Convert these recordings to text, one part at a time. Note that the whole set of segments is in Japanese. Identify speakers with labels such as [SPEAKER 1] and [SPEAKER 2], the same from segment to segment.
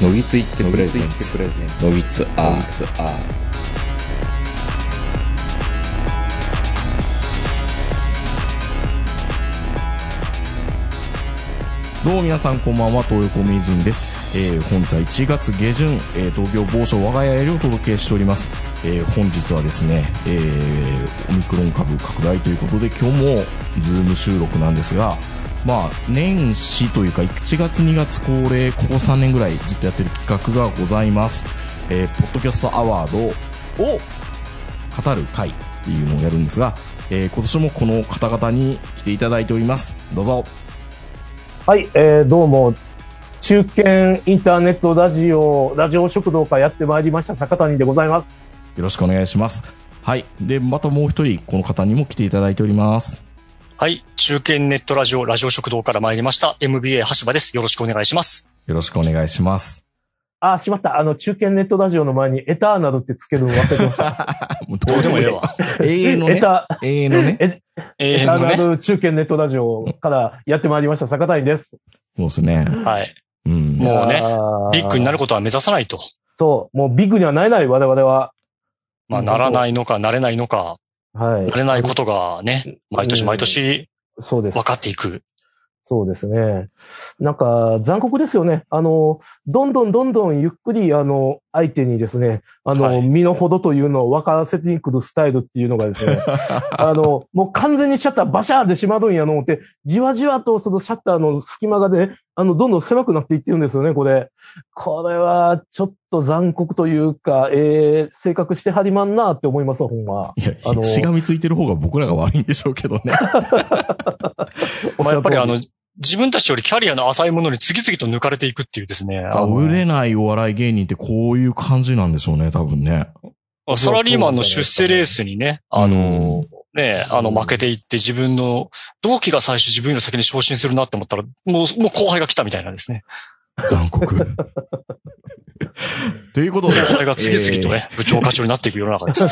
[SPEAKER 1] のぎついってプレゼンツのぎつアーツア
[SPEAKER 2] どうも皆さんこんばんは、東横名人です。えー、本日は1月下旬、えー、東京某所我が家よりお届けしております。えー、本日はですね、えー、オミクロン株拡大ということで、今日もズーム収録なんですが、まあ、年始というか、1月2月恒例、ここ3年ぐらいずっとやってる企画がございます。えー、ポッドキャストアワードを語る会っていうのをやるんですが、えー、今年もこの方々に来ていただいております。どうぞ。
[SPEAKER 3] はい、えー、どうも、中堅インターネットラジオ、ラジオ食堂からやってまいりました、坂谷でございます。
[SPEAKER 2] よろしくお願いします。はい。で、またもう一人、この方にも来ていただいております。
[SPEAKER 4] はい。中堅ネットラジオ、ラジオ食堂から参りました。MBA 橋場です。よろしくお願いします。
[SPEAKER 2] よろしくお願いします。
[SPEAKER 3] あー、しまった。あの、中堅ネットラジオの前にエターナルってつけるの忘れてました。
[SPEAKER 2] もう
[SPEAKER 4] どうで もええわ。
[SPEAKER 2] 永遠の
[SPEAKER 3] エ
[SPEAKER 2] ね。
[SPEAKER 3] タ、
[SPEAKER 2] 永遠のね。
[SPEAKER 4] 永
[SPEAKER 3] エ
[SPEAKER 4] 遠
[SPEAKER 3] タ
[SPEAKER 4] の
[SPEAKER 3] ー
[SPEAKER 4] ね。
[SPEAKER 3] ナル中堅ネットラジオからやってまいりました、坂谷です。
[SPEAKER 2] そうですね。
[SPEAKER 4] はい。
[SPEAKER 2] うん。
[SPEAKER 4] もうね
[SPEAKER 3] あー
[SPEAKER 4] ビッグになることは目指さないと。
[SPEAKER 3] そう、もうビッグにはなれない、我々は。
[SPEAKER 4] まあ、ならないのか、なれないのか、
[SPEAKER 3] はい
[SPEAKER 4] な。れないことがね、毎年毎年
[SPEAKER 3] そうです
[SPEAKER 4] 分。かっていく。
[SPEAKER 3] そうですね。なんか、残酷ですよね。あの、どんどんどんどんゆっくり、あの、相手にですね、あの、
[SPEAKER 4] はい
[SPEAKER 3] 身の程というのを分からせてくるスタイルっていうのがですね、あの、もう完全にシャッターバシャーで閉まるんやのって、じわじわとそのシャッターの隙間がね、あの、どんどん狭くなっていってるんですよね、これ。これは、ちょっと残酷というか、えー、性格してはりまんなって思いますわ、ほんま。
[SPEAKER 2] いや、
[SPEAKER 3] あの
[SPEAKER 2] しがみついてる方が僕らが悪いんでしょうけど ね。
[SPEAKER 4] まあ、やっぱりあ
[SPEAKER 3] おっしゃる通
[SPEAKER 4] の、自分たちよりキャリアの浅いものに次々と抜かれていくっていうですね。あの
[SPEAKER 2] 売れないお笑い芸人ってこういう感じなんでしょうね、多分ね。
[SPEAKER 4] サラリーマンの出世レースにね、あの、ね、あの、負けていって自分の、同期が最初自分より先に昇進するなって思ったら、もう、もう後輩が来たみたいなんですね。
[SPEAKER 2] 残酷。 ということ
[SPEAKER 4] 後
[SPEAKER 2] で。
[SPEAKER 4] 輩が次々とね、部長課長になっていく世の中です。
[SPEAKER 3] あ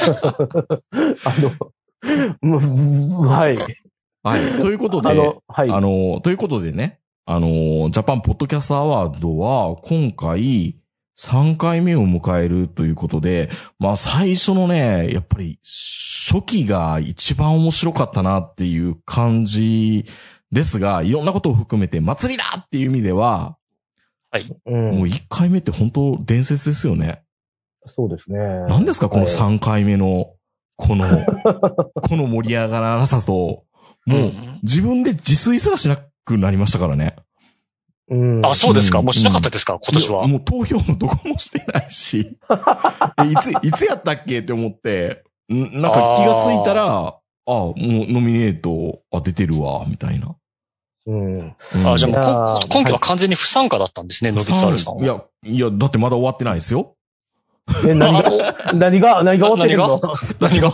[SPEAKER 3] の、もうはい。
[SPEAKER 2] えー。はい。ということで。
[SPEAKER 3] あの、はい。
[SPEAKER 2] あの、ということでね、あの、ジャパンポッドキャストアワードは、今回、3回目を迎えるということで、まあ最初のね、やっぱり初期が一番面白かったなっていう感じですが、いろんなことを含めて祭りだっていう意味では、
[SPEAKER 3] うん
[SPEAKER 2] もう1回目って本当伝説ですよね。
[SPEAKER 3] そうですね。
[SPEAKER 2] 何ですかこの
[SPEAKER 3] はい
[SPEAKER 2] 3回目の、こ の、この盛り上がらなさと、もう自分で自炊すらしなくなりましたからね。
[SPEAKER 3] うん
[SPEAKER 4] あ、そうですか。
[SPEAKER 2] うん
[SPEAKER 4] もうしなかったですか、今年
[SPEAKER 2] い
[SPEAKER 4] は
[SPEAKER 2] や。もう投票もどこもしてないし。 えいつ、いつやったっけって思って、んなんか気がついたら、ああ、もうノミネート、あ、出てるわ、みたいな。
[SPEAKER 3] うん。
[SPEAKER 2] うん
[SPEAKER 4] あ、じゃあ
[SPEAKER 3] いや
[SPEAKER 4] もうこ
[SPEAKER 3] ー
[SPEAKER 4] 今期は完全に不参加だったんですね、ノビツアルさんは。
[SPEAKER 2] いや、いや、だってまだ終わってないですよ。
[SPEAKER 3] え、何が、
[SPEAKER 4] あ
[SPEAKER 3] 何が、何が
[SPEAKER 4] あの
[SPEAKER 3] 終わって
[SPEAKER 4] 何
[SPEAKER 3] る
[SPEAKER 4] が
[SPEAKER 3] の
[SPEAKER 4] 何が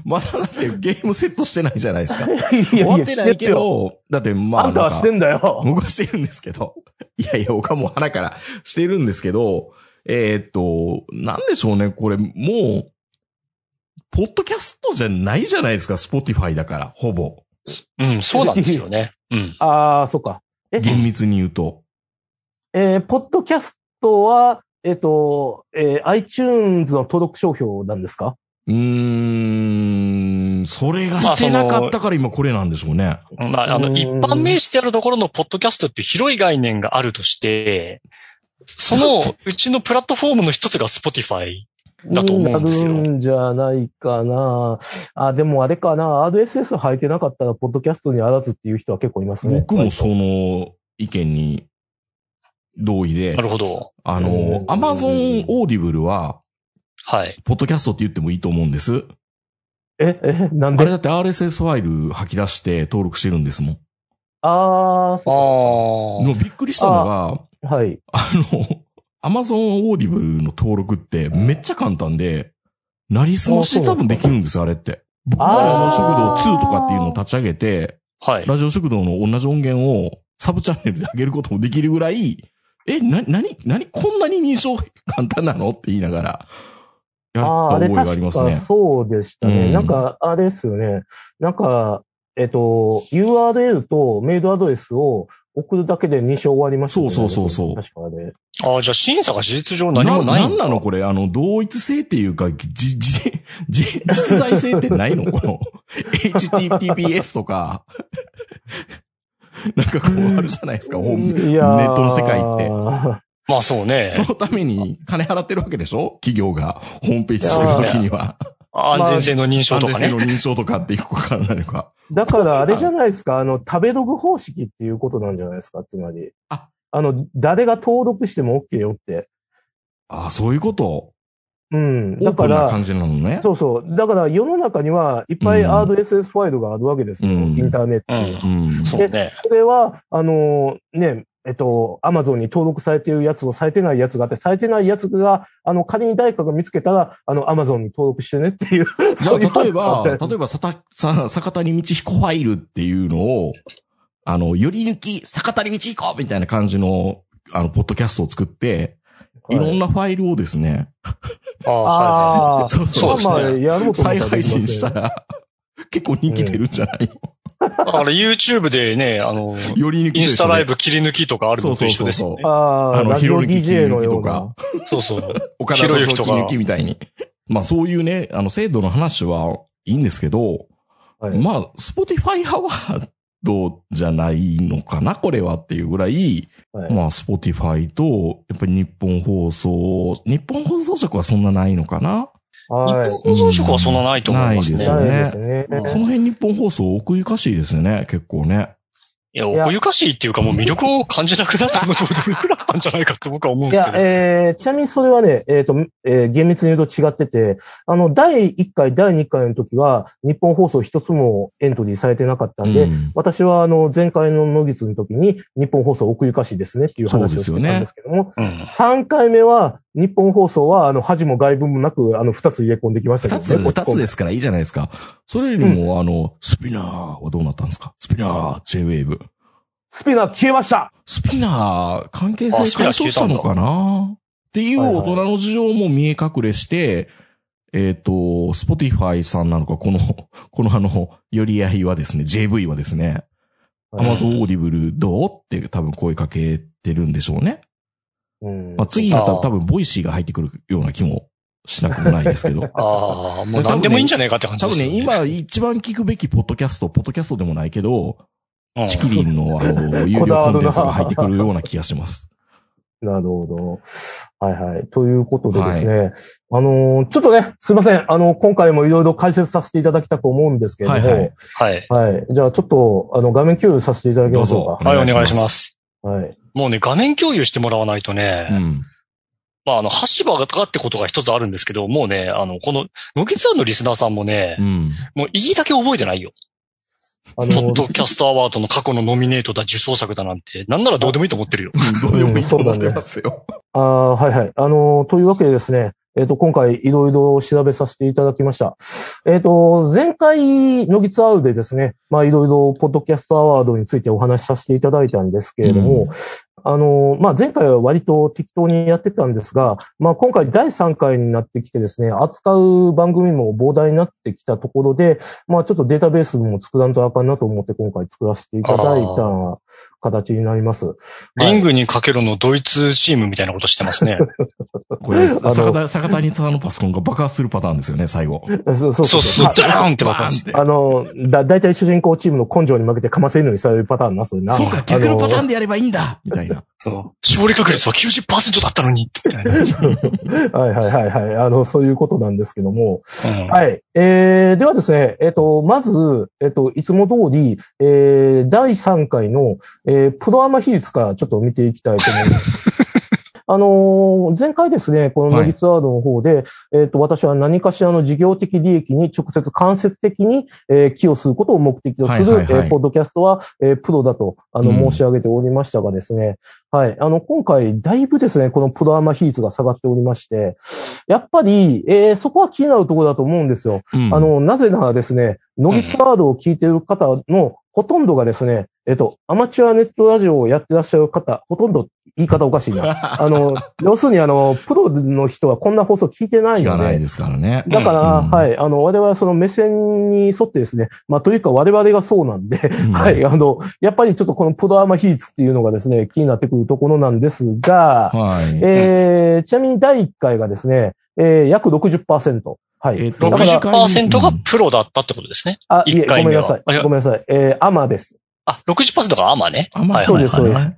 [SPEAKER 2] まだだってゲームセットしてないじゃないですか。
[SPEAKER 3] い
[SPEAKER 2] 終
[SPEAKER 3] や
[SPEAKER 2] わっ
[SPEAKER 3] いや、
[SPEAKER 2] て
[SPEAKER 3] し
[SPEAKER 2] ない
[SPEAKER 3] て
[SPEAKER 2] け
[SPEAKER 3] るよ。
[SPEAKER 2] ど、だってまあ。
[SPEAKER 3] あんたは
[SPEAKER 2] な
[SPEAKER 3] し
[SPEAKER 2] か
[SPEAKER 3] てんだよ。
[SPEAKER 2] 僕はしてるんですけど。 いやいや、僕はもう腹からしてるんですけど、えーっと、なんでしょうね、これ、もう、ポッドキャストじゃないじゃないですか、スポティファイだから、ほぼ。
[SPEAKER 4] うん、そうなんですよね。うん。
[SPEAKER 3] ああ、そっか。え、
[SPEAKER 2] 厳密に言うと。
[SPEAKER 3] えーポッドキャストは、えっ、と、えー iTunes の登録商標なんですか
[SPEAKER 2] うーん、それがしてなかったから今これなんでしょうね。
[SPEAKER 4] まあ、あ
[SPEAKER 3] う
[SPEAKER 4] の、
[SPEAKER 3] ん
[SPEAKER 4] 一般名詞であるところのポッドキャストっていう広い概念があるとして、そのうちのプラットフォームの一つが Spotify。だと思うんですよ
[SPEAKER 3] あるんじゃないかな。あ、でもあれかな。RSS 履いてなかったら、ポッドキャストにあらずっていう人は結構いますね。
[SPEAKER 2] 僕もその意見に同意で
[SPEAKER 4] な、るほど。
[SPEAKER 2] あ
[SPEAKER 3] う
[SPEAKER 2] の
[SPEAKER 3] ん、
[SPEAKER 2] アマゾンオーディブルは、
[SPEAKER 4] はい。
[SPEAKER 2] ポッドキャストって言ってもいいと思うんです。
[SPEAKER 3] え、え、なん
[SPEAKER 2] あれ
[SPEAKER 3] で
[SPEAKER 2] だって RSS ファイル吐き出して登録してるんですもん。
[SPEAKER 3] ああ、
[SPEAKER 4] あ
[SPEAKER 3] そ
[SPEAKER 4] あ。
[SPEAKER 2] でもびっくりしたのが、あ
[SPEAKER 3] うはい。
[SPEAKER 2] の、Amazon Audible の登録ってめっちゃ簡単で、なりすましで多分できるんですよ、あれって。僕がラジオ食堂2とかっていうのを立ち上げて、
[SPEAKER 4] はい。
[SPEAKER 2] ラジオ食堂の同じ音源をサブチャンネルで上げることもできるぐらい、え、な、なに、なに、こんなに認証簡単なのって言いながら、やった
[SPEAKER 3] ああー、あ
[SPEAKER 2] 覚
[SPEAKER 3] れ
[SPEAKER 2] えがあり
[SPEAKER 3] 確
[SPEAKER 2] ます
[SPEAKER 3] か
[SPEAKER 2] ね。
[SPEAKER 3] そうでしたね。
[SPEAKER 2] うん
[SPEAKER 3] なんか、あれですよね。なんか、えっと、URL とメールアドレスを送るだけで認証終わりましたね、
[SPEAKER 2] そうそうそうそう
[SPEAKER 3] 確かあれ。
[SPEAKER 4] ああ、じゃあ審査が事実上何もない
[SPEAKER 2] んなのこれ、あの、同一性っていうか、じ、じ、じ、実在性ってないのこの、HTTPS とか、 なんかこうあるじゃないですか、ホーム
[SPEAKER 3] いや
[SPEAKER 2] ネットの世界って
[SPEAKER 3] っ
[SPEAKER 4] まあそうね。
[SPEAKER 2] そのために金払ってるわけでしょ企業がホームページ作るときには。
[SPEAKER 4] 安全性の認証とか
[SPEAKER 2] 安全性
[SPEAKER 4] ね
[SPEAKER 2] の。認証とかっていうからなのか。
[SPEAKER 3] て。だからあれじゃないですか、あの、食べログ方式っていうことなんじゃないですか、つまり。
[SPEAKER 2] あ
[SPEAKER 3] あの、誰が登録しても OK よって。
[SPEAKER 2] ああ、そういうこと。
[SPEAKER 3] うん。
[SPEAKER 2] オ
[SPEAKER 3] だ
[SPEAKER 2] ープ
[SPEAKER 3] か
[SPEAKER 2] ンな
[SPEAKER 3] ら、
[SPEAKER 2] 感じなのね。
[SPEAKER 3] そうそう。だから世の中にはいっぱい
[SPEAKER 2] うん
[SPEAKER 3] RSS ファイルがあるわけですよ、
[SPEAKER 2] うん
[SPEAKER 3] インターネット
[SPEAKER 4] う
[SPEAKER 3] に。
[SPEAKER 4] ん
[SPEAKER 2] う。ん。
[SPEAKER 4] そうね。
[SPEAKER 3] それは、あのね、えっと、アマゾンに登録されているやつとされてないやつがあって、されてないやつが、あの、仮に誰かが見つけたら、あの、アマゾンに登録してねっていう。
[SPEAKER 2] じゃあ、
[SPEAKER 3] そういう
[SPEAKER 2] 例えば、
[SPEAKER 3] あった
[SPEAKER 2] 例えば、さた、さ、坂谷道彦ファイルっていうのを、あの、寄り抜き、坂谷道彦みたいな感じの、あの、ポッドキャストを作って、いろんなファイルをですね、
[SPEAKER 4] ああ、はいはい
[SPEAKER 3] ああ、
[SPEAKER 2] そうそう
[SPEAKER 4] ですね
[SPEAKER 3] まあまあやろうと思ったら
[SPEAKER 2] 再
[SPEAKER 3] できますね
[SPEAKER 2] 配信したら、結構人気出るんじゃないの、
[SPEAKER 4] だから YouTube でね、あの、
[SPEAKER 2] 寄り抜き
[SPEAKER 4] イ
[SPEAKER 2] で
[SPEAKER 4] ンス
[SPEAKER 2] す
[SPEAKER 4] タ
[SPEAKER 2] ね、
[SPEAKER 4] ライブ切り抜きとかあるのと一緒ですよね。
[SPEAKER 3] あ
[SPEAKER 2] あ
[SPEAKER 3] あ、
[SPEAKER 2] の、
[SPEAKER 3] ラ
[SPEAKER 2] ひ
[SPEAKER 3] ジ
[SPEAKER 2] ろ
[SPEAKER 3] オ
[SPEAKER 2] ゆき切り
[SPEAKER 3] DJ の
[SPEAKER 2] 抜き
[SPEAKER 3] よ
[SPEAKER 2] と
[SPEAKER 3] うな
[SPEAKER 2] か。、
[SPEAKER 4] そうそう。
[SPEAKER 2] 岡田
[SPEAKER 4] ひろ
[SPEAKER 2] の
[SPEAKER 4] ゆ
[SPEAKER 2] 切
[SPEAKER 4] きと
[SPEAKER 2] り
[SPEAKER 4] か
[SPEAKER 2] 抜きみたいに。まあ、そういうね、あの、制度の話はいいんですけど、
[SPEAKER 3] はい
[SPEAKER 2] まあ、スポティファイハワードじゃないのかな、これはっていうぐらい、
[SPEAKER 3] はい
[SPEAKER 2] まあ、スポティファイと、やっぱり日本放送、日本放送色はそんなないのかな、
[SPEAKER 3] はい。
[SPEAKER 4] 日本放送色はそんなないと思います
[SPEAKER 2] ない
[SPEAKER 4] ね。
[SPEAKER 2] で
[SPEAKER 4] い
[SPEAKER 2] すよ
[SPEAKER 3] ない
[SPEAKER 2] ね
[SPEAKER 3] ですね。
[SPEAKER 2] その辺日本放送奥ゆかしいですよね、結構ね。
[SPEAKER 4] や、奥ゆかしいっていうかもう魅力を感じなくなってもうどうでもよくなったんじゃないかって僕は思うん
[SPEAKER 3] い
[SPEAKER 4] です
[SPEAKER 3] や
[SPEAKER 4] け、ど。
[SPEAKER 3] えー、ちなみにそれはね、えっ、と、えー厳密に言うと違ってて、あの、第1回、第2回の時は、日本放送一つもエントリーされてなかったんで、
[SPEAKER 2] うん
[SPEAKER 3] 私はあの前回の野月の時に日本放送奥ゆかしいですねっていう話をしてたんですけども、
[SPEAKER 4] うん
[SPEAKER 3] 3回目は日本放送はあの恥も外文もなくあの2つ入れ込んできましたけ
[SPEAKER 2] 二
[SPEAKER 3] ど
[SPEAKER 2] つ、
[SPEAKER 3] ね。
[SPEAKER 2] 二つですからいいじゃないですか。それよりも、あの、スピナーはどうなったんですかスピナー、J-Wave。
[SPEAKER 3] スピナー消えました
[SPEAKER 2] スピナー、関係性
[SPEAKER 4] あスピナ
[SPEAKER 2] 解消
[SPEAKER 4] ー消え
[SPEAKER 2] したた
[SPEAKER 4] んだ
[SPEAKER 2] のかなっていう
[SPEAKER 3] はいはい
[SPEAKER 2] 大人の事情も見え隠れして、えっ、と、スポティファイさんなのか、この、このあの、寄り合いはですね、JV はですね、アマゾンオーディブルどうって多分声かけてるんでしょうね。
[SPEAKER 3] うん
[SPEAKER 2] まあ、次になったら多分ボイシーが入ってくるような気もしなくもないですけど。
[SPEAKER 4] ああ、もう何でもいいんじゃないかって感じ
[SPEAKER 2] 多
[SPEAKER 4] で
[SPEAKER 2] 分
[SPEAKER 4] すよ
[SPEAKER 2] ね、
[SPEAKER 4] ね。
[SPEAKER 2] 今一番聞くべきポッドキャスト、ポッドキャストでもないけど、チクリンのあの、有料
[SPEAKER 3] こだ
[SPEAKER 2] コ
[SPEAKER 3] わ
[SPEAKER 2] ン
[SPEAKER 3] る
[SPEAKER 2] テ
[SPEAKER 3] な
[SPEAKER 2] ンツが入ってくるような気がします。
[SPEAKER 3] なるほど。はいはい。ということでですね、あのーちょっとね、すいません。あの、今回もいろいろ解説させていただきたく思うんですけれども、
[SPEAKER 2] は
[SPEAKER 3] はいい、
[SPEAKER 2] はい
[SPEAKER 4] うん。はい。
[SPEAKER 3] じゃあちょっと、あの、画面共有させていただき
[SPEAKER 2] ど
[SPEAKER 3] ま
[SPEAKER 2] う
[SPEAKER 3] しょ
[SPEAKER 2] ぞ
[SPEAKER 3] う。か。
[SPEAKER 4] はい、お願いしま。す。
[SPEAKER 3] はい。
[SPEAKER 4] もうね、画面共有してもらわないとね、
[SPEAKER 2] うん。
[SPEAKER 4] まあ、あの、橋場がかってことが一つあるんですけど、もうね、あの、この、ノキツアーのリスナーさんもね
[SPEAKER 2] う、ん。
[SPEAKER 4] もう言いだけ覚えてないよ。
[SPEAKER 3] あ
[SPEAKER 4] ポッドキャストアワードの過去のノミネートだ、受賞作だなんて、なんならどうでもいいと思ってるよ。
[SPEAKER 2] どうでもいいと思ってますよ。
[SPEAKER 3] ああ、はいはい。あのーというわけでですね、えっ、と、今回いろいろ調べさせていただきました。えっ、と、前回、のぎツアウでですね、まあいろいろ、ポッドキャストアワードについてお話しさせていただいたんですけれども、
[SPEAKER 2] うん
[SPEAKER 3] あのーまあ前回は割と適当にやってたんですが、まあ今回第3回になってきてですね、扱う番組も膨大になってきたところで、まあちょっとデータベースも作らんとあかんなと思って今回作らせていただいた形になります。はい
[SPEAKER 4] リングにかけろのドイツチームみたいなことしてますね。
[SPEAKER 2] これ、坂田、坂谷さんのパソコンが爆発するパターンですよね、最後。
[SPEAKER 3] そうそう
[SPEAKER 4] そうそう、ダラーンってば
[SPEAKER 2] バ
[SPEAKER 4] か
[SPEAKER 2] ーンって。
[SPEAKER 3] あの、だ、だいたい主人公チームの根性に負けてかませるのにされるパターンな、それな。
[SPEAKER 2] そうか、逆のパター
[SPEAKER 3] ン
[SPEAKER 2] ンでやればいいんだみたいな。
[SPEAKER 4] そう。勝利確率は90%だったのに、みたいな。
[SPEAKER 3] はいはいはいはい。あの、そういうことなんですけども。
[SPEAKER 4] うん
[SPEAKER 3] はい。えー、ではですね、えっ、と、まず、えっ、と、いつも通り、えー、第3回の、えー、プロアマ比率からちょっと見ていきたいと思います。 あのー前回ですね、このノギツアードの方で、えっ、と、私は何かしらの事業的利益に直接間接的に、えー寄与することを目的とする、
[SPEAKER 2] はいはいはい
[SPEAKER 3] えーポッドキャストは、えープロだと、あの、
[SPEAKER 2] うん
[SPEAKER 3] 申し上げておりましたがですね、はい。あの、今回、だいぶですね、このプロアマ比率が下がっておりまして、やっぱり、えーそこは気になるところだと思うんですよ。
[SPEAKER 2] うん
[SPEAKER 3] あ、の、なぜならですね、ノギツアードを聞いている方のほとんどがですね、えっと、アマチュアネットラジオをやってらっしゃる方、ほとんど言い方おかしい な。あの、要するにあの、プロの人はこんな放送聞いてない
[SPEAKER 2] 聞
[SPEAKER 3] の
[SPEAKER 2] かない
[SPEAKER 3] で、
[SPEAKER 2] ですからね。
[SPEAKER 3] だから、
[SPEAKER 2] うん
[SPEAKER 3] はい、あの、我々はその目線に沿ってですね、まあ、というか我々がそうなんで、
[SPEAKER 2] うん
[SPEAKER 3] はい、あの、やっぱりちょっとこのプロアマ比率っていうのがですね、気になってくるところなんですが、
[SPEAKER 2] はい。
[SPEAKER 3] えー、ちなみに第1回がですね、えー、約60%。はい。
[SPEAKER 2] えっと
[SPEAKER 3] だから
[SPEAKER 4] 60%がプロだったってことですね。
[SPEAKER 3] あ、いえ、
[SPEAKER 4] 一
[SPEAKER 3] ご
[SPEAKER 4] 回
[SPEAKER 3] めんな
[SPEAKER 4] 目は
[SPEAKER 3] さい。
[SPEAKER 4] あいや
[SPEAKER 3] ごめんなさい。えー、アマです。
[SPEAKER 4] あ、60%がアマね。
[SPEAKER 2] あま
[SPEAKER 4] はい
[SPEAKER 3] そうです
[SPEAKER 2] はいはい
[SPEAKER 3] そう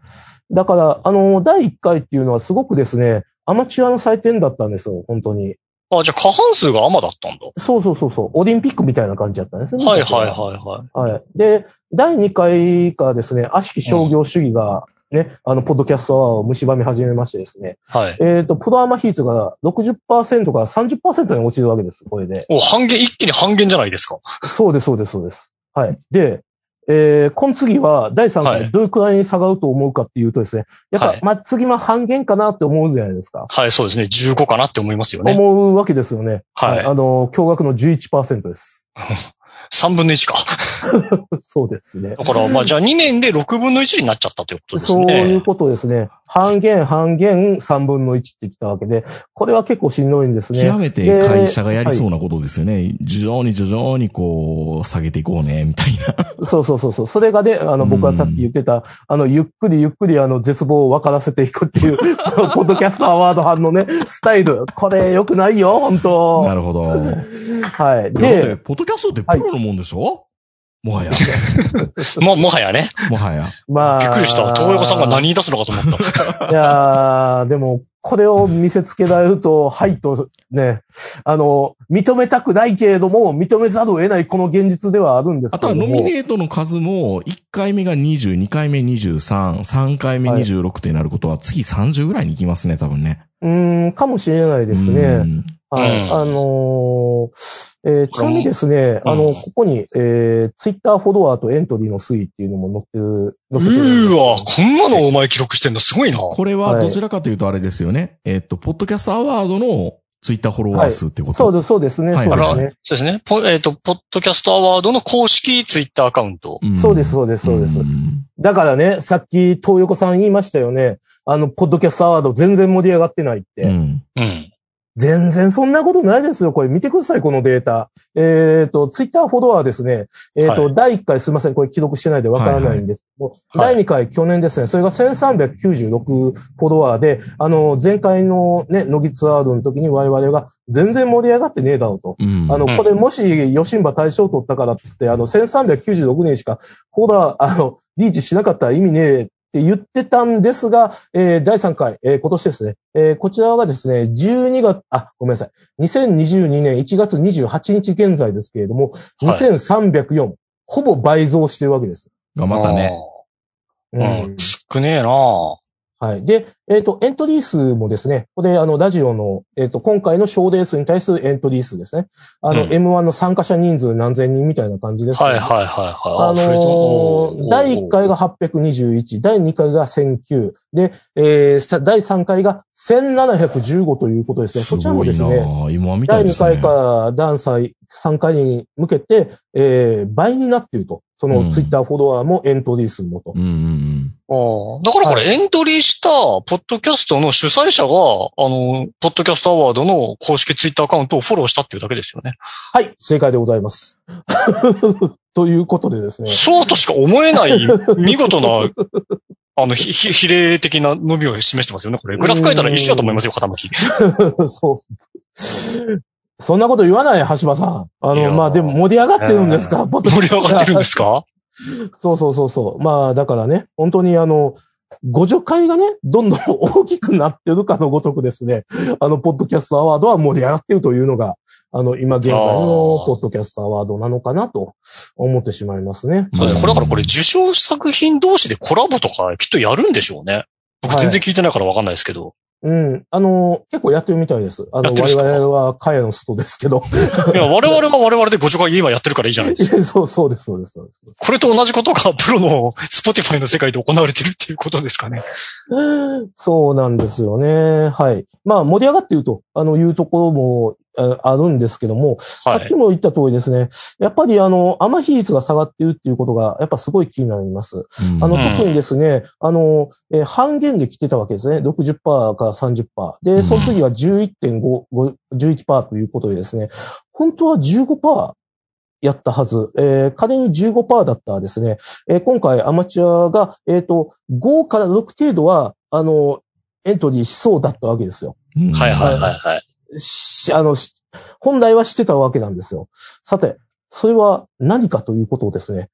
[SPEAKER 3] だから、あのー第1回っていうのはすごくですね、アマチュアの祭典だったんですよ、本当に。
[SPEAKER 4] あ、じゃあ過半数がアマだったんだ。
[SPEAKER 3] そうそうそうそう、オリンピックみたいな感じだったんですね。
[SPEAKER 4] はいはいはいは
[SPEAKER 3] い。
[SPEAKER 4] い。
[SPEAKER 3] はい。で、第2回からですね、悪しき商業主義が、ね、あの、ポッドキャストアワーを蝕み始めましてですね。
[SPEAKER 4] はい。
[SPEAKER 3] えっ、と、プロアマ比率が60%から30%に落ちるわけです、これで。
[SPEAKER 4] お、半減、一気に半減じゃないですか。
[SPEAKER 3] そうです、そうです、そうです。はい。で、えー、この次は、第3
[SPEAKER 4] はい
[SPEAKER 3] 回、どれくらいに下がると思うかっていうとですね、やっぱ、
[SPEAKER 4] はい
[SPEAKER 3] まあ、次も半減かなって思うじゃないですか。
[SPEAKER 4] はい、そうですね。15かなって思いますよね。
[SPEAKER 3] 思うわけですよね。
[SPEAKER 4] はい
[SPEAKER 3] あの、驚愕の11%です。
[SPEAKER 4] 3分の1か。
[SPEAKER 3] そうですね。
[SPEAKER 4] だから、まあじゃあ2年で6分の1になっちゃったということです
[SPEAKER 3] そういう
[SPEAKER 4] ね。
[SPEAKER 3] ことですね。半減、半減、3分の1ってきたわけで、これは結構しんどいんですね
[SPEAKER 2] 極。めて会社がやりそうなことですよね。徐々に徐々にこう、下げていこうね、みたいな。
[SPEAKER 3] そうそうそうそう。それがね、あの、僕はさっき言ってた、あの、ゆっくりゆっくり、あの、絶望を分からせていくっていう、 あのポッドキャストアワード班のね、スタイル。これ、良くないよ、本
[SPEAKER 2] な
[SPEAKER 3] 当
[SPEAKER 2] るほど。
[SPEAKER 3] はい。
[SPEAKER 2] だって
[SPEAKER 3] で、
[SPEAKER 2] ポッドキャストってプロのもんでしょもはや。
[SPEAKER 4] もう、もはやね。
[SPEAKER 2] もはや。
[SPEAKER 3] まあ。
[SPEAKER 4] びっくりした。東横さんが何言い出すのかと思った。
[SPEAKER 3] いやーでも、これを見せつけられると、はいと、ね、あの、認めたくないけれども、認めざるを得ないこの現実ではあるんです
[SPEAKER 2] あ
[SPEAKER 3] け
[SPEAKER 2] とは
[SPEAKER 3] れども。
[SPEAKER 2] ノミネートの数も、1回目が20、2回目23、3回目26ってなることは、次30ぐらいに行きますね、多分ね。
[SPEAKER 3] うーん、かもしれないですね。
[SPEAKER 2] うん。
[SPEAKER 3] はい。
[SPEAKER 4] うん
[SPEAKER 3] あのーえーちなみにですね、
[SPEAKER 4] うん
[SPEAKER 3] あの、ここに、えー、ツイッターフォロワーとエントリーの推移っていうのも載ってる、載
[SPEAKER 4] う
[SPEAKER 3] せてるんですけ
[SPEAKER 4] ー
[SPEAKER 3] ど
[SPEAKER 4] わ、こんなのお前記録してんのすごいな。
[SPEAKER 2] これはどちらかというとあれですよね。えっと、ポッドキャストアワードのツイッターフォロワー数ってこと。
[SPEAKER 3] そうです、そうですね、
[SPEAKER 2] はい
[SPEAKER 3] そう
[SPEAKER 4] あ
[SPEAKER 3] で
[SPEAKER 4] ら、
[SPEAKER 3] す
[SPEAKER 4] そう
[SPEAKER 3] ね。
[SPEAKER 4] ですね。ポえっ、と、ポッドキャストアワードの公式ツイッターアカウント。
[SPEAKER 2] ん
[SPEAKER 3] そうです、そうです、そうです。
[SPEAKER 2] ん
[SPEAKER 3] だからね、さっき、東横さん言いましたよね。あの、ポッドキャストアワード全然盛り上がってないって。
[SPEAKER 2] うん。
[SPEAKER 4] うん。
[SPEAKER 3] 全然そんなことないですよ。これ見てください、このデータ。えっ、と、ツイッターフォロワーですね。えっ、と、
[SPEAKER 4] は
[SPEAKER 3] 第1回すいません、これ記録してないでわからないんですけど、
[SPEAKER 4] はい
[SPEAKER 3] 第2回去年ですね、それが1396フォロワーで、あの、前回のね、乃木ツアードの時に我々が全然盛り上がってねえだろうと。
[SPEAKER 2] うん
[SPEAKER 3] あの、
[SPEAKER 4] うん
[SPEAKER 3] これもし、吉馬大賞取ったからって言って、あの、1396年しか、ほら、あの、リーチしなかったら意味ねえって言ってたんですが、えー第3回、えー今年ですね、えーこちらがですね、12月、あ、ごめんなさい、2022年1月28日現在ですけれども、
[SPEAKER 4] はい
[SPEAKER 3] 2304、ほぼ倍増してるわけです。
[SPEAKER 2] がまたね。
[SPEAKER 3] う
[SPEAKER 4] あー。うん。少ねえなは
[SPEAKER 3] はい。で、えっ、と、エントリー数もですね、これ、あの、ラジオの、えっ、と、今回の賞レースに対するエントリー数ですね。あの、
[SPEAKER 4] うん
[SPEAKER 3] M1 の参加者人数何千人みたいな感じで
[SPEAKER 4] い
[SPEAKER 3] すけど、
[SPEAKER 4] はいはいは
[SPEAKER 3] あ
[SPEAKER 4] い。増えたお
[SPEAKER 3] の
[SPEAKER 4] ー
[SPEAKER 3] ー第1回が821、第2回が1009、で、えーさ第3回が1715ということですね。
[SPEAKER 2] す
[SPEAKER 3] こちらも
[SPEAKER 2] ご
[SPEAKER 3] で
[SPEAKER 2] い
[SPEAKER 3] す
[SPEAKER 2] な
[SPEAKER 3] ね、
[SPEAKER 2] ぁ今みたい
[SPEAKER 3] 第
[SPEAKER 2] で
[SPEAKER 3] 2
[SPEAKER 2] すね。
[SPEAKER 3] 回から第3回に向けて、えー倍になっていると。その
[SPEAKER 2] うん
[SPEAKER 3] ツイッターフォロワーもエントリー数もと。
[SPEAKER 2] うんうんうん。
[SPEAKER 4] あーだからこれエントリーした、ポッドキャストの主催者が、あの、ポッドキャストアワードの公式ツイッターアカウントをフォローしたっていうだけですよね。
[SPEAKER 3] はい、正解でございます。 ということで ですね。
[SPEAKER 4] そうとしか思えない、見事 な、あの、ひ、ひ、比例的な伸びを示してますよね、これ。グラフ書いたら一緒だと思いますよ、傾き。
[SPEAKER 3] そう。そんなこと言わない、橋場さん。あ
[SPEAKER 4] いや
[SPEAKER 3] の、まあ、でも盛り上がってるんですか、ポッドキャ
[SPEAKER 4] 盛
[SPEAKER 3] ス
[SPEAKER 4] り
[SPEAKER 3] ト
[SPEAKER 4] 上がってるんです か
[SPEAKER 3] そうそうそうそう。まあ、だからね、本当にあの、ご助会がね、どんどん大きくなってるかのごとくですね、あの、ポッドキャストアワードは盛り上がってるというのが、あの、今現在の
[SPEAKER 4] あー
[SPEAKER 3] ポッドキャストアワードなのかなと思ってしまいますね。
[SPEAKER 4] そうですこれだからこれ
[SPEAKER 2] うん
[SPEAKER 4] 受賞作品同士でコラボとかきっとやるんでしょうね。僕
[SPEAKER 3] はい
[SPEAKER 4] 全然聞いてないからわかんないですけど。
[SPEAKER 3] うん。あの、結構やってるみたいです。あ
[SPEAKER 4] や
[SPEAKER 3] の、
[SPEAKER 4] ってるん
[SPEAKER 3] 我
[SPEAKER 4] ですか
[SPEAKER 3] 々は彼の外ですけど。
[SPEAKER 4] い、や、我々は我々でご助会今やってるからいいじゃないです か。
[SPEAKER 3] そう、そうです、そうです、そうです。
[SPEAKER 4] これと同じことが プロの Spotify の世界で行われてるっていうことですかね。
[SPEAKER 3] そうなんですよね。はい。まあ、盛り上がっていると、あの、いうところもああるんですけども、
[SPEAKER 4] は
[SPEAKER 3] さっ
[SPEAKER 4] い
[SPEAKER 3] き。も言った通りですね、やっぱりあの、アマ比率が下がっているっていうことが、やっぱすごい気になります。
[SPEAKER 2] うん
[SPEAKER 3] あの、
[SPEAKER 4] うん
[SPEAKER 3] 特にですね、あの、えー半減で来てたわけですね。60%から
[SPEAKER 2] う
[SPEAKER 3] 30%。
[SPEAKER 2] ん
[SPEAKER 3] で、その次が11.5、ご11%ということでですね、本当は15%やったはず。えー仮に15%だったらですね、えー今回アマチュアが、えっ、と、5から6程度は、あの、エントリーしそうだったわけですよ。
[SPEAKER 2] うん
[SPEAKER 4] はいはいはいはい。
[SPEAKER 3] し、あの、し本来はしてたわけなんですよ。さて、それは何かということをですね、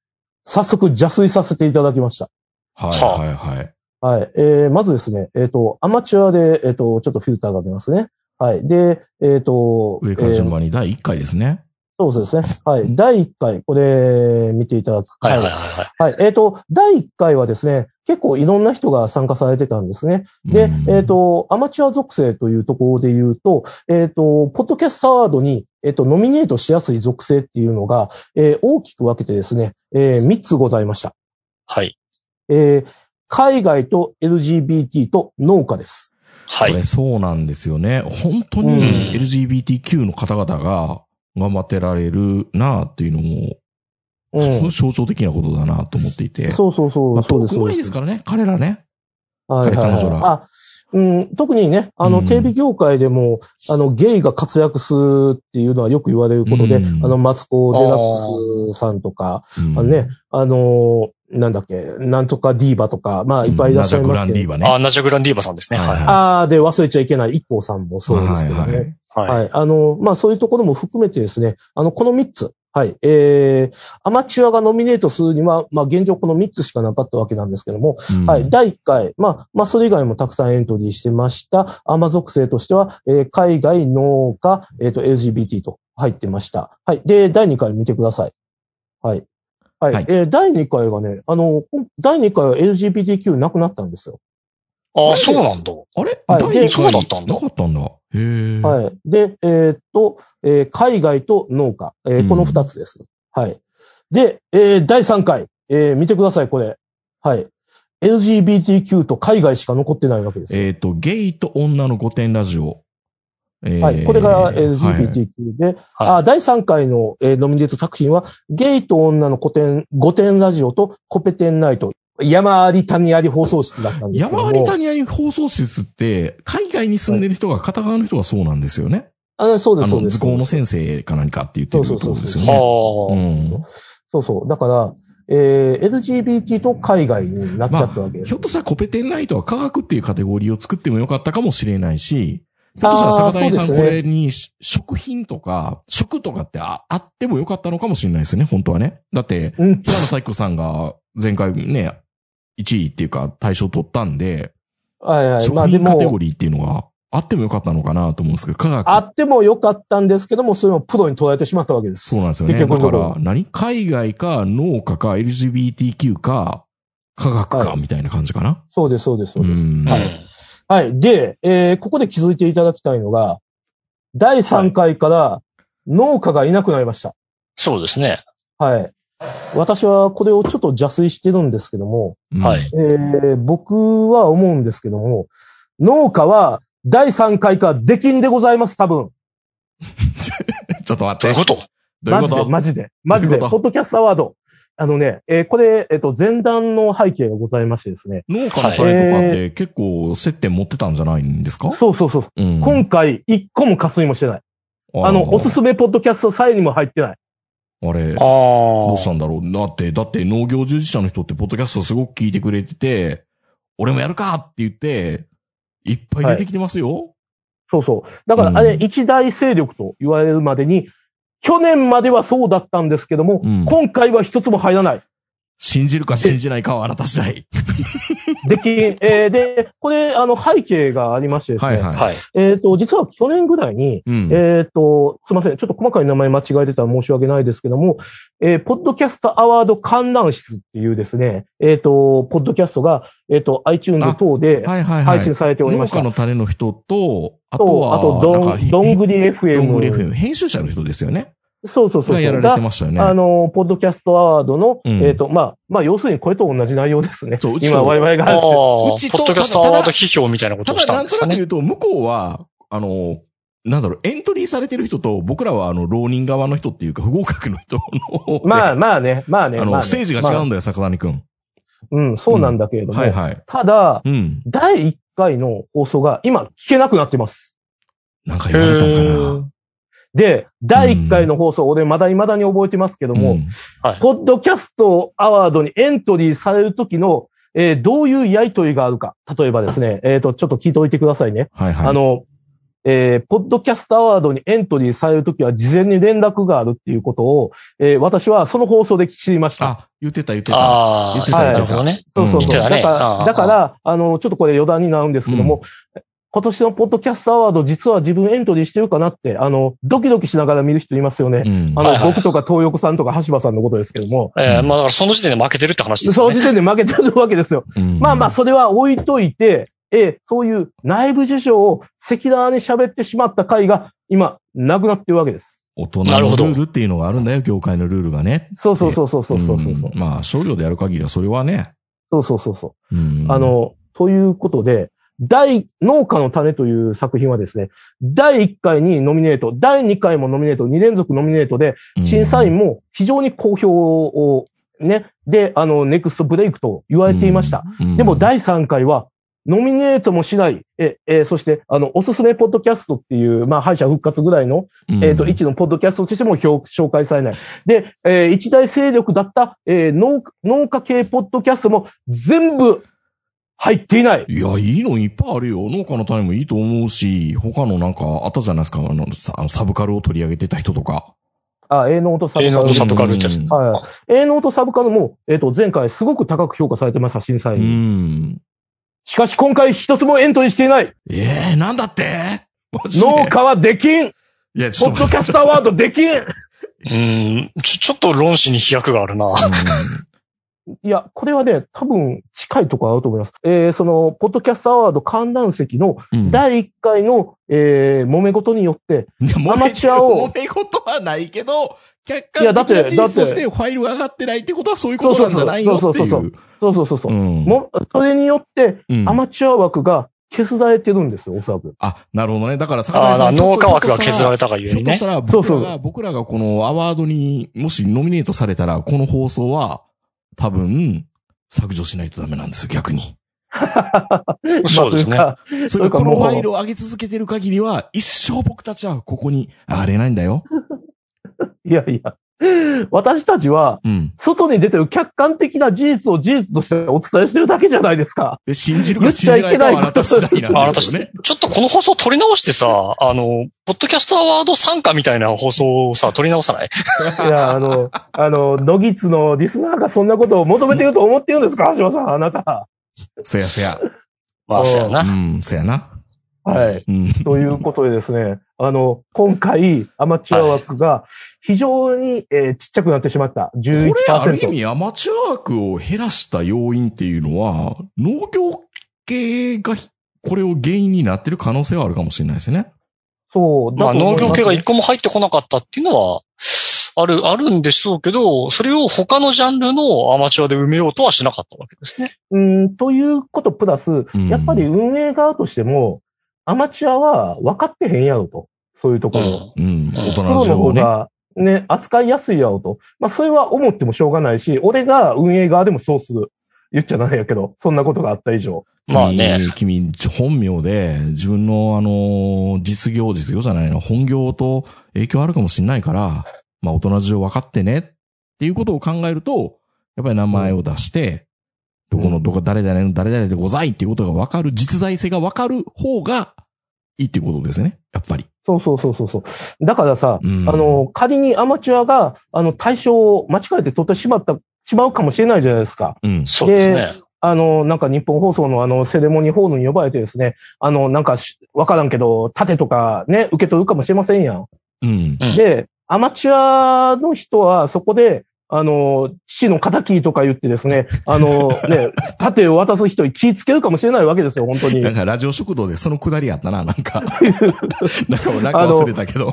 [SPEAKER 3] 早速邪推させていただきました。
[SPEAKER 2] はいはいはい。
[SPEAKER 3] はい。えー、まずですね、えっ、と、アマチュアで、えっ、と、ちょっとフィルターが出ますね。はい。で、えっ、と、
[SPEAKER 2] 上から順
[SPEAKER 3] えー
[SPEAKER 2] 番に第1回ですね。
[SPEAKER 3] そうですね。はい。第1回、これ、見ていただく。
[SPEAKER 4] はいはいはいはい。
[SPEAKER 3] はい。えっ、と、第1回はですね、結構いろんな人が参加されてたんですね。で、
[SPEAKER 2] うん
[SPEAKER 3] えっ、、と、アマチュア属性というところで言うと、えっ、と、ポッドキャストアワードに、えっ、と、ノミネートしやすい属性っていうのが、えー大きく分けてですね、えー3つございました。
[SPEAKER 4] はい。
[SPEAKER 3] えー海外と LGBT と農家です。
[SPEAKER 4] は
[SPEAKER 2] こ
[SPEAKER 4] い。
[SPEAKER 2] れそうなんですよね。本当
[SPEAKER 4] う
[SPEAKER 2] に
[SPEAKER 4] ん
[SPEAKER 2] LGBTQ の方々が頑張ってられるなっていうのも、
[SPEAKER 3] うん。
[SPEAKER 2] 象徴的なことだなと思っていて。
[SPEAKER 3] そうそうそう、
[SPEAKER 2] まあ、
[SPEAKER 3] そう
[SPEAKER 2] 遠
[SPEAKER 3] です。
[SPEAKER 2] くもないですからね、彼らね。
[SPEAKER 3] はいは
[SPEAKER 2] 彼
[SPEAKER 3] いは
[SPEAKER 2] 彼
[SPEAKER 3] い
[SPEAKER 2] 女ら
[SPEAKER 3] あうん、特にね、あの、
[SPEAKER 2] うん
[SPEAKER 3] テレビ業界でも、あの、ゲイが活躍するっていうのはよく言われることで、
[SPEAKER 2] うん
[SPEAKER 3] あの、マツコ・デラックスさんとか、
[SPEAKER 2] うん
[SPEAKER 3] あのね、あのーなんだっけ、なんとかディーバとか、まあ、いっぱいいらっしゃいますけど。
[SPEAKER 2] うんナジャグランディーバね。
[SPEAKER 4] あ、ナジャ・グランディーバさんですね。はい。
[SPEAKER 3] ああ、で、忘れちゃいけない、一光さんもそうですけどね。
[SPEAKER 2] はいはい
[SPEAKER 4] は
[SPEAKER 3] は
[SPEAKER 4] い。
[SPEAKER 3] い。あの、まあ、そういうところも含めてですね、あの、この3つ。はい。えー、アマチュアがノミネートするには、まあ、現状この3つしかなかったわけなんですけども、
[SPEAKER 2] うん
[SPEAKER 3] はい。第1回。まあ、まあ、それ以外もたくさんエントリーしてました。アマ属性としては、えー海外、農家、えっ、と、LGBT と入ってました。はい。で、第2回見てください。はい。はい。
[SPEAKER 2] はい
[SPEAKER 3] えー第2回がね、あの、こん第2回は LGBTQ なくなったんですよ。
[SPEAKER 4] ああ、そうなんだ。
[SPEAKER 2] あれ
[SPEAKER 3] はい
[SPEAKER 2] 第
[SPEAKER 3] で
[SPEAKER 2] 二回
[SPEAKER 4] そうだったんだ
[SPEAKER 2] なかったんだ。へえ。い。
[SPEAKER 3] はい。で、えーっと、えー海外と農家。えーこの
[SPEAKER 2] うん
[SPEAKER 3] 2つです。はい。で、えー第3回。えー見てください、これ。はい。LGBTQ と海外しか残ってないわけです。
[SPEAKER 2] えっと、ゲイと女の御殿ラジオ。えー
[SPEAKER 3] はい。これが
[SPEAKER 2] はい
[SPEAKER 3] LGBTQ で、あ第3回の、えーノミネート作品は、ゲイと女の古典、古典ラジオとコペテンナイト、山あり谷あり放送室だったんですけど
[SPEAKER 2] 山
[SPEAKER 3] も。
[SPEAKER 2] あり谷あり放送室って、海外に住んでる人が、片側の人がそうなんですよね。
[SPEAKER 3] あそうで
[SPEAKER 2] あ
[SPEAKER 3] す、そう
[SPEAKER 2] の、
[SPEAKER 3] です。
[SPEAKER 2] 図工の先生か何かって言ってる
[SPEAKER 3] そ
[SPEAKER 2] ところ
[SPEAKER 3] うそうそう
[SPEAKER 2] です
[SPEAKER 3] そ
[SPEAKER 2] よ
[SPEAKER 3] う
[SPEAKER 2] ね。
[SPEAKER 4] は
[SPEAKER 2] うん
[SPEAKER 3] そうそう。だから、えー LGBT と海外になっちゃったわけです。
[SPEAKER 2] ひょっとしたらコペテンライトは科学っていうカテゴリーを作ってもよかったかもしれないし、ひょっとしたら
[SPEAKER 3] あ
[SPEAKER 2] 坂
[SPEAKER 3] ー
[SPEAKER 2] 谷さん、
[SPEAKER 3] そう
[SPEAKER 2] こ
[SPEAKER 3] です
[SPEAKER 2] れ
[SPEAKER 3] ね
[SPEAKER 2] にし食品とか、食とかってああってもよかったのかもしれないですよね、本当はね。だって、
[SPEAKER 3] うん。
[SPEAKER 2] 平野咲子さんが前回ね、1位っていうか大賞取ったんで、
[SPEAKER 3] はいはい。ま
[SPEAKER 2] 食
[SPEAKER 3] あで
[SPEAKER 2] 品カテゴ
[SPEAKER 3] も、
[SPEAKER 2] リーっていうのがあってもよかったのかなと思うんですけど、科学
[SPEAKER 3] あってもよかったんですけども、それもプロに捉えてしまったわけです。
[SPEAKER 2] そうなんですよね。
[SPEAKER 3] 結
[SPEAKER 2] だ
[SPEAKER 3] 局
[SPEAKER 2] か
[SPEAKER 3] のとこ
[SPEAKER 2] ら、何海外か、農家か、LGBTQ か、科学か、
[SPEAKER 3] は
[SPEAKER 2] みたいな感じかな。
[SPEAKER 3] そうです、そうです、そう
[SPEAKER 2] う
[SPEAKER 3] です。
[SPEAKER 2] ん。
[SPEAKER 4] あ。
[SPEAKER 3] は
[SPEAKER 4] はいい。
[SPEAKER 3] はい。で、えーここで気づいていただきたいのが、第3回から農家がいなくなりました。
[SPEAKER 4] そうですね。
[SPEAKER 3] はい。私はこれをちょっと邪推してるんですけども、
[SPEAKER 2] うん
[SPEAKER 4] はい
[SPEAKER 3] えー僕は思うんですけども、農家は第3回から出禁でございます、多分。
[SPEAKER 2] ちょっと待
[SPEAKER 4] どう
[SPEAKER 2] っ
[SPEAKER 4] いう
[SPEAKER 2] て。
[SPEAKER 4] こと
[SPEAKER 2] どういうこ
[SPEAKER 3] マ
[SPEAKER 2] と
[SPEAKER 3] ジで、マジで、マジで、
[SPEAKER 2] どういうこと
[SPEAKER 3] ポッドキャストアワード。あのね、えーこれ、えっ、と、前段の背景がございましてですね。
[SPEAKER 2] 農家のタレとかって結構接点持ってたんじゃないんですか
[SPEAKER 3] そうそうそう。
[SPEAKER 2] うん
[SPEAKER 3] 今回、一個も霞もしてない。あの、おすすめポッドキャストさえにも入ってない。
[SPEAKER 2] あれ、
[SPEAKER 4] ああ。
[SPEAKER 2] どうしたんだろうだって、だって農業従事者の人ってポッドキャストすごく聞いてくれてて、俺もやるかって言って、いっぱい出てきてますよ。
[SPEAKER 3] そうそう。だか
[SPEAKER 2] うん
[SPEAKER 3] ら、あれ、一大勢力と言われるまでに、去年まではそうだったんですけども、
[SPEAKER 2] うん
[SPEAKER 3] 今回は一つも入らない。
[SPEAKER 2] 信じるか信じないかはあなた次第。
[SPEAKER 3] でき、 えーで、これ、あの、背景がありましてですね、
[SPEAKER 2] はいはい。
[SPEAKER 4] はい。
[SPEAKER 3] えっ、と、実は去年ぐらいに、
[SPEAKER 2] うん。
[SPEAKER 3] えっ、と、すいません、ちょっと細かい名前間違えてたら申し訳ないですけども、えーポッドキャストアワード観覧室っていうですね、えっ、と、ポッドキャストが、えっ、と、iTunes 等で
[SPEAKER 2] はいはいはい
[SPEAKER 3] 配。信されておりま
[SPEAKER 2] 農
[SPEAKER 3] した。
[SPEAKER 2] 家のタレの人と、あと
[SPEAKER 3] と、あ
[SPEAKER 2] は、
[SPEAKER 3] と
[SPEAKER 2] なんか
[SPEAKER 3] どん、どんぐり
[SPEAKER 2] へ
[SPEAKER 3] FM。
[SPEAKER 2] どんぐり FM、編集者の人ですよね。
[SPEAKER 3] そうそうそうそ
[SPEAKER 2] が
[SPEAKER 3] う。
[SPEAKER 2] やられてましたよね。
[SPEAKER 3] あの、ポッドキャストアワードの、
[SPEAKER 2] うん
[SPEAKER 3] えっ、と、まあ、まあ、要するにこれと同じ内容ですね。
[SPEAKER 2] そううちと
[SPEAKER 3] 今、ワイワイが
[SPEAKER 4] ああ、
[SPEAKER 3] 話して
[SPEAKER 4] ポ
[SPEAKER 2] うち
[SPEAKER 4] ッ
[SPEAKER 2] と
[SPEAKER 4] ドキャストアワード批評みたいなこと
[SPEAKER 2] た
[SPEAKER 4] をし
[SPEAKER 2] だ、
[SPEAKER 4] た
[SPEAKER 2] なんん
[SPEAKER 4] で
[SPEAKER 2] と
[SPEAKER 4] す
[SPEAKER 2] な
[SPEAKER 4] か
[SPEAKER 2] く
[SPEAKER 4] ね。
[SPEAKER 2] 言うと、向こうは、あの、なんだろう、エントリーされてる人と、僕らはあの、浪人側の人っていうか、不合格の人の方で
[SPEAKER 3] まあまあね、まあね。
[SPEAKER 2] あ
[SPEAKER 3] ま
[SPEAKER 2] の、
[SPEAKER 3] ね
[SPEAKER 2] ステージが違うんだよ、坂谷くん。
[SPEAKER 3] まあうん、そうなんだけれども。
[SPEAKER 2] はいはい。
[SPEAKER 3] ただ、
[SPEAKER 2] うん。
[SPEAKER 3] 第1回の放送が今聞けなくなってます。
[SPEAKER 2] なんか言われたんかな。
[SPEAKER 3] で、第1回の放送、俺まだ未だに覚えてますけども、
[SPEAKER 2] うん
[SPEAKER 3] ポッドキャストアワードにエントリーされる時の、えーどういうやりとりがあるか。例えばですね、えっ、と、ちょっと聞いておいてくださいね。
[SPEAKER 2] はいはい。
[SPEAKER 3] あの、えーポッドキャストアワードにエントリーされるときは事前に連絡があるっていうことを、えー私はその放送で知りました。
[SPEAKER 2] あ、言ってた言ってた。
[SPEAKER 4] あ
[SPEAKER 2] 言って
[SPEAKER 4] あ、
[SPEAKER 2] た
[SPEAKER 4] な
[SPEAKER 3] 言ってた
[SPEAKER 4] るほどね。
[SPEAKER 3] そうそ
[SPEAKER 2] うん
[SPEAKER 3] う
[SPEAKER 2] 言って
[SPEAKER 3] そう。
[SPEAKER 4] た
[SPEAKER 3] だ
[SPEAKER 4] ね
[SPEAKER 3] から
[SPEAKER 4] あ、ー
[SPEAKER 3] だから、あの、ちょっとこれ余談になるんですけども、今年のポッドキャストアワード実は自分エントリーしてるかなって、あの、ドキドキしながら見る人いますよね。
[SPEAKER 2] うん
[SPEAKER 3] あ
[SPEAKER 4] はい
[SPEAKER 3] の、
[SPEAKER 4] はい
[SPEAKER 3] 僕とか東横さんとか橋場さんのことですけども、
[SPEAKER 4] えーまあだからその時点で負けてるって話です
[SPEAKER 3] そ
[SPEAKER 4] よ
[SPEAKER 3] の
[SPEAKER 4] ね。
[SPEAKER 3] 時点で負けてるわけですよ。
[SPEAKER 2] うん
[SPEAKER 3] まあまあ、それは置いといて、えーそういう内部事情を赤裸々に喋ってしまった回が今、なくなってるわけです。
[SPEAKER 2] 大人の
[SPEAKER 4] なるほど
[SPEAKER 2] ルールっていうのがあるんだよ、業界のルールがね。
[SPEAKER 3] そうそうそうそうそうそうそうそう。
[SPEAKER 2] んまあ、少量でやる限りは、それはね。
[SPEAKER 3] そうそうそうそう。
[SPEAKER 2] うん
[SPEAKER 3] あ、の、ということで、第、農家の種という作品はですね、第1回にノミネート、第2回もノミネート、2連続ノミネートで、
[SPEAKER 2] うん
[SPEAKER 3] 審査員も非常に好評を、ね、で、あの、ネクストブレイクと言われていました。。
[SPEAKER 2] うん
[SPEAKER 3] でも、第3回は、ノミネートもしない、え、えーそして、あの、おすすめポッドキャストっていう、まあ、敗者復活ぐらいの、
[SPEAKER 2] うん
[SPEAKER 3] えっ、と、一のポッドキャストとしても表紹介されない。で、えー一大勢力だった、えー農、農家系ポッドキャストも全部入っていない。
[SPEAKER 2] いや、いいのいっぱいあるよ。農家の種もいいと思うし、他のなんか、あったじゃないですか。あの、さあのサブカルを取り上げてた人とか。
[SPEAKER 3] あ、営農とサブカル。
[SPEAKER 4] 営農とサブカルってやつ。
[SPEAKER 2] う
[SPEAKER 3] はい。営農とサブカルも、えっ、と、前回すごく高く評価されてました、審査員に。
[SPEAKER 2] ん。
[SPEAKER 3] しかし今回一つもエントリーしていない。
[SPEAKER 2] ええなんだってマジで
[SPEAKER 3] 農家はできん
[SPEAKER 2] いや、ちょ
[SPEAKER 3] ポ
[SPEAKER 2] っ
[SPEAKER 3] ッ
[SPEAKER 2] と待
[SPEAKER 3] ドキ
[SPEAKER 2] っ
[SPEAKER 3] ャ
[SPEAKER 2] て
[SPEAKER 3] ストアワードできん
[SPEAKER 4] うん、ちょ、ちょっと論旨に飛躍がある な。
[SPEAKER 3] いや、これはね、多分近いところあると思います。えーその、ポッドキャストアワード観覧席の
[SPEAKER 2] うんうん
[SPEAKER 3] 第1回の、えー揉め事によって、
[SPEAKER 2] いや、も
[SPEAKER 3] アマチュアを
[SPEAKER 2] 揉め事はないけど、客
[SPEAKER 3] いやだ
[SPEAKER 2] 観
[SPEAKER 3] っ
[SPEAKER 2] 的
[SPEAKER 3] て
[SPEAKER 2] な事実
[SPEAKER 3] だって
[SPEAKER 2] としてファイルが上がってないってことはそういうことなんじゃないのって
[SPEAKER 3] そうそう
[SPEAKER 2] い
[SPEAKER 3] そう
[SPEAKER 2] う。
[SPEAKER 3] そうそうそうそう、
[SPEAKER 2] うん
[SPEAKER 3] も、それによって、
[SPEAKER 2] うん
[SPEAKER 3] アマチュア枠が削られてるんですよ、おそらく。
[SPEAKER 2] あ、なるほどね。だから、坂
[SPEAKER 4] あ
[SPEAKER 2] 谷
[SPEAKER 4] あ、
[SPEAKER 2] さん。
[SPEAKER 4] 農家枠が削られたがゆえ
[SPEAKER 2] ひょっ
[SPEAKER 4] に
[SPEAKER 2] と
[SPEAKER 4] ね
[SPEAKER 2] し。たら、
[SPEAKER 3] そう
[SPEAKER 2] 僕
[SPEAKER 3] そ
[SPEAKER 2] ら
[SPEAKER 3] う
[SPEAKER 2] が、僕らがこのアワードに、もしノミネートされたら、この放送は、多分、削除しないとダメなんですよ、逆に。
[SPEAKER 4] そうですね
[SPEAKER 3] まあというか
[SPEAKER 2] そ
[SPEAKER 3] とい
[SPEAKER 2] れ
[SPEAKER 3] うか
[SPEAKER 2] この
[SPEAKER 3] もう
[SPEAKER 2] ファイルを上げ続けてる限りは、一生僕たちはここに上がれないんだよ。
[SPEAKER 3] いやいや。私たちは、
[SPEAKER 2] うん。
[SPEAKER 3] 外に出てる客観的な事実を事実としてお伝えしてるだけじゃないです か。
[SPEAKER 2] で、信じるか信じないかはあなた次第
[SPEAKER 4] あ
[SPEAKER 2] な
[SPEAKER 4] なん
[SPEAKER 2] で
[SPEAKER 4] た
[SPEAKER 2] すよね。
[SPEAKER 4] ちょっとこの放送取り直してさ、あの、ポッドキャストアワード参加みたいな放送をさ、取り直さない
[SPEAKER 3] いや、あの、あの、ノギツのリスナーがそんなことを求めてると思ってるんですか橋場さん、あなた。
[SPEAKER 2] せやせや。
[SPEAKER 4] ま
[SPEAKER 3] うん
[SPEAKER 4] あ、そうやな
[SPEAKER 2] う。ん、せやな。
[SPEAKER 3] はい。
[SPEAKER 2] うん。
[SPEAKER 3] ということでですね、あの、今回、アマチュア枠が非常に、えーちっちゃくなってしまっ
[SPEAKER 2] こ
[SPEAKER 3] た。
[SPEAKER 2] れ、ある意
[SPEAKER 3] 11%。
[SPEAKER 2] 味アマチュア枠を減らした要因っていうのは、農業系がひこれを原因になってる可能性はあるかもしれないですね。
[SPEAKER 3] そう。
[SPEAKER 4] まあ、
[SPEAKER 3] だと思い
[SPEAKER 4] 農
[SPEAKER 3] す
[SPEAKER 4] 業系が一個も入ってこなかったっていうのは、ある、あるんでしょうけど、それを他のジャンルのアマチュアで埋めようとはしなかったわけですね。
[SPEAKER 3] うん、ということプラス、
[SPEAKER 2] ん
[SPEAKER 3] やっぱり運営側としても、アマチュアは分かってへんやろと。そういうとこ
[SPEAKER 4] う
[SPEAKER 3] ろ。
[SPEAKER 4] ん。
[SPEAKER 2] うん、大人
[SPEAKER 3] プロ
[SPEAKER 2] の
[SPEAKER 3] の
[SPEAKER 2] 情
[SPEAKER 3] 方
[SPEAKER 2] 報ね。
[SPEAKER 3] が、ね、扱いやすいやろと。まあ、それは思ってもしょうがないし、俺が運営側でもそうする。言っちゃないやけど、そんなことがあった以上。
[SPEAKER 4] まあね。
[SPEAKER 2] 君、君本名で、自分の、あのー、実業、実業じゃないの、本業と影響あるかもしれないから、まあ、大人事情分かってね、っていうことを考えると、やっぱり名前を出して、
[SPEAKER 3] うん
[SPEAKER 2] どこの、どこ、誰々の誰々でございっていうことが分かる、実在性が分かる方が、いいっていうことですね。やっぱり。
[SPEAKER 3] そうそうそうそうそう。だからさ、
[SPEAKER 2] うん
[SPEAKER 3] あの、仮にアマチュアが、あの、対象を間違えて取ってしまった、しまうかもしれないじゃないですか。
[SPEAKER 2] うん。
[SPEAKER 4] そうですね。
[SPEAKER 3] あの、なんか日本放送のあの、セレモニーホールに呼ばれてですね、あの、なんかしわからんけど、盾とかね、受け取るかもしれませんやん。
[SPEAKER 2] うん。
[SPEAKER 4] うん
[SPEAKER 3] で、アマチュアの人はそこで、あの、父の仇とか言ってですね、あの、ね、盾を渡す人に気ぃつけるかもしれないわけですよ、本当に
[SPEAKER 2] な。んか、ラジオ食堂でそのくだりあったな、なんか。なんか、なんか忘れたけど。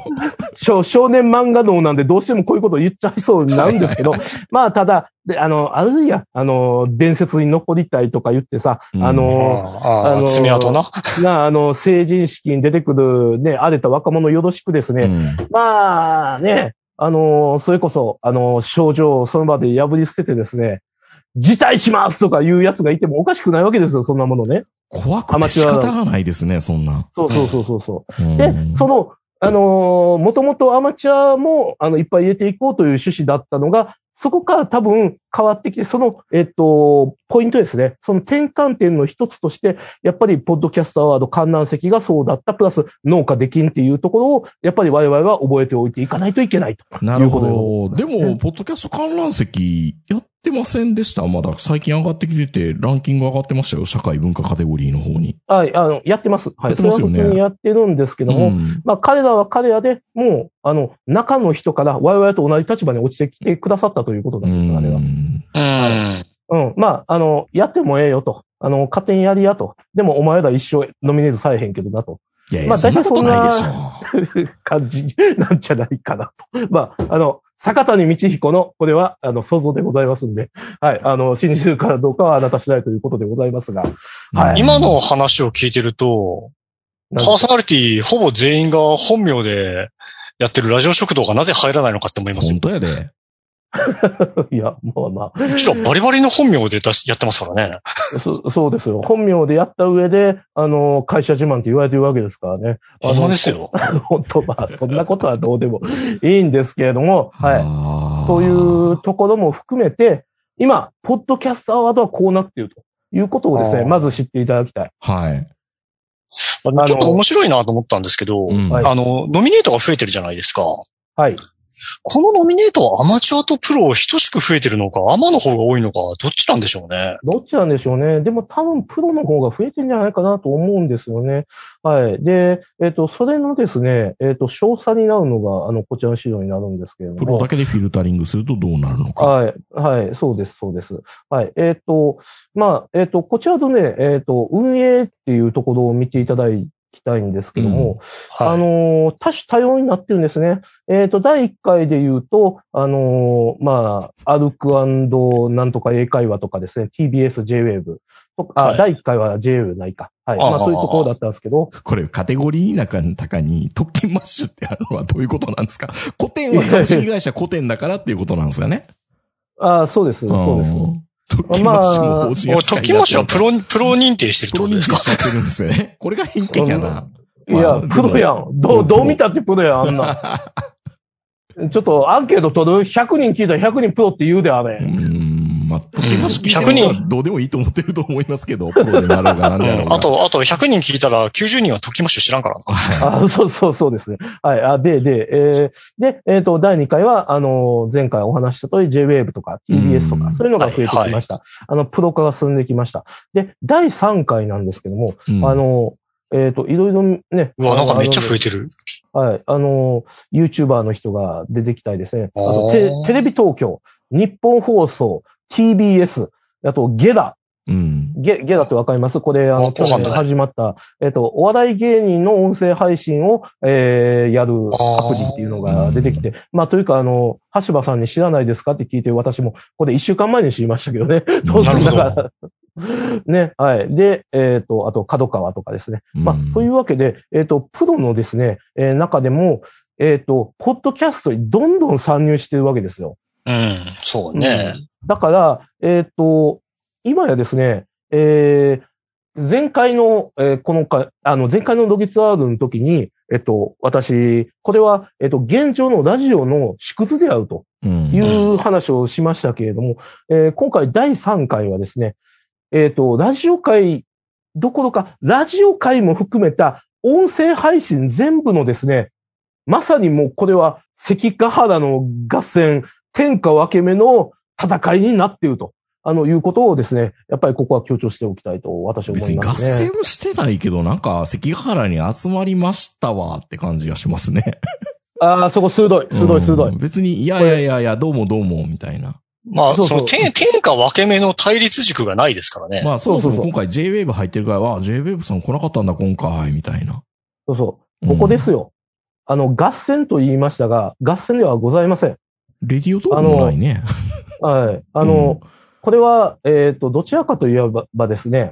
[SPEAKER 3] 少少年漫画脳なんでどうしてもこういうことを言っちゃいそうになるんですけど、まあただ、であの、あるいは、あの、伝説に残りたいとか言ってさ、
[SPEAKER 2] うん
[SPEAKER 3] あの、
[SPEAKER 4] あ
[SPEAKER 3] あ
[SPEAKER 4] あ、
[SPEAKER 3] の
[SPEAKER 4] 爪痕な。
[SPEAKER 3] なあの、成人式に出てくるね、荒れた若者よろしくですね、
[SPEAKER 2] うん
[SPEAKER 3] まあね、あのそれこそ、あの症状をその場で破り捨ててですね、辞退しますとかいうやつがいてもおかしくないわけですよ、そんなものね。
[SPEAKER 2] 怖くて仕方がないですね、そんな。
[SPEAKER 3] そうそうそうそうそう。
[SPEAKER 2] うん
[SPEAKER 3] で、その、あのもともとアマチュアも、あの、いっぱい入れていこうという趣旨だったのが、そこから多分変わってきて、その、えっと、ポイントですね。その転換点の一つとして、やっぱり、ポッドキャストアワード観覧席がそうだった、プラス、農家できんっていうところを、やっぱり我々は覚えておいていかないといけないと。
[SPEAKER 2] なる
[SPEAKER 3] いうこ
[SPEAKER 2] ほど。でも、ポッドキャスト観覧席やってませんでした。まだ最近上がってきてて、ランキング上がってましたよ。社会文化カテゴリーの方に。
[SPEAKER 3] はい、あの、やってます。
[SPEAKER 2] や
[SPEAKER 3] はい。
[SPEAKER 2] って
[SPEAKER 3] それ
[SPEAKER 2] ま
[SPEAKER 3] は
[SPEAKER 2] すよ
[SPEAKER 3] 普
[SPEAKER 2] ね
[SPEAKER 3] 通にやってるんですけども、
[SPEAKER 2] うん
[SPEAKER 3] まあ、彼らは彼らで、もう、あの、中の人から、我々と同じ立場に落ちてきてくださったということなんです、あれは
[SPEAKER 2] う。ん
[SPEAKER 4] うん。
[SPEAKER 3] うん。まあ、あの、やってもええよと。あの、勝手にやりやと。でも、お前ら一生ノミネートされへんけどなと。
[SPEAKER 2] いやい
[SPEAKER 3] ま
[SPEAKER 2] や、
[SPEAKER 3] あ
[SPEAKER 2] そんなことないでし
[SPEAKER 3] 大体
[SPEAKER 2] ょ。
[SPEAKER 3] 感じ なんじゃないかなと。まあ、あの、坂谷道彦の、これは、あの、想像でございますんで。はい。あの、信じるかどうかはあなた次第ということでございますが。はい
[SPEAKER 2] うん
[SPEAKER 4] 今の話を聞いてると、
[SPEAKER 3] なん
[SPEAKER 4] パー
[SPEAKER 3] か
[SPEAKER 4] ソナリティほぼ全員が本名でやってるラジオ食堂がなぜ入らないのかって思いますよ
[SPEAKER 2] 本。当やで。
[SPEAKER 3] いや、まあまあ。
[SPEAKER 4] むしろバリバリの本名で出しやってますからね。
[SPEAKER 3] そそうですよ。本名でやった上で、あの、会社自慢って言われてるわけですからね。 あ
[SPEAKER 4] 本当
[SPEAKER 3] の
[SPEAKER 4] で、すよ。
[SPEAKER 3] 本当まあ、そんなことはどうでもいいんですけれども、はい。
[SPEAKER 2] い
[SPEAKER 3] というところも含めて、今、ポッドキャストアワードはこうなっているということをです
[SPEAKER 4] あ
[SPEAKER 3] ね、
[SPEAKER 4] ー
[SPEAKER 3] まず知っていただきたい。
[SPEAKER 2] はい。
[SPEAKER 4] ちょっと面白いなと思ったんですけど、
[SPEAKER 2] うん
[SPEAKER 3] はい
[SPEAKER 4] あの、ノミネートが増えてるじゃないですか。こ
[SPEAKER 3] はい。
[SPEAKER 4] のノミネートはアマチュアとプロ等しく増えてるのか、アマの方が多いのか、どっちなんでしょうね。
[SPEAKER 3] どっちなんでしょうね。でも多分プロの方が増えてるんじゃないかなと思うんですよね。はい。で、えっ、と、それのですね、えっ、と、詳細になるのが、あの、こちらの資料になるんですけれども。
[SPEAKER 2] プロだけでフィルタリングするとどうなるのか。
[SPEAKER 3] はい、はい、そうです、そうです。はい、えっ、と、まあ、えっ、と、こちらのね、えっ、と、運営っていうところを見ていただきたいんですけども、あ
[SPEAKER 4] はい。
[SPEAKER 3] のー多種多様になってるんですね。えっ、と、第1回で言うと、あのーまあ、歩くなんとか英会話とかですね、TBS JWave とか、あ、
[SPEAKER 4] はい
[SPEAKER 3] 第1回は JWave ないか。はい。
[SPEAKER 4] ああ
[SPEAKER 3] まあ、そういうところだったんですけど、
[SPEAKER 2] これ、カテゴリー中の中に、特権マッシュってあるのはどういうことなんですか古典は株式会社古典だからっていうことなんですかね。
[SPEAKER 3] ああ、そうです、そうです。
[SPEAKER 2] ん。特権マッシュも法人
[SPEAKER 4] もう、
[SPEAKER 2] 扱い
[SPEAKER 4] 時もしはプ
[SPEAKER 2] に
[SPEAKER 4] ロ、プロ認定してるっ
[SPEAKER 2] なってる、プ
[SPEAKER 4] て
[SPEAKER 2] ロ
[SPEAKER 4] こ
[SPEAKER 2] 認定しち
[SPEAKER 4] とですか
[SPEAKER 2] ゃってるんですよ ね。これが偏見やな。
[SPEAKER 3] いや、プロやん。どう、どう見たってプロやん、あんな。ちょっとアンケート取る ?100 人聞いたら100人プロって言うで、あ
[SPEAKER 2] う
[SPEAKER 3] れ。
[SPEAKER 2] ん、まあ、特権マッシュ聞いて
[SPEAKER 4] 100
[SPEAKER 2] る
[SPEAKER 4] 人
[SPEAKER 2] 人はどうでもいいと思ってると思いますけど、プロでなろうがなんであろう
[SPEAKER 4] うん
[SPEAKER 2] が。
[SPEAKER 4] あ、と、あと100人聞いたら90人は時もし知らんからな。
[SPEAKER 3] あそうそうそうですね。はい。あで、で、えーで、えっ、と、第2回は、あの、前回お話しした通り JWave とか TBS と
[SPEAKER 2] う
[SPEAKER 3] か、
[SPEAKER 2] ん
[SPEAKER 3] そういうのが増えてきました。あの、プロ化が進んできました。で、第3回なんですけども、
[SPEAKER 2] うん
[SPEAKER 3] あ、の、えっ、と、いろいろね。
[SPEAKER 4] うわ、なんかめっちゃ増え
[SPEAKER 3] て
[SPEAKER 4] てる。
[SPEAKER 3] はい。あの、YouTuber の人が出てきたりですね。あと
[SPEAKER 4] あ
[SPEAKER 3] テ
[SPEAKER 4] ー、
[SPEAKER 3] テレビ東京、日本放送、TBS、あと、ゲラ、
[SPEAKER 2] うん。
[SPEAKER 3] ゲ、ゲだってわかりますこれ、あの、
[SPEAKER 4] わ
[SPEAKER 3] 去
[SPEAKER 4] かんない
[SPEAKER 3] 年始まった、えっと、お笑い芸人の音声配信を、えー、やる
[SPEAKER 4] あー
[SPEAKER 3] アプリっていうのが出てきて、まあ、というか、あの、橋場さんに知らないですかって聞いて、私も、これ一週間前に知りま したけどね。当然だ
[SPEAKER 4] な
[SPEAKER 3] から。ね、はい。で、えっ、と、あと、角川とかですね。ま
[SPEAKER 2] うん
[SPEAKER 3] あ、というわけで、えっ、と、プロのですね、えー中でも、えっ、と、ポッドキャストにどんどん参入してるわけですよ。
[SPEAKER 4] うん、そうね。
[SPEAKER 3] だから、えっ、と、今やですね、えー前回の、えーこのか、あの、前回のロギツアードの時に、えっ、と、私、これは、えっ、と、現状のラジオの縮図であると
[SPEAKER 2] うん
[SPEAKER 3] いう話をしましたけれども、えー今回第3回はですね、えっ、と、ラジオ界どころか、ラジオ界も含めた音声配信全部のですね、まさにもうこれは関ヶ原の合戦、天下分け目の戦いになっていると。あの、いうことをですね、やっぱりここは強調しておきたいと私は思
[SPEAKER 2] 別
[SPEAKER 3] い
[SPEAKER 2] に
[SPEAKER 3] ま
[SPEAKER 2] 合
[SPEAKER 3] すね
[SPEAKER 2] 戦。してないけど、なんか、関ヶ原に集まりましたわって感じがしますね。
[SPEAKER 3] ああ、そこ鋭い、鋭い、鋭
[SPEAKER 2] う
[SPEAKER 3] い
[SPEAKER 2] ん。別に、いやいやいやいや、どうもどうも、みたいな。
[SPEAKER 4] まあ、
[SPEAKER 3] そう
[SPEAKER 4] そ
[SPEAKER 3] そう
[SPEAKER 4] の天、天下分け目の対立軸がないですからね。
[SPEAKER 2] まあ、そもそも
[SPEAKER 3] そうそう
[SPEAKER 2] 今回 JWave 入ってるから、あ、JWave さん来なかったんだ、今回、みたいな。
[SPEAKER 3] そうそうう。
[SPEAKER 2] ん
[SPEAKER 3] ここですよ。あの、合戦と言いましたが、合戦ではございません。
[SPEAKER 2] レディオトークもないね。
[SPEAKER 3] はい。あの、これは、えっ、と、どちらかといえばばですね、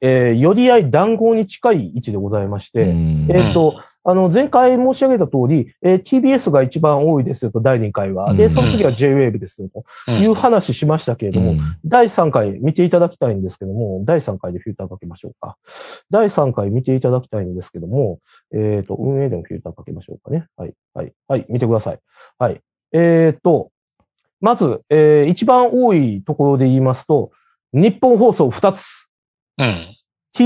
[SPEAKER 3] えー、寄り合い談合に近い位置でございまし
[SPEAKER 2] う
[SPEAKER 3] て、
[SPEAKER 2] ん
[SPEAKER 3] えっ、と、あの、前回申し上げた通り、えー TBS が一番多いですよと、第2回は。
[SPEAKER 2] う
[SPEAKER 3] で、
[SPEAKER 2] ん
[SPEAKER 3] その次は JWAVE ですよと
[SPEAKER 4] うん
[SPEAKER 3] いう話しましたけれども、
[SPEAKER 2] うん
[SPEAKER 3] 第3回見ていただきたいんですけども、第3回でフィルターかけましょうか。第3回見ていただきたいんですけども、えっ、と、運営でもフィルターかけましょうかね。はい、はい、はい、見てください。はい。えっ、と、まず、えー一番多いところで言いますと、日本放送2つ、
[SPEAKER 4] うん。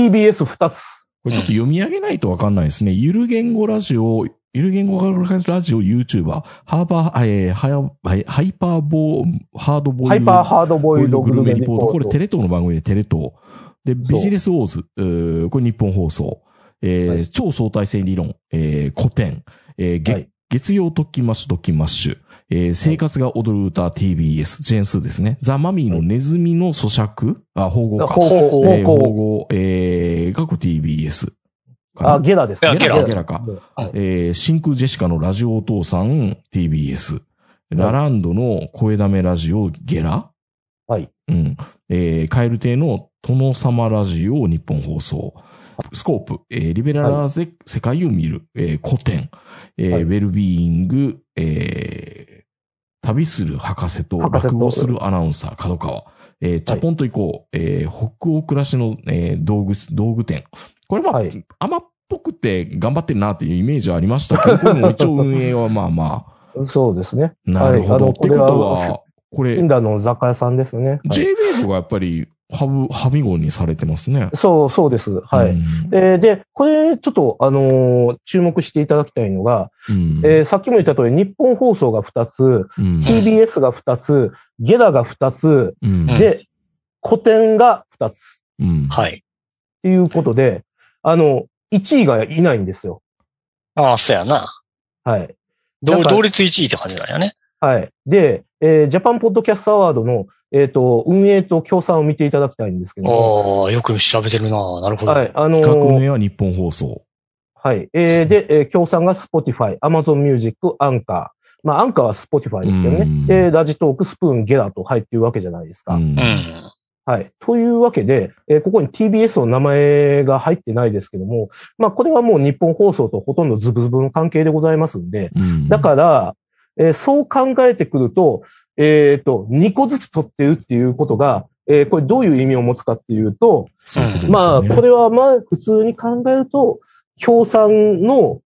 [SPEAKER 3] TBS2 つ、
[SPEAKER 2] これちょっと読み上げないとわかんないですね。ゆる言語ラジオ、ゆる言語ラジオ YouTuber、ハーバー、えー、ハヤはいハイパーボー、ハードボイル
[SPEAKER 3] ハイパーハードボイルド
[SPEAKER 2] グ
[SPEAKER 3] グ
[SPEAKER 2] ル
[SPEAKER 3] ル
[SPEAKER 2] メ
[SPEAKER 3] メ
[SPEAKER 2] リ
[SPEAKER 3] リ
[SPEAKER 2] ポー
[SPEAKER 3] ポ
[SPEAKER 2] ト。
[SPEAKER 3] ート。
[SPEAKER 2] これテレ東の番組でテレ東。で、ビジネスウォーズ、えーこれ日本放送。えー
[SPEAKER 3] は
[SPEAKER 2] 超相対性理論、えー古典、えーげ
[SPEAKER 3] はい
[SPEAKER 2] 月曜特訓マッシュ特訓マッシュ、えー生活が踊る歌 TBS、ジェンスーですね。ザ・マミーのネズミの咀嚼、あ、保護か。
[SPEAKER 3] 方向、
[SPEAKER 4] 方
[SPEAKER 2] えー、保
[SPEAKER 3] 方向。
[SPEAKER 2] 護、えー、過去 TBS かな。
[SPEAKER 3] あ、ゲラですね。
[SPEAKER 4] いやゲラ
[SPEAKER 2] ゲラか
[SPEAKER 3] うん
[SPEAKER 2] えー真空ジェシカのラジオお父さん TBS。ラランドの声だめラジオゲラ。
[SPEAKER 3] はい。
[SPEAKER 2] うん。えー、カエル亭の殿様ラジオ日本放送。スコープ、えー、リベラルアーズで世界を見る、えー、古典、えー
[SPEAKER 3] はい
[SPEAKER 2] ウェルビーイング、えー、旅する博士と
[SPEAKER 3] 博士と
[SPEAKER 2] 落語するアナウンサー、角川、えー、チャポンと行こう、えー、北欧暮らしの、えー道具、道具店。これまあ、
[SPEAKER 3] はい
[SPEAKER 2] 甘っぽくて頑張ってるなっていうイメージはありましたけど、これ も一応運営はまあま
[SPEAKER 3] そうですね。
[SPEAKER 2] あ、なるほど。
[SPEAKER 3] はいあの
[SPEAKER 2] ってこと
[SPEAKER 3] これ
[SPEAKER 2] は
[SPEAKER 3] は、
[SPEAKER 2] これ
[SPEAKER 3] イン、ダの雑貨屋さんですね。はい
[SPEAKER 2] JWAVE がやっぱり、ハブ、ハミゴにされてますね。
[SPEAKER 3] そう、そうです。はい。
[SPEAKER 2] うん
[SPEAKER 3] えーで、これ、ちょっと、あのー注目していただきたいのが、
[SPEAKER 2] うん
[SPEAKER 3] えーさっきも言った通り、日本放送が2つ、
[SPEAKER 2] うん
[SPEAKER 3] TBS が2つ、ゲラが2つ、
[SPEAKER 2] うん
[SPEAKER 3] で、古典が2つっ
[SPEAKER 2] うん
[SPEAKER 4] はい。
[SPEAKER 3] ていうことで、あの、1位がいないんですよ。
[SPEAKER 4] ああ、そうやな。
[SPEAKER 3] はい。
[SPEAKER 4] 同
[SPEAKER 3] やっぱ
[SPEAKER 4] 同率1位って感じなんやね。
[SPEAKER 3] はい。で、えージャパンポッドキャストアワードの、えっ、と、運営と協賛を見ていただきたいんですけども、
[SPEAKER 4] ああ、よく調べてるな。なるほど。
[SPEAKER 3] はい。あのー
[SPEAKER 2] 企画運営は日本放送。
[SPEAKER 3] はい。えーで、えー、協賛が Spotify、Amazon Music、アンカー。まあ、アンカーは Spotify ですけど
[SPEAKER 2] うん
[SPEAKER 3] ね。で、ラジトーク、スプーン、ゲラと入ってるわけじゃないですか。
[SPEAKER 2] うん
[SPEAKER 4] うん。
[SPEAKER 3] はい。というわけで、えーここに TBS の名前が入ってないですけども、まあ、これはもう日本放送とほとんどズブズブの関係でございますんで、
[SPEAKER 2] うん
[SPEAKER 3] だから、えーそう考えてくると、えっ、と、2個ずつ取ってるっていうことが、えーこれどういう意味を持つかっていうと、
[SPEAKER 2] そういうことです
[SPEAKER 3] ま
[SPEAKER 2] よ
[SPEAKER 3] あ、
[SPEAKER 2] ね
[SPEAKER 3] これはまあ、普通に考えると、共産の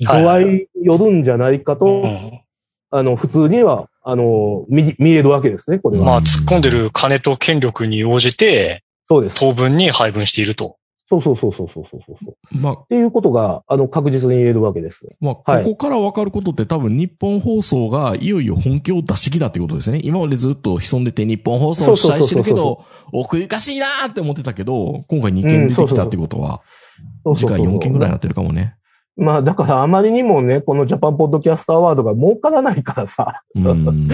[SPEAKER 3] 度合いによるんじゃないかと、
[SPEAKER 4] う
[SPEAKER 3] あの、普通には、あの、見、見えるわけですね、これ
[SPEAKER 4] ん、
[SPEAKER 3] は。
[SPEAKER 4] まあ、突っ込んでる金と権力に応じて、
[SPEAKER 3] そうです。
[SPEAKER 4] 当分に配分していると。
[SPEAKER 3] そうそうそうそうそうそうそう。っ
[SPEAKER 2] まあ、
[SPEAKER 3] ていうことが、あの、確実に言えるわけです。
[SPEAKER 2] まあ、
[SPEAKER 3] はい
[SPEAKER 2] ここから分かることって多分日本放送がいよいよ本気を出してきたってことですね。今までずっと潜んでて日本放送を主催してるけ
[SPEAKER 3] そう
[SPEAKER 2] ど、奥ゆかしいなーって思ってたけど、今回2件出てきたってことは、
[SPEAKER 3] そう
[SPEAKER 2] 次
[SPEAKER 3] そう
[SPEAKER 2] 回
[SPEAKER 3] そう
[SPEAKER 2] 4件ぐらいになってるかもね。
[SPEAKER 3] まあ、だからあまりにもね、このジャパンポッドキャストアワードが儲からないからさ、
[SPEAKER 2] うん
[SPEAKER 4] うん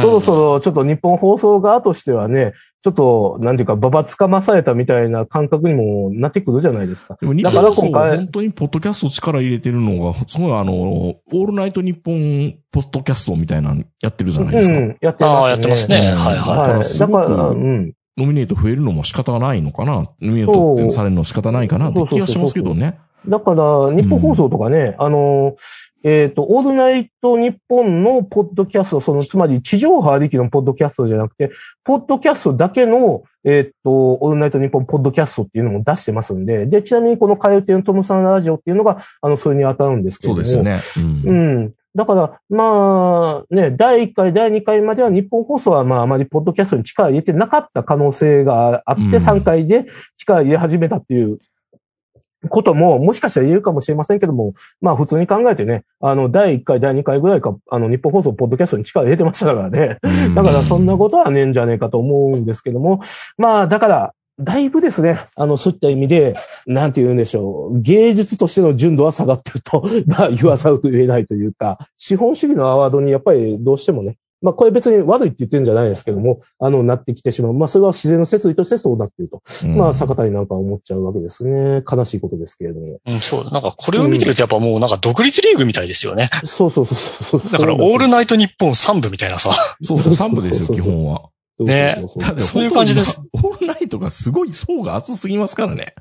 [SPEAKER 3] そろそろちょっと日本放送側としてはね、ちょっと、なんていうか、ババつかまされたみたいな感覚にもなってくるじゃないですか。
[SPEAKER 2] でも日
[SPEAKER 3] だ
[SPEAKER 2] 本
[SPEAKER 3] から
[SPEAKER 2] 放送
[SPEAKER 3] 今
[SPEAKER 2] は
[SPEAKER 3] 回
[SPEAKER 2] 本当にポッドキャスト力入れてるのが、すごいあの、オールナイト日本ポッドキャストみたいなのやってるじゃないですか。
[SPEAKER 3] うん、やってますね。
[SPEAKER 4] ああ、やってますね。
[SPEAKER 2] うん
[SPEAKER 4] はいはい。
[SPEAKER 2] だから
[SPEAKER 3] はい。
[SPEAKER 2] す
[SPEAKER 3] だ
[SPEAKER 2] ごく
[SPEAKER 3] から、うん。
[SPEAKER 2] ノミネート増えるのも仕方がないのかな。ノミネートされるの仕方ないかなって気がしますけどね。
[SPEAKER 3] だから、日本放送とかね、あの、えっ、と、オールナイト日本のポッドキャスト、その、つまり地上波ありきのポッドキャストじゃなくて、ポッドキャストだけの、えっ、と、オールナイト日本ポッドキャストっていうのも出してますんで、で、ちなみにこのカエルテのトムさんラジオっていうのが、あの、それに当たるんですけれ
[SPEAKER 2] そ
[SPEAKER 3] ど
[SPEAKER 2] う
[SPEAKER 3] も。
[SPEAKER 2] ですよね。うん
[SPEAKER 3] うん。だから、まあ、ね、第1回、第2回までは日本放送は、まあ、あまりポッドキャストに力を入れてなかった可能性があって、
[SPEAKER 2] うん
[SPEAKER 3] 3回で力を入れ始めたっていうことも、もしかしたら言えるかもしれませんけども、まあ、普通に考えてね、あの、第1回、第2回ぐらいか、あの、日本放送、ポッドキャストに力を入れてましたからね。だから、そんなことはねえんじゃねえかと思うんですけども、まあ、だから、だいぶですね、あの、そういった意味で、なんて言うんでしょう、芸術としての純度は 下がってると、まあ、言わざると言えないというか、資本主義のアワードにやっぱりどうしてもね、まあこれ別に悪いって言ってるんじゃないですけども、あの、なってきてしまう。まあそれは自然の摂理としてそうなっていると。
[SPEAKER 2] うん
[SPEAKER 3] まあ坂谷なんかは思っちゃうわけですね。悲しいことですけれども。
[SPEAKER 4] うん、そう。なんかこれを見てるとやっぱもうなんか独立リーグみたいですよね。
[SPEAKER 3] そうそうそうそうそう。
[SPEAKER 4] だからオールナイト日本3部みたいなさ。
[SPEAKER 2] そうそう、3部です
[SPEAKER 3] そうそうそう
[SPEAKER 2] よ、基本は。
[SPEAKER 4] ね
[SPEAKER 3] そうそう
[SPEAKER 2] だ
[SPEAKER 3] そう
[SPEAKER 2] って
[SPEAKER 4] そういう感じです
[SPEAKER 2] 本当に今。オンライトがすごい層が厚すぎますからね。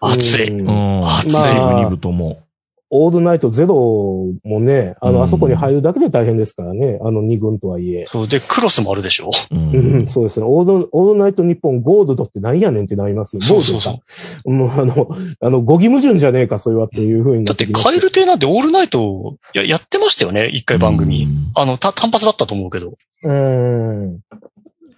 [SPEAKER 4] 熱い。
[SPEAKER 3] うん
[SPEAKER 2] ん
[SPEAKER 4] 厚い
[SPEAKER 2] 一部、二部とも。
[SPEAKER 3] オールナイトゼロもね、あ
[SPEAKER 2] う
[SPEAKER 3] の、
[SPEAKER 2] ん
[SPEAKER 3] あそこに入るだけで大変ですからね。あの二軍とはいえ。
[SPEAKER 4] そう。で、クロスもあるでしょ。
[SPEAKER 2] うん
[SPEAKER 3] うん、そうですね。オール、オールナイト日本ゴールドって何やねんってなりますよ。
[SPEAKER 4] そうそうそう
[SPEAKER 3] ゴールドかもうあの、あの、語義矛盾じゃねえか、それはっていうふうにな
[SPEAKER 4] だっ
[SPEAKER 3] ってき
[SPEAKER 4] て
[SPEAKER 3] ます
[SPEAKER 4] カエル亭なんてオールナイトややってましたよね。一回番組。。あの、た単発だったと思うけど。
[SPEAKER 3] うん。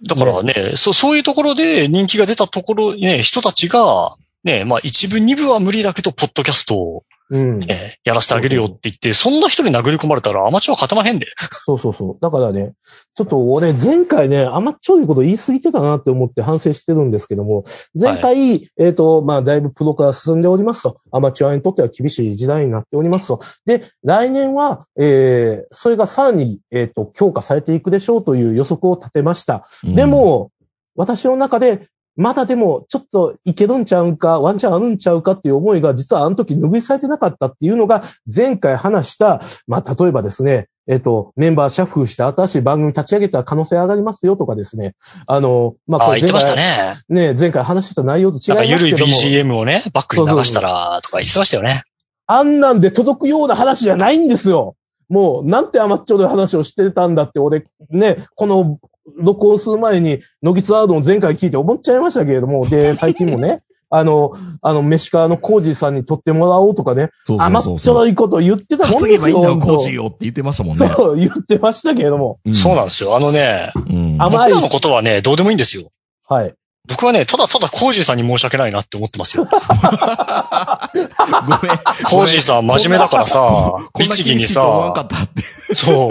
[SPEAKER 4] だからね、そう、そういうところで人気が出たところ、ね、人たちが、ね、まあ一部二部は無理だけど、ポッドキャストを、
[SPEAKER 3] うん。
[SPEAKER 4] ね、やらせてあげるよって言って、そんな人に殴り込まれたらアマチュア勝てまへんで。
[SPEAKER 3] そうそうそう。だからね、ちょっと俺、前回ね、あんまちょいこと言い過ぎてたなって思って反省してるんですけども、前回、えっ、と、まあ、だいぶプロ化が進んでおりますと、アマチュアにとっては厳しい時代になっておりますと。で、来年は、えー、それがさらに、えっ、と、強化されていくでしょうという予測を立てました。
[SPEAKER 2] うん
[SPEAKER 3] で、も、私の中で、まだでも、ちょっといけるんちゃうんか、ワンチャンあるんちゃうかっていう思いが、実はあの時拭いされてなかったっていうのが、前回話した、まあ、例えばですね、えっと、メンバーシャッフルして新しい番組立ち上げた可能性上がりますよとかですね。あの、まあ、
[SPEAKER 4] あ
[SPEAKER 3] こ
[SPEAKER 4] あ、
[SPEAKER 3] れ
[SPEAKER 4] 言ってました
[SPEAKER 3] 前
[SPEAKER 4] ね。
[SPEAKER 3] 回ね。前回話してた内容と違
[SPEAKER 4] ないん
[SPEAKER 3] ま
[SPEAKER 4] か
[SPEAKER 3] すけども。
[SPEAKER 4] 緩い BGM をね、バックに流したら、とか言ってましたよね。
[SPEAKER 3] あんなんで届くような話じゃないんですよ。もう、なんて甘っちょろい話をしてたんだって、俺、ね、この、録音する前に、ノギツアードを前回聞いて思っちゃいましたけれ ども、で、最近もね、あの、あの、メシカのコージーさんに撮ってもらおうとかね、
[SPEAKER 2] そうそう
[SPEAKER 3] 甘っ
[SPEAKER 2] そう
[SPEAKER 3] ちょ
[SPEAKER 2] そう。
[SPEAKER 3] ろいこと言ってたもん
[SPEAKER 2] 担
[SPEAKER 3] で
[SPEAKER 2] げ
[SPEAKER 3] す
[SPEAKER 2] ばいい
[SPEAKER 3] よ。
[SPEAKER 2] んだよ、
[SPEAKER 3] 本当
[SPEAKER 2] コーチよって言ってましたもんね。
[SPEAKER 3] そう、言ってましたけれども。
[SPEAKER 2] ん
[SPEAKER 4] そうなんですよ。あのね、
[SPEAKER 2] うん
[SPEAKER 3] 甘い
[SPEAKER 4] 僕らのことはね、どうでもいいんですよ。
[SPEAKER 3] はい。
[SPEAKER 4] 僕はね、ただただコージーさんに申し訳ないなって思っ てますよ。
[SPEAKER 2] ごめん。
[SPEAKER 4] コージーさん真面目だからさ、
[SPEAKER 2] こんな
[SPEAKER 4] 律儀
[SPEAKER 2] 厳
[SPEAKER 4] に
[SPEAKER 2] しいと思わんか
[SPEAKER 4] さ
[SPEAKER 2] っ、たって。
[SPEAKER 4] そ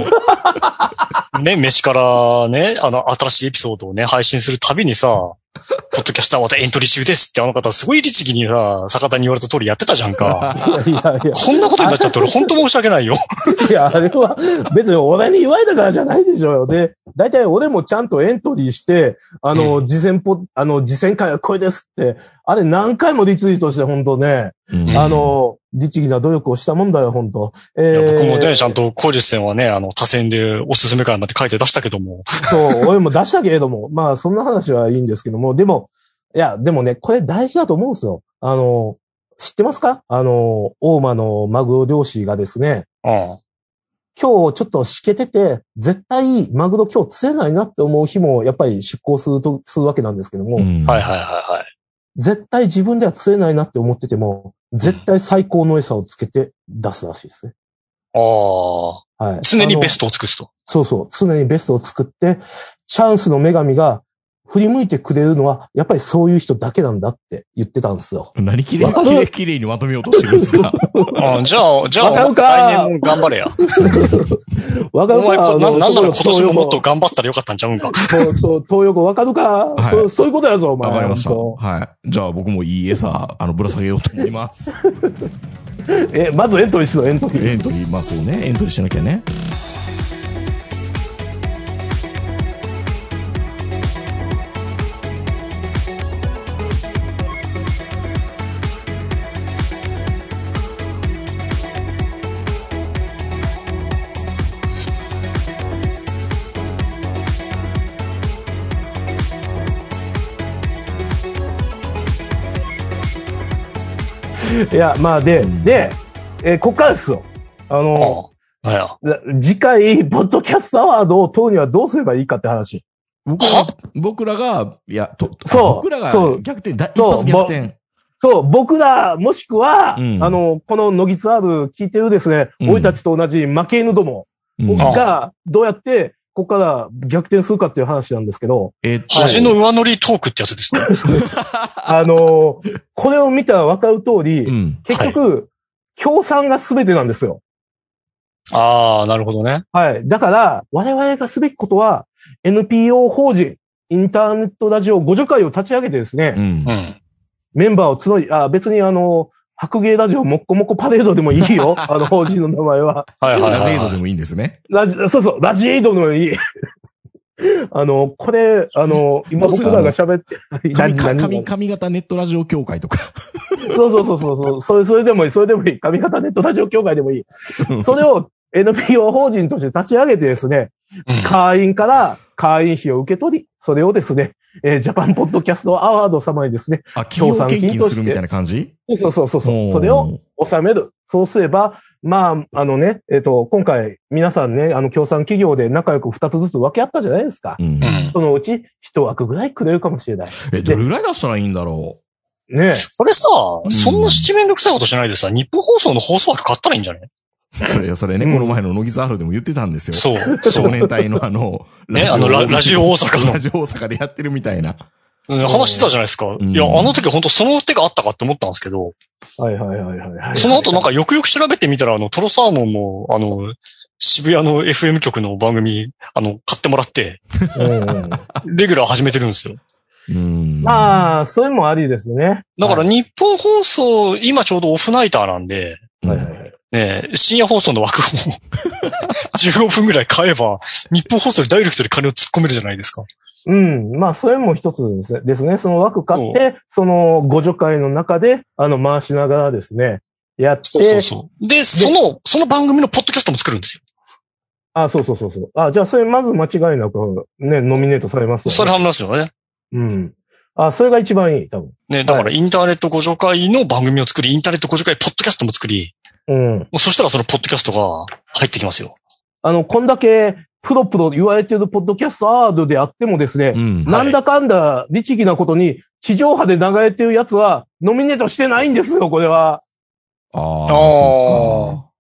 [SPEAKER 4] う。ね、飯からね、あの、新しいエピソードをね、配信するたび にさ、ポッドキャスターまたエントリー中ですってあの方すごい律儀にさ、坂田に言われた通りやってたじゃんか。
[SPEAKER 3] いやいやいや。
[SPEAKER 4] こんなことになっちゃって俺本当申し訳ないよ。
[SPEAKER 3] いや、あれは別に俺に言われたからじゃないでしょうよ。で、大体俺もちゃんとエントリーして、あの、事前ポ、あの、事前会はこれですって、あれ何回もリツイートして、本当ね、
[SPEAKER 2] うん
[SPEAKER 3] あ、の、律儀な努力をしたもんだよ、本当 え
[SPEAKER 4] いや
[SPEAKER 3] ー
[SPEAKER 4] 僕もね、ちゃんとコージさんはね、あの、多選でおすすめ会まで書いて出したけども。
[SPEAKER 3] そう、俺も出したけれども、 まあ、そんな話はいいんですけども、でも、いや、でもね、これ大事だと思うんですよ。あの、知ってますかあの、大間のマグロ漁師がですね、
[SPEAKER 4] うん。
[SPEAKER 3] 今日ちょっとしけてて、絶対マグロ今日釣れないなって思う日も、やっぱり出港すると、するわけなんですけども、
[SPEAKER 2] うん
[SPEAKER 4] はいはいはいはい。
[SPEAKER 3] 絶対自分では釣れないなって思ってても、絶対最高の餌をつけて出すらしいですね。
[SPEAKER 4] あ
[SPEAKER 3] はい
[SPEAKER 4] あ。。常にベス
[SPEAKER 3] ト。
[SPEAKER 4] トを尽くすと。
[SPEAKER 3] そうそう。常にベストを作って、チャンスの女神が振り向いてくれるのは、やっぱりそういう人だけなんだって言ってたんですよ。
[SPEAKER 2] 何きれい
[SPEAKER 3] わかる
[SPEAKER 2] きれい、きれいにまとめようとしてるんですか
[SPEAKER 4] あじゃあ、じゃ
[SPEAKER 3] わか
[SPEAKER 4] あ、
[SPEAKER 3] るか
[SPEAKER 4] 来年も頑張れや。
[SPEAKER 3] わか
[SPEAKER 4] お
[SPEAKER 3] る
[SPEAKER 4] 前、
[SPEAKER 3] か
[SPEAKER 4] こななんなら今
[SPEAKER 3] そこの
[SPEAKER 4] 年ももっと
[SPEAKER 3] 東
[SPEAKER 4] 頑張ったらよかったんちゃうんか。
[SPEAKER 3] 横そうそう、東横わかるか、
[SPEAKER 2] はい
[SPEAKER 3] そうそういうことやぞ、お前。
[SPEAKER 2] わかりました。
[SPEAKER 3] 本当
[SPEAKER 2] はい。じゃあ僕もいい餌、あの、ぶら下げようと思います。
[SPEAKER 3] え、まずエントリーしろ、エントリー。
[SPEAKER 2] エントリー、まあそうね、エントリーしなきゃね。
[SPEAKER 3] いや、まあで、で、えーこっからですよ。あの、
[SPEAKER 4] うん。なんや。
[SPEAKER 3] ら次回、ポッドキャストアワードを取るにはどうすればいいかって話。
[SPEAKER 2] 僕ら僕らが、いや、と、と
[SPEAKER 3] そう
[SPEAKER 2] 僕らが
[SPEAKER 3] そう
[SPEAKER 2] 逆転、だ一
[SPEAKER 3] そう
[SPEAKER 2] 発逆転。
[SPEAKER 3] そう、僕ら、もしくは、
[SPEAKER 2] うん
[SPEAKER 3] あの、このノギツアール聞いてるですね、
[SPEAKER 2] うん
[SPEAKER 3] 俺たちと同じ負け犬ども
[SPEAKER 2] うん
[SPEAKER 4] あ
[SPEAKER 3] が、どうやって、ここから逆転するかっていう話なんですけど、
[SPEAKER 2] えっと、
[SPEAKER 4] 恥の上乗りトークってやつですね。
[SPEAKER 3] あの、これを見たら分かる通り、
[SPEAKER 2] うん。
[SPEAKER 3] 結局、協賛が全てなんですよ。
[SPEAKER 4] ああ、なるほどね。
[SPEAKER 3] はい。だから、我々がすべきことは、NPO 法人、インターネットラジオ50回を立ち上げてですね、
[SPEAKER 2] うん
[SPEAKER 4] う。ん。
[SPEAKER 3] メンバーを募り、あ、別にあの、白芸ラジオもっこもっこパレードでもいい よ。あの、法人の名前は。
[SPEAKER 4] はいはい
[SPEAKER 2] ラジ
[SPEAKER 4] は
[SPEAKER 2] エイ
[SPEAKER 4] い
[SPEAKER 2] ドで
[SPEAKER 4] はい。
[SPEAKER 2] もいいんですね。
[SPEAKER 3] ラジ、そうそう、ラジエイドのいい。 あの、これ、あの、今僕らが 喋って、
[SPEAKER 2] 髪か
[SPEAKER 3] 何
[SPEAKER 2] 髪髪型ネットラジオ協会とか。
[SPEAKER 3] そうそうそうそうそう。それ、それでもいい。それでもいい。髪型ネットラジオ協会でもいい。それを NPO 法人として立ち上げてですね、
[SPEAKER 4] うん
[SPEAKER 3] 会員から会員費を受け取り、それをですね、えージャパンポッドキャストアワード様にですね、
[SPEAKER 2] あ、企業献金するみたいな感じ
[SPEAKER 3] そうそうそうそう、
[SPEAKER 2] おー
[SPEAKER 3] それを納める。そうすれば、まあ、あのね、えっ、と、今回皆さんね、あの、協賛企業で仲良く2つずつ分け合ったじゃないですか。
[SPEAKER 2] うん
[SPEAKER 4] う。ん。
[SPEAKER 3] そのうち1枠ぐらいくれるかもしれない。
[SPEAKER 2] え、どれぐらい出したらいいんだろ
[SPEAKER 3] ね え。
[SPEAKER 4] これさ、
[SPEAKER 2] ん
[SPEAKER 4] そんな七面倒くさいことしないでさ、日本放送の放送枠買ったらいいんじゃないう
[SPEAKER 2] それ、それね、
[SPEAKER 3] うん
[SPEAKER 2] この前の乃木ザールでも言ってたんですよ。
[SPEAKER 4] そう。
[SPEAKER 2] 少
[SPEAKER 4] そう。
[SPEAKER 2] 年隊のあの、
[SPEAKER 4] ねあのララジオ大阪の
[SPEAKER 2] ラジオ大阪でやってるみたいな。
[SPEAKER 4] うん話してたじゃないですか。
[SPEAKER 2] ん
[SPEAKER 4] いや、あの時本当その手があったかって思ったんですけど、
[SPEAKER 3] はいはいはいはいはい。
[SPEAKER 4] その後なんかよくよく調べてみたら、あの、トロサーモンも、あの、渋谷の FM 局の番組、あの、買ってもらって、
[SPEAKER 3] うんうん
[SPEAKER 4] レギュラー始めてるんですよ。
[SPEAKER 2] うん。
[SPEAKER 3] まあ、それもありですね。
[SPEAKER 4] だから日本放送、今ちょうどオフナイターなんで、
[SPEAKER 2] うん
[SPEAKER 3] はいはいはい
[SPEAKER 4] ねえ、深夜放送の枠を15分ぐらい買えば、日本放送にダイレクトで金を突っ込めるじゃないですか。
[SPEAKER 3] うん。まあ、それも一つですね。ですね。その枠買って、その互助会の中で、あの、回しながらですね、やって、
[SPEAKER 4] そうそうそう。で、その、その番組のポッドキャストも作るんです
[SPEAKER 3] あ、そうそうそうそう。あ、じゃあ、それまず間違いなく、ね、ノミネートされます
[SPEAKER 4] よ。
[SPEAKER 3] よ、ね。
[SPEAKER 4] それは話すよね。
[SPEAKER 3] うん。あ、それが一番いい、多分。
[SPEAKER 4] ね、だからインターネットご助会の番組を作り、インターネットご助会ポッドキャストも作り、
[SPEAKER 3] うん。
[SPEAKER 4] もうそしたらそのポッドキャストが入ってきますよ。
[SPEAKER 3] あの、こんだけ、プロプロ言われてるポッドキャストアワードであってもですね、
[SPEAKER 2] うん。
[SPEAKER 4] はい
[SPEAKER 3] なんだかんだ、律儀なことに、地上波で流れてるやつは、ノミネートしてないんですよ、これは。
[SPEAKER 2] ああ。そ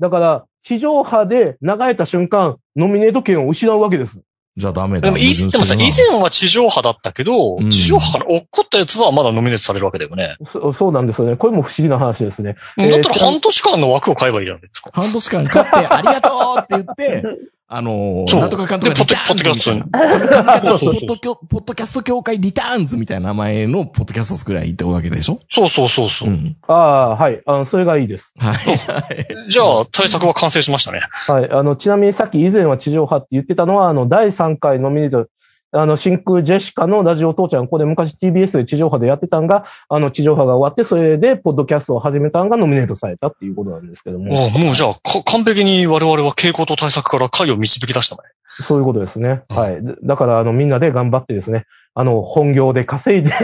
[SPEAKER 3] だから、地上波で流れた瞬間、ノミネート権を失うわけです。
[SPEAKER 2] っかじゃあダメだ。
[SPEAKER 4] でも、いでもさ、以前は地上波だったけど、
[SPEAKER 2] うん
[SPEAKER 4] 地上波から落っこったやつはまだノミネートされるわけだよね。
[SPEAKER 3] そそうなんですよね。これも不思議な話 ですね。えー
[SPEAKER 4] だったら半年間の枠を買えばいいじゃないですか。
[SPEAKER 2] 半年間買って、ありがとうって言って、あのー、
[SPEAKER 4] そう
[SPEAKER 2] なんとか監督
[SPEAKER 4] でポッドポッドキャストに
[SPEAKER 2] ト
[SPEAKER 4] そ
[SPEAKER 2] ポ
[SPEAKER 4] うそうそう
[SPEAKER 2] ッドキャポッドキャスト協会リターンズみたいな名前のポッドキャスト作らいいってわけでしょ
[SPEAKER 4] そうそうそうそうう、
[SPEAKER 2] ん。
[SPEAKER 3] ああ、はい。あの、それがいいです。
[SPEAKER 2] はい。はい
[SPEAKER 4] じゃあ、対策は完成しましたね。
[SPEAKER 3] はい。あの、ちなみにさっき以前は地上波って言ってたのは、あの、第3回ノミネート、あの、真空ジェシカのラジオ父ちゃん、ここで昔 TBS で地上波でやってたんが、あの、地上波が終わって、それで、ポッドキャストを始めたんがノミネートされたっていうことなんですけども、
[SPEAKER 4] もう、もうじゃあ、か完璧に我々は傾向と対策から回を導き出したね。
[SPEAKER 3] そういうことですね。はい。でだから、あの、みんなで頑張ってですね、あの、本業で稼いで、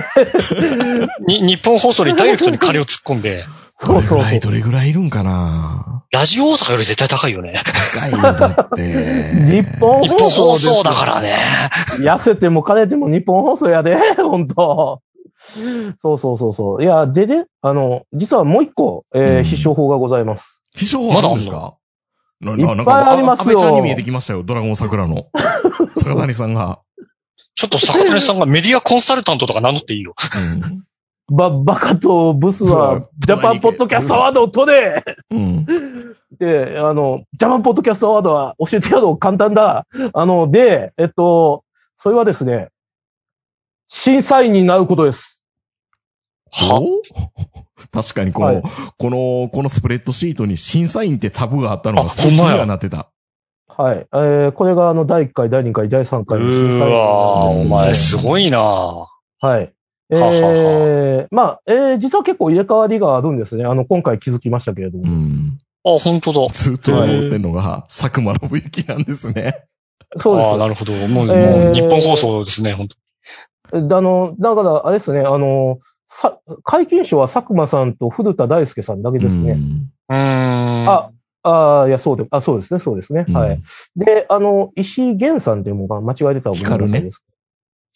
[SPEAKER 4] に、日本放送にダイレクトに金を突っ込んで、
[SPEAKER 2] ど
[SPEAKER 3] そ
[SPEAKER 2] れ
[SPEAKER 3] うそ
[SPEAKER 2] ぐ
[SPEAKER 3] う
[SPEAKER 2] ら
[SPEAKER 3] そ
[SPEAKER 2] い、
[SPEAKER 3] う。
[SPEAKER 2] どれぐらいいるんかな
[SPEAKER 4] ラジオ大阪より絶対高いよ ね。
[SPEAKER 2] 高いよ、だって。
[SPEAKER 3] 日本
[SPEAKER 4] 日本放
[SPEAKER 3] 放送
[SPEAKER 4] 送
[SPEAKER 3] です
[SPEAKER 4] だからね。
[SPEAKER 3] 痩せても金でも日本放送やで、 本当そうそうそうそう。いや、でね、あの、実はもう一個、えー
[SPEAKER 2] うん
[SPEAKER 3] 必勝法がございます。
[SPEAKER 2] 秘書はどうですかない
[SPEAKER 3] っぱいありますよ
[SPEAKER 2] 安倍ちゃんに見えてきましたよ、ドラゴン桜の。坂谷さんが。
[SPEAKER 4] ちょっと坂谷さんがメディアコンサルタントとか名乗っていいよ。
[SPEAKER 3] ば、バカとブス
[SPEAKER 2] そう
[SPEAKER 3] は、ジャパンポッドキャストアワードを取れ
[SPEAKER 2] うん。うん。
[SPEAKER 3] で、あの、ジャパンポッドキャストアワードは教えてやろう、簡単だ。あの、で、えっと、それはですね、審査員になることです。
[SPEAKER 4] は
[SPEAKER 2] お確かにこの、
[SPEAKER 3] はい
[SPEAKER 2] この、このスプレッドシートに審査員ってタブがあったの
[SPEAKER 4] あ
[SPEAKER 2] が、
[SPEAKER 4] ほんまや
[SPEAKER 2] にはなってた。
[SPEAKER 3] はい。えーこれがあの、第1回、第2回、第3
[SPEAKER 4] う
[SPEAKER 3] 回の審査員に
[SPEAKER 4] ー
[SPEAKER 3] なる
[SPEAKER 4] わ
[SPEAKER 3] ん
[SPEAKER 4] ー、
[SPEAKER 3] です
[SPEAKER 4] お
[SPEAKER 3] けど
[SPEAKER 4] 前すごいな
[SPEAKER 3] はい。え
[SPEAKER 4] はは
[SPEAKER 3] ー、まあ、えー、実は結構入れ替わりがあるんですね。あの、今回気づきましたけれど
[SPEAKER 2] う
[SPEAKER 3] も。
[SPEAKER 2] ん。
[SPEAKER 4] あ、本当だ。
[SPEAKER 2] ずっと思ってんのが、佐久間信之なんですね。
[SPEAKER 3] そう
[SPEAKER 4] ああ、な
[SPEAKER 3] で
[SPEAKER 4] るほど。もう、
[SPEAKER 3] えー
[SPEAKER 4] もう日本放送ですね、本当
[SPEAKER 3] す。であの、だから、あれですね、あの、さ、解禁賞は佐久間さんと古田大輔さんだけです
[SPEAKER 2] う
[SPEAKER 3] ね。
[SPEAKER 2] ん
[SPEAKER 4] うーん。
[SPEAKER 3] あ、ああ、いや、そうで、あ、そうですね、そうですね。
[SPEAKER 2] うん
[SPEAKER 3] はい。で、あの、石井源さんっていうのが間違えてたらごめんなさい
[SPEAKER 2] 光ね
[SPEAKER 3] です。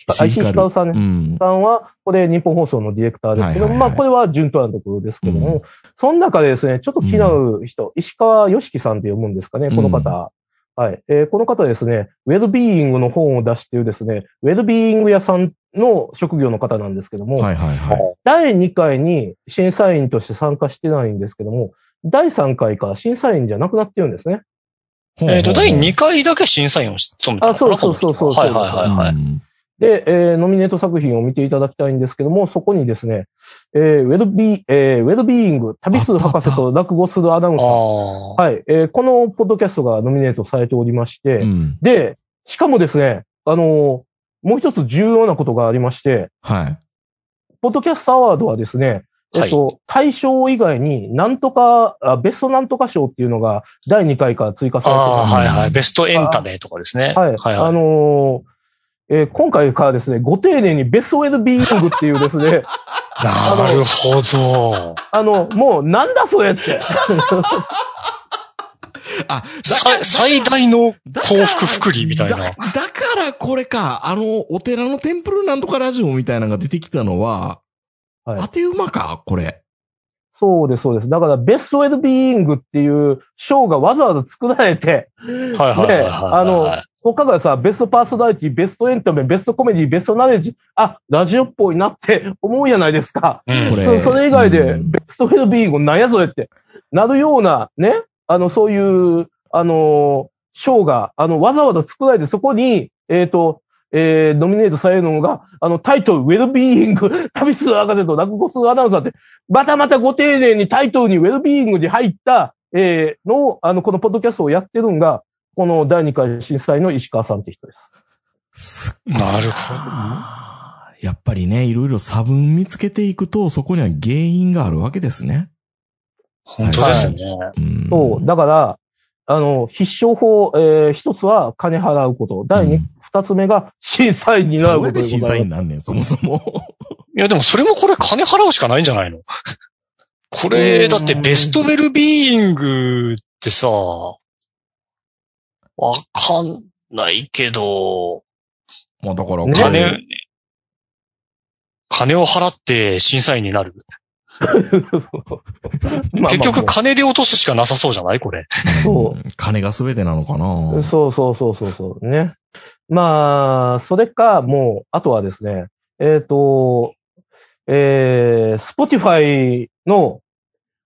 [SPEAKER 3] あ石井ひかるさんね。
[SPEAKER 2] うん。
[SPEAKER 3] さんは、これ日本放送のディレクターですけど、
[SPEAKER 2] はいはいはい
[SPEAKER 3] まあこれは順当なところですけども、
[SPEAKER 2] う
[SPEAKER 3] その中でですね、ちょっと気になる人、石川良樹さんって読むんですかね、この方。はい。えーこの方ですね、ウェルビーイングの本を出しているですね、ウェルビーイング屋さんの職業の方なんですけども、
[SPEAKER 2] はいはいはい。
[SPEAKER 3] 第2回に審査員として参加してないんですけども、第3回から審査員じゃなくなってるんですね。
[SPEAKER 4] えっ
[SPEAKER 2] ほうほ
[SPEAKER 4] と、
[SPEAKER 2] う
[SPEAKER 4] 第2回だけ審査員を務めたのかな
[SPEAKER 3] あそうそうそうそう
[SPEAKER 4] この人ははいはいはいはい。
[SPEAKER 2] うん
[SPEAKER 3] で、えーノミネート作品を見ていただきたいんですけども、そこにですね、えーウェルビー、えーウェルビーイング、旅する博士と落語するアナウンサー。
[SPEAKER 4] ああ。
[SPEAKER 3] はい、えーこのポッドキャストがノミネートされておりまして、
[SPEAKER 2] うん。
[SPEAKER 3] で、しかもですね、あの、もう一つ重要なことがありまして、
[SPEAKER 2] はい。
[SPEAKER 3] ポッドキャストアワードはですね、えっと、大賞以外に、なんとか、あベストなんとか賞っていうのが第2回から追加されて
[SPEAKER 4] ああ、
[SPEAKER 3] ます
[SPEAKER 4] はいはい。ベストエンタメとかですね。
[SPEAKER 3] はい。
[SPEAKER 4] はい
[SPEAKER 3] あ
[SPEAKER 4] はい。
[SPEAKER 3] のーえー今回からですね、ご丁寧にベストウェルビーイングっていうです ね、
[SPEAKER 4] なるほど。
[SPEAKER 3] あの、もうなんだそれって。
[SPEAKER 2] あ、
[SPEAKER 4] さ最大の
[SPEAKER 2] だ
[SPEAKER 4] 幸福福利みたいな
[SPEAKER 2] だ。だからこれか、あの、お寺のテンプルなんとかラジオみたいなのが出てきたのは、
[SPEAKER 3] はい
[SPEAKER 2] 当て馬か、これ。
[SPEAKER 3] そうです、そうです。だから、ベストウェルビーイングっていう賞がわざわざ作られて、
[SPEAKER 4] はいはいはいはい
[SPEAKER 3] ね、あの
[SPEAKER 4] はい、
[SPEAKER 3] 他がさ、ベストパーソナリティ、ベストエンタメ、ベストコメディ、ベストナレッジ、あ、ラジオっぽいなって思うじゃないですか。
[SPEAKER 4] うん
[SPEAKER 2] これ。
[SPEAKER 3] そうそれ以外で
[SPEAKER 2] うん
[SPEAKER 3] ベストウェルビーイングなんやそれって、なるような、ね、あの、そういう、あのー、賞が、あの、わざわざ作られて、そこに、えっ、と、えー、ノミネートされるのが、あの、タイトル、ウェルビーイング、旅する博士と落語するアナウンサーって、またまたご丁寧にタイトルにウェルビーイングに入った、えー、のを、あの、このポッドキャストをやってるのが、この第2回震災の石川さんって人です。
[SPEAKER 2] すっ
[SPEAKER 4] なるほ
[SPEAKER 2] あーやっぱりね、いろいろ差分見つけていくと、そこには原因があるわけですね。
[SPEAKER 4] ど。本当ですね。
[SPEAKER 2] うん
[SPEAKER 3] そう。だから、あの、必勝法、えー、一つは金払うこと。第
[SPEAKER 2] う
[SPEAKER 3] 二
[SPEAKER 2] ん
[SPEAKER 3] 二つ目が審査員になる
[SPEAKER 2] どう
[SPEAKER 3] こ
[SPEAKER 2] や
[SPEAKER 3] と
[SPEAKER 2] っ
[SPEAKER 3] で
[SPEAKER 2] て審
[SPEAKER 3] ござ
[SPEAKER 2] 査
[SPEAKER 3] い
[SPEAKER 2] 員
[SPEAKER 3] ま
[SPEAKER 2] にな
[SPEAKER 3] す。
[SPEAKER 2] んねん、そもそ も。
[SPEAKER 4] いやでもそれもこれ金払うしかないんじゃないの これ、だってベストウェルビーイングってさ、わかんないけど、
[SPEAKER 2] まあだから、。
[SPEAKER 3] ね
[SPEAKER 4] 金、金を払って審査員になる。
[SPEAKER 3] まあ
[SPEAKER 4] 結
[SPEAKER 3] ま
[SPEAKER 4] 局
[SPEAKER 3] あま
[SPEAKER 4] 金で落とすしかなさそうじゃないこれ。
[SPEAKER 3] そう
[SPEAKER 2] 金が全てなのか
[SPEAKER 3] あ
[SPEAKER 2] な
[SPEAKER 3] そうそうそうそうそう。ね。まあ、それか、もう、あとはですね、えっ、と、えー、Spotify の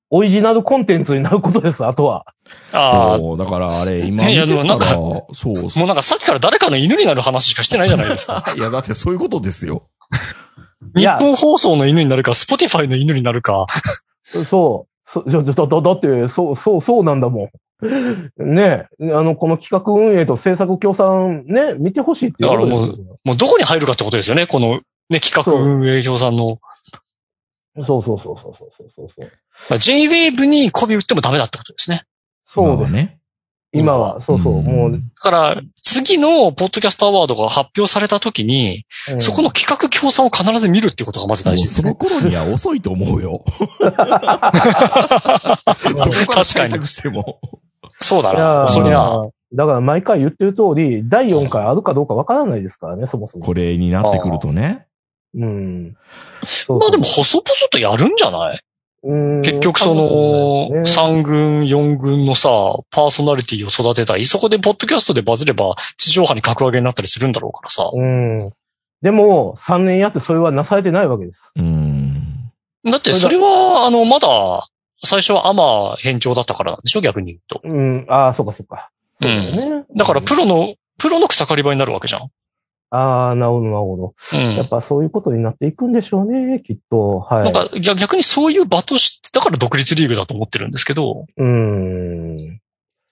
[SPEAKER 3] オリジナルコンテンツになることです、あとは。
[SPEAKER 4] ああ、も
[SPEAKER 2] そう、だからあれ、今見
[SPEAKER 4] いや
[SPEAKER 2] て
[SPEAKER 4] でも
[SPEAKER 2] た
[SPEAKER 4] なん
[SPEAKER 2] ら、
[SPEAKER 4] か
[SPEAKER 2] そう。
[SPEAKER 4] うなんかさっきから誰かの犬になる話しかしてないじゃないで すか。
[SPEAKER 2] いや、だってそういうことですよ。
[SPEAKER 3] い
[SPEAKER 4] 日
[SPEAKER 3] や
[SPEAKER 4] 本放送の犬になるか、スポティファイの犬になるか。
[SPEAKER 3] そう。そだだだだって、そう、そう、そうなんだもん。ねえ、あの、この企画運営と制作協賛ね、見てほしいっていうことですよ
[SPEAKER 4] だかもうどこに入るかってことですよね。この、ね、企画運営表さんの。
[SPEAKER 3] そうそうそうそうそうそうそう。
[SPEAKER 4] まあ J-Wave に媚び売ってもダメだってことですね。
[SPEAKER 3] そうです。
[SPEAKER 2] まあね。
[SPEAKER 3] 今は、そうそう、
[SPEAKER 2] ん
[SPEAKER 3] もう、
[SPEAKER 4] だから、次のポッドキャストアワードが発表された時に、
[SPEAKER 3] うん
[SPEAKER 4] そこの企画協賛を必ず見るっていうことがまず大事です
[SPEAKER 2] も
[SPEAKER 4] ね。
[SPEAKER 2] うその頃には遅いと思うよ。そこから対策しても。
[SPEAKER 4] そうだ
[SPEAKER 3] いや
[SPEAKER 4] な。
[SPEAKER 3] ー
[SPEAKER 4] そりゃ、
[SPEAKER 3] だから毎回言ってる通り、第4回あるかどうかわからないですからね、そもそも。
[SPEAKER 2] これになってくるとね。
[SPEAKER 3] うん。
[SPEAKER 4] まあでも
[SPEAKER 3] そう
[SPEAKER 4] 細々とやるんじゃない
[SPEAKER 3] そう、うん
[SPEAKER 4] 結局その、
[SPEAKER 3] そう
[SPEAKER 4] 3軍、4軍のさ、パーソナリティを育てたい。そこでポッドキャストでバズれば、地上波に格上げになったりするんだろうからさ。
[SPEAKER 3] うん。でも、3年やってそれはなされてないわけです。
[SPEAKER 2] うん。
[SPEAKER 4] だってそれは、あの、まだ、最初はアマ編長だったからなんでしょ逆に言うと。
[SPEAKER 3] うん、ああ、そうかそうか。そうだよね。
[SPEAKER 4] だからプロの、プロの草刈り場になるわけじゃん。
[SPEAKER 3] ああ、なるほど、なるほど。
[SPEAKER 4] うん
[SPEAKER 3] やっ。ぱそういうことになっていくんでしょうね、きっと。はい。
[SPEAKER 4] なんか逆逆にそういう場として、だから独立リーグだと思ってるんですけど、
[SPEAKER 3] うん。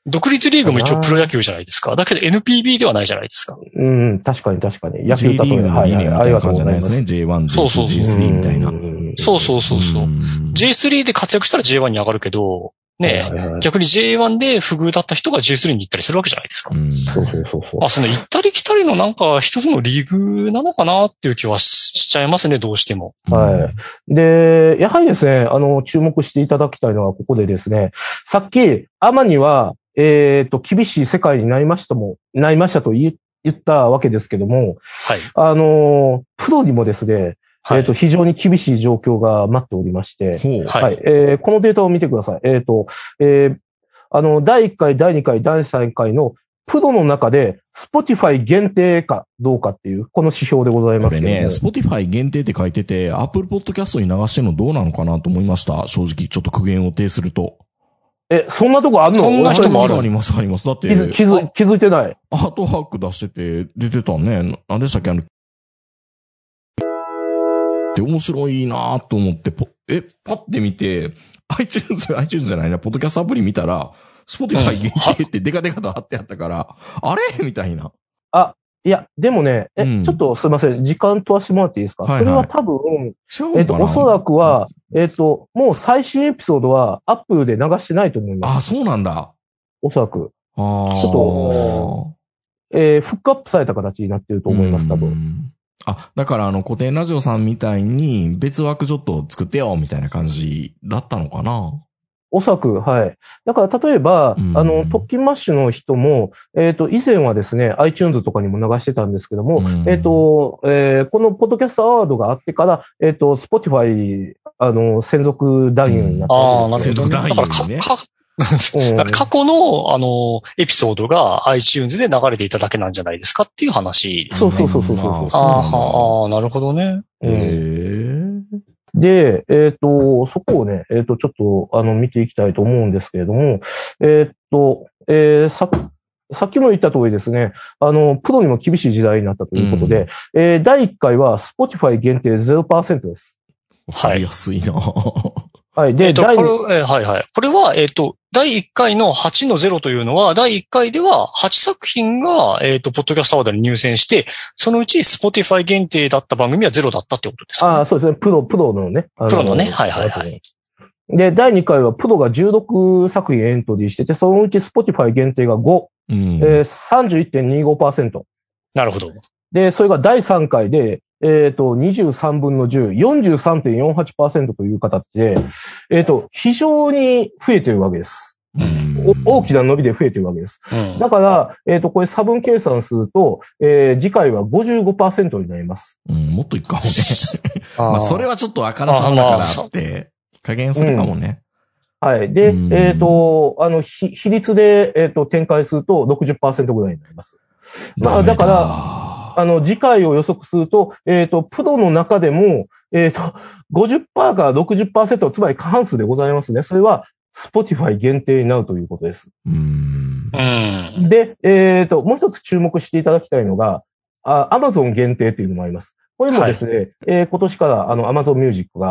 [SPEAKER 4] 独立リーグも一応
[SPEAKER 3] あー
[SPEAKER 4] プロ野球じゃないですか。だけど NPB ではないじゃないですか。
[SPEAKER 3] うん、確かに確かに。野
[SPEAKER 2] J
[SPEAKER 3] 球
[SPEAKER 2] リ
[SPEAKER 3] だと
[SPEAKER 2] ーグの理念み
[SPEAKER 3] あ
[SPEAKER 2] たい
[SPEAKER 3] り
[SPEAKER 2] な
[SPEAKER 3] がと
[SPEAKER 2] 感
[SPEAKER 3] う
[SPEAKER 2] じじゃ
[SPEAKER 3] ござ
[SPEAKER 2] ないい
[SPEAKER 3] ま
[SPEAKER 2] ですね。J1、
[SPEAKER 3] す。
[SPEAKER 4] そうそう
[SPEAKER 2] J2、
[SPEAKER 4] そう
[SPEAKER 2] J3 みたいな。
[SPEAKER 3] ん
[SPEAKER 4] そうそうそうそう。
[SPEAKER 2] ん
[SPEAKER 4] J3 で活躍したら J1 に上がるけど、ねえ、
[SPEAKER 3] はいはい
[SPEAKER 4] 逆に J1 で不遇だった人が J3 に行ったりするわけじゃないですか
[SPEAKER 2] う。ん
[SPEAKER 3] そうそうそうそう
[SPEAKER 4] まあ、。その行ったり来たりのなんか一つのリーグなのかなっていう気はししちゃいますね、どうしても。
[SPEAKER 3] はで、やはりですね、あの、注目していただきたいのはここでですね、さっき、アマには、えっ、と、厳しい世界になりましたも、なりましたと言い言ったわけですけども、
[SPEAKER 4] はい。
[SPEAKER 3] あの、プロにもですね、
[SPEAKER 4] はい。
[SPEAKER 3] えっ、と、非常に厳しい状況が待っておりまして、
[SPEAKER 2] ほう。
[SPEAKER 4] はい
[SPEAKER 3] はい、えーこのデータを見てください。えっ、と、えーあの、第1回、第2回、第3回のプロの中で、Spotify 限定かどうかっていう、この指標でござい
[SPEAKER 2] こ
[SPEAKER 3] ます
[SPEAKER 2] れ
[SPEAKER 3] けど
[SPEAKER 2] ね、
[SPEAKER 3] も。
[SPEAKER 2] Spotify 限定って書いてて、Apple Podcast に流してるのどうなのかなと思いました。正直、ちょっと苦言を呈すると。
[SPEAKER 3] え、そんなとこあるの
[SPEAKER 4] そんな人もある
[SPEAKER 2] あります、あります。だって
[SPEAKER 3] 気、づ気づ気づいてない。
[SPEAKER 2] アートハック出してて、出てたね。何でしたっけあの、で、面白いなぁと思って、ぽえ、パって見て、iTunes、iTunes じゃないな、ポッドキャストアプリ見たら、Spotify 限定ってデカデカと貼ってあったから、あれみたいな。
[SPEAKER 3] いや、でもね、え、
[SPEAKER 2] うん
[SPEAKER 3] ちょっとすいません、時間とわしてもらっていいですか、
[SPEAKER 2] はいはい
[SPEAKER 3] それは多分、
[SPEAKER 2] 違うかな
[SPEAKER 3] えっと、おそらくは、えっと、もう最新エピソードはアップルで流してないと思います。
[SPEAKER 2] あ、そうなんだ。
[SPEAKER 3] おそらく。
[SPEAKER 2] ああ。
[SPEAKER 3] ちょえー、フックアップされた形になってると思います、多分。
[SPEAKER 2] 分。あ、だからあの、古典ラジオさんみたいに別枠ちょっと作ってよ、みたいな感じだったのかな
[SPEAKER 3] おそらく、はい。だから、例えば、
[SPEAKER 2] うん
[SPEAKER 3] あの、特勤マッシュの人も、えっ、と、以前はですね、iTunes とかにも流してたんですけども、
[SPEAKER 2] うん
[SPEAKER 3] えっ、と、えーこのポッドキャストアワードがあってから、えっ、と、Spotify、あの、専属男優になった
[SPEAKER 4] ああ、
[SPEAKER 3] わ
[SPEAKER 4] な
[SPEAKER 3] け
[SPEAKER 4] る
[SPEAKER 3] ですね
[SPEAKER 4] ほど、
[SPEAKER 2] 専属男優
[SPEAKER 4] だ
[SPEAKER 2] ね
[SPEAKER 4] からか、か、
[SPEAKER 3] うん
[SPEAKER 4] だから過去の、あの、エピソードが iTunes で流れていただけなんじゃないですかっていう話です。
[SPEAKER 3] そうそうそうそうそう
[SPEAKER 2] まあ
[SPEAKER 4] ああ、
[SPEAKER 2] そ
[SPEAKER 4] はあ、なるほどね。
[SPEAKER 2] うなんだ
[SPEAKER 3] うん
[SPEAKER 2] へえ。
[SPEAKER 3] で、えっ、と、そこをね、えっ、と、ちょっと、あの、見ていきたいと思うんですけれども、えっ、と、えーさ、さっきも言った通りですね、あの、プロにも厳しい時代になったということで、えー第1回は Spotify 限定0%です。
[SPEAKER 2] わかりやす いな。
[SPEAKER 3] はい。で、
[SPEAKER 4] えっと、
[SPEAKER 3] 第
[SPEAKER 4] こ
[SPEAKER 3] 二
[SPEAKER 4] れ、えーはいはい。これは、えっと、第1回の8の0というのは、第1回では8作品が、えっと、ポッドキャストアワードに入選して、そのうち Spotify 限定だった番組は0だったってことですかね、
[SPEAKER 3] ああ、そうですね、プロ、プロのね。あ。
[SPEAKER 4] プロのねはいはいはい
[SPEAKER 3] で、第2回はプロが16作品エントリーしてて、そのうち Spotify 限定が5、
[SPEAKER 2] うん。
[SPEAKER 3] えー、31.25%。
[SPEAKER 4] なるほど。
[SPEAKER 3] で、それが第3回で、えっ、と、23分の10、43.48%という形で、えっ、と、非常に増えてるわけです。
[SPEAKER 2] うん
[SPEAKER 3] お大きな伸びで増えてるわけです。
[SPEAKER 4] うん
[SPEAKER 3] だから、えっ、と、これ差分計算すると、えー次回は55%になります。
[SPEAKER 2] うん、もっといくかもね。まあ、それ
[SPEAKER 4] は、
[SPEAKER 2] はちょっとあからさまだからって、加減するかもね。
[SPEAKER 3] はい。で、
[SPEAKER 2] うん
[SPEAKER 3] えっ、と、あの、比比率で、えっ、と、展開すると60%ぐらいになります。まあ
[SPEAKER 2] ダメ
[SPEAKER 3] だあの、次回を予測すると、えっ、と、プロの中でも、えっ、と、50%から60%、つまり過半数でございますね。それは、Spotify 限定になるということです。
[SPEAKER 2] うん。
[SPEAKER 4] うん。
[SPEAKER 3] で、えっ、と、もう一つ注目していただきたいのが、あ Amazon 限定というのもあります。これもですね、えー今年から、あの、Amazon Music が、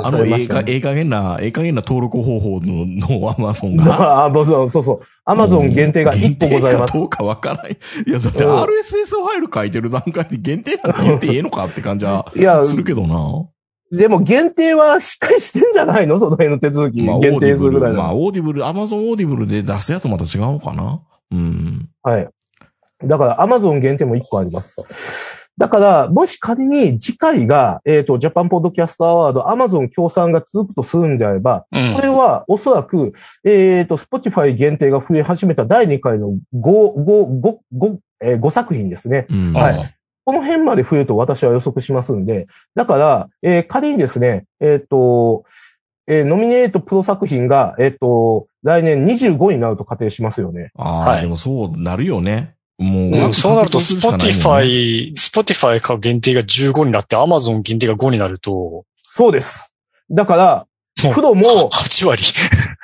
[SPEAKER 2] あ
[SPEAKER 4] あ、
[SPEAKER 2] の、
[SPEAKER 3] それ
[SPEAKER 2] え
[SPEAKER 3] ま
[SPEAKER 2] え
[SPEAKER 3] した
[SPEAKER 2] か、
[SPEAKER 3] ね
[SPEAKER 2] ええ加減な、ええ加減な登録方法の、のアマゾンが。
[SPEAKER 3] あ Amazon、そうそう、Amazon 限定が1個ございま
[SPEAKER 2] 限定
[SPEAKER 3] す
[SPEAKER 2] か。どうかわからない。いや、だって
[SPEAKER 3] うん
[SPEAKER 2] RSS ファイル書いてる段階で限定なんて言っていいのかって感じはい
[SPEAKER 3] や、
[SPEAKER 2] するけどな。
[SPEAKER 3] でも限定はしっかりしてんじゃないのその辺の手続き。
[SPEAKER 2] まあ、オー
[SPEAKER 3] 限
[SPEAKER 2] デ
[SPEAKER 3] 定
[SPEAKER 2] ィ
[SPEAKER 3] す
[SPEAKER 2] ブ
[SPEAKER 3] るぐら
[SPEAKER 2] ル、
[SPEAKER 3] いの。
[SPEAKER 2] まあ、オーディブル、アマゾンオーディブルで出すやつまた違うのかなうん。
[SPEAKER 3] はい。だから、アマゾン限定も1個あります。だから、もし仮に次回が、えっ、と、ジャパンポッドキャストアワード、アマゾン協賛が続くとするんであれば、
[SPEAKER 4] うん
[SPEAKER 3] これはおそらく、えっ、と、スポティファイ限定が増え始めた第2回の5、5、5、5、えー5作品ですね。
[SPEAKER 2] うん。。
[SPEAKER 4] はい
[SPEAKER 3] この辺まで増えると私は予測しますんで、だから、えー仮にですね、えっ、と、えーノミネートプロ作品が、えっ、と、来年25になると仮定しますよね。
[SPEAKER 2] ああ、
[SPEAKER 4] はい
[SPEAKER 2] でもそうなるよね。もう、
[SPEAKER 4] うん
[SPEAKER 2] 枠
[SPEAKER 4] そうなると、
[SPEAKER 2] 獲得するしかないよね
[SPEAKER 4] Spotify、Spotify か限定が15になって、Amazon 限定が5になると、
[SPEAKER 3] そうです。だから
[SPEAKER 4] もう、
[SPEAKER 3] プロも、
[SPEAKER 4] 8割。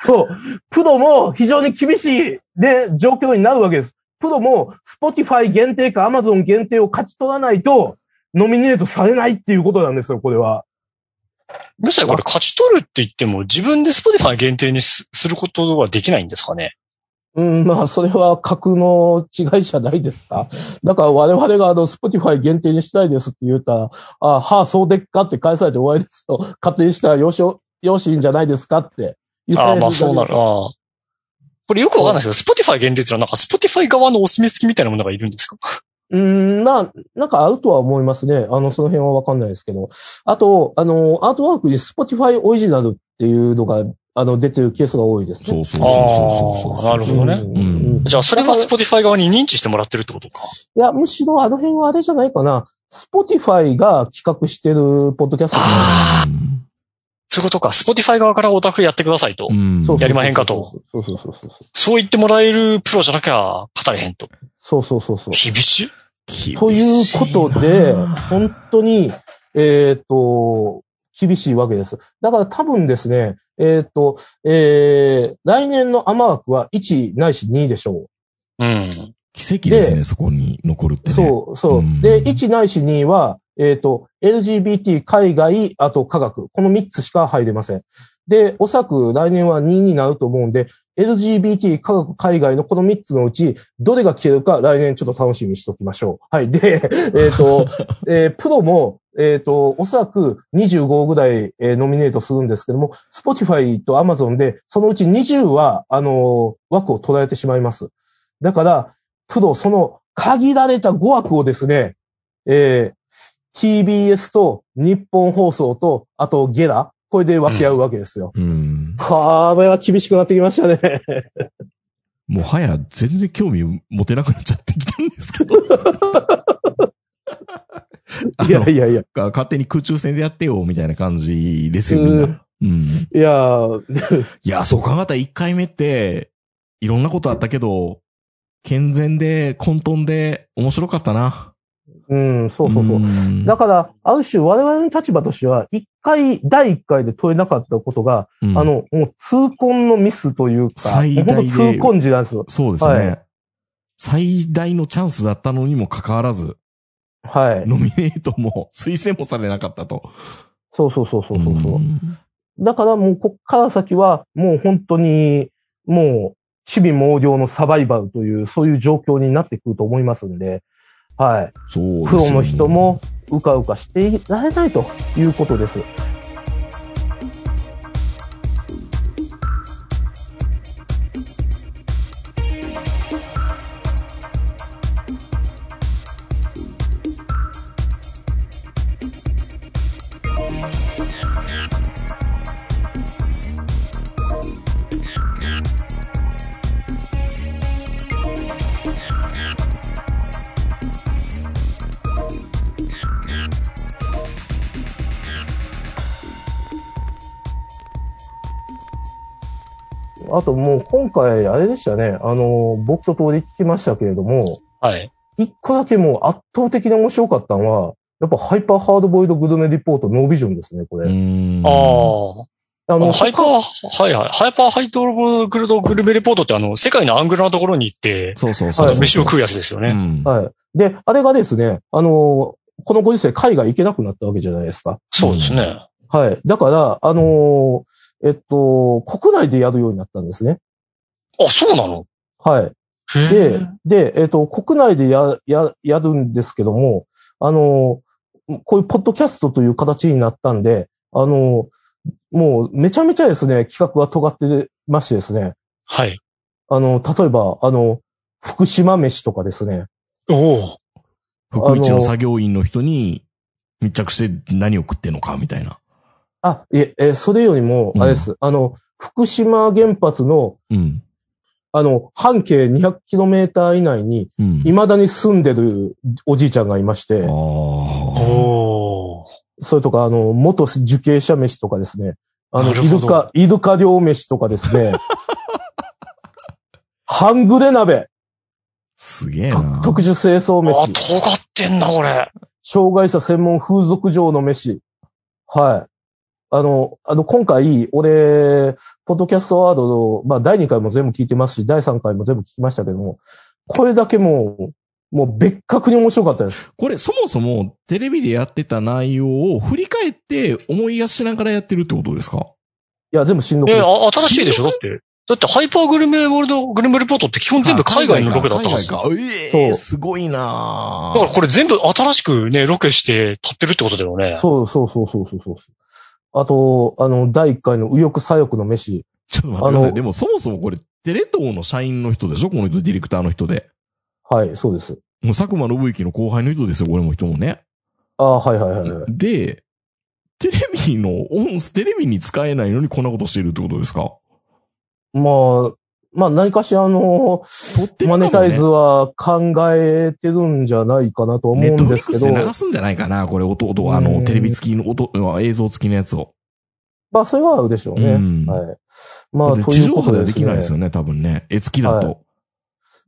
[SPEAKER 3] そう、プロも非常に厳しい、ね、状況になるわけです。プロも、Spotify 限定か Amazon 限定を勝ち取らないと、ノミネートされないっていうことなんですよ、これは。
[SPEAKER 4] むしろこれ勝ち取るって言っても、自分で Spotify 限定にすすることはできないんですかね。
[SPEAKER 3] うん、まあ、それは格の違いじゃないですか。だから我々があの、Spotify 限定にしたいですって言ったら、あはあ、そうでっかって返されて終わりですと、勝手にしたらよし、よしいんじゃないですかって言
[SPEAKER 4] ああ、まあそうなる。ああこれよくわかんないですけど、Spotify 限定っていうのはなんか Spotify 側のお墨付きみたいなものがいるんですか
[SPEAKER 3] うーん、な、なんか合うとは思いますね。あの、その辺はわかんないですけど。あと、あの、アートワークに Spotify オリジナルっていうのが、あの、出てるケースが多いです
[SPEAKER 2] そ
[SPEAKER 3] ね。
[SPEAKER 2] うそうそうそうそうそう。
[SPEAKER 4] あーなるほどね
[SPEAKER 3] うん
[SPEAKER 2] うん
[SPEAKER 4] じゃあそれは Spotify 側に認知してもらってるってことか。
[SPEAKER 3] いや、むしろあの辺はあれじゃないかな。Spotify が企画してるポッドキャスト。
[SPEAKER 4] そういうことか。Spotify 側からオタクやってくださいと。
[SPEAKER 2] うん。
[SPEAKER 3] そうそうそうそう
[SPEAKER 4] やりまへんかと。
[SPEAKER 3] そうそうそうそうそう。
[SPEAKER 4] そう言ってもらえるプロじゃなきゃ語れへんと。
[SPEAKER 3] そうそうそうそう。
[SPEAKER 4] 厳しい
[SPEAKER 3] ということで、本当に、えっ、と、厳しいわけです。だから多分ですね、えっ、と、えー、来年の雨枠は1ないし2でしょ
[SPEAKER 4] うん。
[SPEAKER 2] 奇跡ですね、
[SPEAKER 3] で
[SPEAKER 2] そこに残るって
[SPEAKER 3] う。
[SPEAKER 2] ね。
[SPEAKER 3] そう、そうう。
[SPEAKER 2] ん
[SPEAKER 3] で、1ないし2は、えっ、と、LGBT、海外、あと科学。この3つしか入れません。で、おそらく来年は2になると思うんで、LGBT、科学、海外のこの3つのうち、どれが消えるか来年ちょっと楽しみにしておきましょう。はい。で、 えっ、と、えープロも、えっ、と、おそらく25ぐらい、えーノミネートするんですけども、Spotify と Amazon で、そのうち20は、あのー枠を捉えてしまいます。だから、プロ、その限られた5枠をですね、えー TBS と日本放送と、あとゲラ、これで分け合うわけですよ。
[SPEAKER 2] うん。
[SPEAKER 3] これは厳しくなってきましたね。
[SPEAKER 2] もはや全然興味持てなくなっちゃってきたんですけ ど。あ
[SPEAKER 3] いや
[SPEAKER 2] の
[SPEAKER 3] いやいや。
[SPEAKER 2] か勝手に空中戦でやってよ、みたいな感じですよ、
[SPEAKER 3] う
[SPEAKER 2] み
[SPEAKER 3] ん
[SPEAKER 2] んな。うん。
[SPEAKER 3] いやー、
[SPEAKER 2] いや、そう考えたら1回目って、いろんなことあったけど、健全で混沌で面白かったな。
[SPEAKER 3] うん、そうそうそう。
[SPEAKER 2] ん
[SPEAKER 3] だから、ある種我々の立場としては、一回、第一回で問えなかったことが、
[SPEAKER 2] うん
[SPEAKER 3] あの、もう痛恨のミスというか、
[SPEAKER 2] 最大
[SPEAKER 3] 本
[SPEAKER 2] で
[SPEAKER 3] 当痛恨時なんですよ。
[SPEAKER 2] そうですね、
[SPEAKER 3] はい
[SPEAKER 2] 最大のチャンスだったのにもかかわらず、
[SPEAKER 3] はい。
[SPEAKER 2] ノミネートも推薦もされなかったと。
[SPEAKER 3] そうそうそうそうそうそうう。
[SPEAKER 2] ん
[SPEAKER 3] だからもう、こっから先は、もう本当に、もう、市民猛量のサバイバルという、そういう状況になってくると思いますんで、はい。
[SPEAKER 2] そうですよね
[SPEAKER 3] プロの人もうかうかしていられないということです。あともう今回、あれでしたね。あの、僕と通り聞きましたけれども、
[SPEAKER 4] はい。
[SPEAKER 3] 一個だけもう圧倒的に面白かったのは、やっぱハイパーハードボイドグルメリポートノービジョンですね、これ。
[SPEAKER 2] うん
[SPEAKER 4] ああ。
[SPEAKER 3] あ
[SPEAKER 4] あ
[SPEAKER 3] の、
[SPEAKER 4] のハイパー、はいはい。ハイパーハイドロボグルドグルメレポートってあの、世界のアングルなところに行って、
[SPEAKER 2] そうそうそう
[SPEAKER 3] は
[SPEAKER 2] そ
[SPEAKER 3] い
[SPEAKER 4] 飯を食うやつですよ
[SPEAKER 2] う
[SPEAKER 4] ね。
[SPEAKER 2] ん
[SPEAKER 3] はい。で、あれがですね、あの、このご時世海外行けなくなったわけじゃないですか。
[SPEAKER 4] そうですね。
[SPEAKER 3] はい。だから、あの、えっと、国内でやるようになったんですね。
[SPEAKER 4] あ、そうなの
[SPEAKER 3] はい。
[SPEAKER 4] へ
[SPEAKER 3] で
[SPEAKER 4] ー、
[SPEAKER 3] で、えっ、と、国内でや、や、やるんですけども、あの、こういうポッドキャストという形になったんで、あの、もうめちゃめちゃですね、企画が尖ってましてですね、
[SPEAKER 4] はい。
[SPEAKER 3] あの、例えば、あの、福島飯とかですね、
[SPEAKER 4] おお。
[SPEAKER 2] 福一の作業員の人に密着して何を食ってんのか、みたいな。
[SPEAKER 3] あ、いえ、えそれよりも、あれです、あの、福島原発の、
[SPEAKER 2] うん。
[SPEAKER 3] あの、半径 200km 以内に、
[SPEAKER 2] うん。
[SPEAKER 3] 未だに住んでるおじいちゃんがいまして、
[SPEAKER 2] ああ。
[SPEAKER 4] おお。そ
[SPEAKER 3] それとか、あの、元受刑者飯とかですね。あの、
[SPEAKER 4] なる
[SPEAKER 3] イ
[SPEAKER 4] ほど
[SPEAKER 3] ルカ、イルカ漁飯とかです ね。半グレ鍋、
[SPEAKER 2] すげえ
[SPEAKER 3] と
[SPEAKER 2] な。
[SPEAKER 3] 特殊清掃
[SPEAKER 4] うあ、
[SPEAKER 3] 飯、
[SPEAKER 4] 尖ってんな、これ。
[SPEAKER 3] 障害者専門風俗嬢の飯。はい。あの、あの、今回、俺、ポッドキャストワードの、まあ、第2回も全部聞いてますし、第3回も全部聞きましたけども、これだけもう、もう別格に面白かったです。
[SPEAKER 2] これそもそもテレビでやってた内容を振り返って思い出しながらやってるってことですか
[SPEAKER 3] いや、全部しんどく
[SPEAKER 4] え、
[SPEAKER 3] です
[SPEAKER 4] あ、新しいでしょだって。だってハイパーグルメゴールドグルメレポートって基本全部海外のロケだったはず。だ
[SPEAKER 2] あ
[SPEAKER 4] か
[SPEAKER 2] 海外かええ
[SPEAKER 3] そう
[SPEAKER 2] すごいな
[SPEAKER 4] らこれ全部新しくね、ロケして撮ってるってことだよね。
[SPEAKER 3] そうそうそうそうそうそう。あと、あの、第1回の右翼左翼の飯。
[SPEAKER 2] ちょっと待ってくださ
[SPEAKER 3] あ
[SPEAKER 2] い。
[SPEAKER 3] の
[SPEAKER 2] でもそもそもこれ、テレ東の社員の人でしょこの人、ディレクターの人で。
[SPEAKER 3] はい、そうです。
[SPEAKER 2] もう佐久間信之の後輩の人ですよ、これも人もね。
[SPEAKER 3] あーはいはいはいはい。
[SPEAKER 2] で、テレビの、音テレビに使えないのにこんなことしてるってことですか
[SPEAKER 3] まあ、まあ何かしらの、
[SPEAKER 2] 撮ってるかも、
[SPEAKER 3] マ
[SPEAKER 2] ね、
[SPEAKER 3] ネタイズは考えてるんじゃないかなと思
[SPEAKER 2] ネッ
[SPEAKER 3] う
[SPEAKER 2] ト
[SPEAKER 3] ん
[SPEAKER 2] フ
[SPEAKER 3] で
[SPEAKER 2] リッ
[SPEAKER 3] す
[SPEAKER 2] ク
[SPEAKER 3] け
[SPEAKER 2] スで
[SPEAKER 3] ど、
[SPEAKER 2] 流すんじゃないかなこれ、音、音、あ
[SPEAKER 3] う
[SPEAKER 2] の、
[SPEAKER 3] ん
[SPEAKER 2] テレビ付きの音、映像付きのやつを。
[SPEAKER 3] まあそれはあるでしょうね。
[SPEAKER 2] うん
[SPEAKER 3] はい。まあ、
[SPEAKER 2] で
[SPEAKER 3] と
[SPEAKER 2] 地
[SPEAKER 3] いう
[SPEAKER 2] 上
[SPEAKER 3] こ
[SPEAKER 2] 波
[SPEAKER 3] と
[SPEAKER 2] では
[SPEAKER 3] で
[SPEAKER 2] ですき
[SPEAKER 3] ね。
[SPEAKER 2] ないですよね、多分ね。絵付きだと。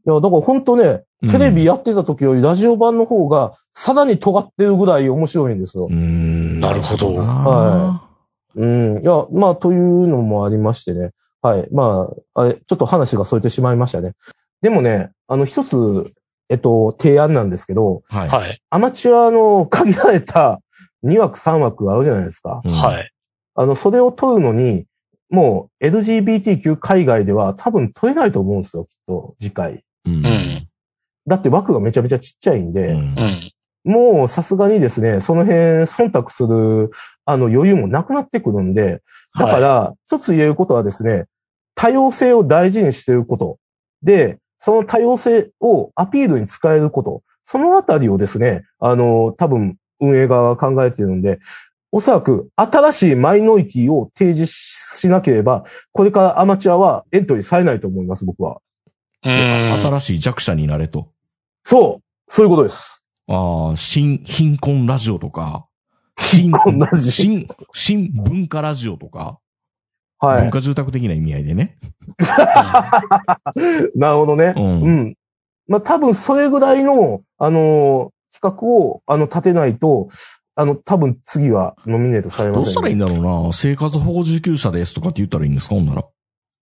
[SPEAKER 3] いや、だから本当ね、
[SPEAKER 2] うん
[SPEAKER 3] テレビやってた時よりラジオ版の方がさらに尖ってるぐらい面白いんですよ
[SPEAKER 2] う。ん。
[SPEAKER 4] なるほど
[SPEAKER 2] は
[SPEAKER 3] うん。いや、まあ、というのもありましてね。はい。まあ、あれ、ちょっと話がそれてしまいましたね。でもね、あの、一つ、えっと、提案なんですけど、
[SPEAKER 2] い。はい。
[SPEAKER 4] はい。
[SPEAKER 3] アマチュアの限られた2枠3枠があるじゃないですか。
[SPEAKER 2] うん
[SPEAKER 4] はい。
[SPEAKER 3] あの、それを取るのに、もう LGBTQ 海外では多分取れないと思うんですよ、きっと、次回。
[SPEAKER 2] うん
[SPEAKER 4] うん。
[SPEAKER 3] だって枠がめちゃめちゃちっちゃいん
[SPEAKER 2] う
[SPEAKER 3] で、
[SPEAKER 2] ん
[SPEAKER 4] うん。
[SPEAKER 3] もうさすがにですね、その辺忖度する、あの余裕もなくなってくるんで、だか
[SPEAKER 4] はい、
[SPEAKER 3] ら、一つ言えることはですね、多様性を大事にしていること。で、その多様性をアピールに使えること。そのあたりをですね、あの、多分運営側が考えているので、おそらく新しいマイノリティを提示しなければ、これからアマチュアはエントリーされないと思います、僕は。
[SPEAKER 4] うん。
[SPEAKER 2] 新しい弱者になれと。
[SPEAKER 3] そうそういうことです。
[SPEAKER 2] ああ、新、貧困ラジオとか、新
[SPEAKER 3] 困ラジオ
[SPEAKER 2] 新、新文化ラジオとか、
[SPEAKER 3] は
[SPEAKER 2] 文
[SPEAKER 3] い。
[SPEAKER 2] 化住宅的な意味合いでね。
[SPEAKER 3] なるほどね。
[SPEAKER 2] うん
[SPEAKER 3] うん。まあ、多分それぐらいの、あのー企画を、あの、立てないと、あの、多分次はノミネートされません、
[SPEAKER 2] どうしたらいいんだろうな生活保護受給者ですとかって言ったらいいんですかほんなら。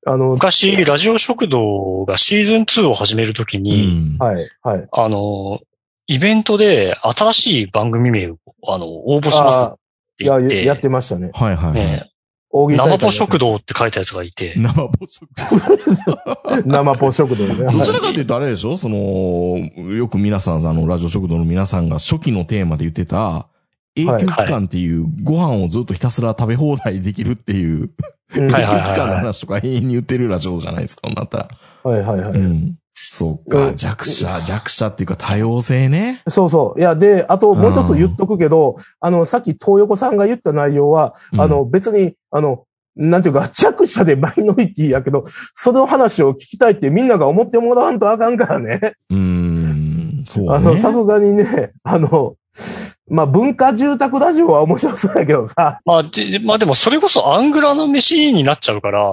[SPEAKER 3] あの、
[SPEAKER 4] 昔、ラジオ食堂がシーズン2を始めるとき
[SPEAKER 2] う
[SPEAKER 4] に、
[SPEAKER 2] ん。
[SPEAKER 3] はい、はい。
[SPEAKER 4] あの、イベントで新しい番組名を、あの、応募しますっ
[SPEAKER 3] あー
[SPEAKER 4] て
[SPEAKER 3] いや、
[SPEAKER 4] 言って、
[SPEAKER 3] ややってましたね。
[SPEAKER 2] はいはいはい。
[SPEAKER 4] ね
[SPEAKER 3] 大喜利大
[SPEAKER 4] 生
[SPEAKER 3] 会
[SPEAKER 4] ポ食堂って書いたやつがいて、
[SPEAKER 2] 生ぼそく
[SPEAKER 3] 生ポ食堂ね。
[SPEAKER 2] ど
[SPEAKER 3] はい
[SPEAKER 2] ちらかというとあれでしょその、よく皆さん、あの、ラジオ食堂の皆さんが初期のテーマで言ってた、永久期間っていう、ご飯をずっとひたすら食べ放題できるっていう、
[SPEAKER 3] う
[SPEAKER 2] 永
[SPEAKER 3] ん
[SPEAKER 4] は
[SPEAKER 2] 久
[SPEAKER 4] い
[SPEAKER 2] 期
[SPEAKER 4] はい
[SPEAKER 2] 間の話とか永遠に言ってるラジオじゃないですか、ほんなったら。
[SPEAKER 3] はい、はい、は
[SPEAKER 2] う
[SPEAKER 3] い。
[SPEAKER 2] ん。そうか、
[SPEAKER 3] うん
[SPEAKER 2] 弱者、弱者っていうか多様性ね。
[SPEAKER 3] そうそう。いや、で、あともう一つ言っとくけど、あの、さっき東横さんが言った内容は、
[SPEAKER 2] うん
[SPEAKER 3] あの、別に、あの、なんていうか、弱者でマイノリティやけど、その話を聞きたいってみんなが思ってもらわんとあかんからね。
[SPEAKER 2] うーん、そうね。
[SPEAKER 3] あの、さすがにね、 あの、まあ、文化住宅ラジオは面白そうだけ どさ、
[SPEAKER 4] まあ、で、まあでもそれこそアングラの飯になっちゃうから、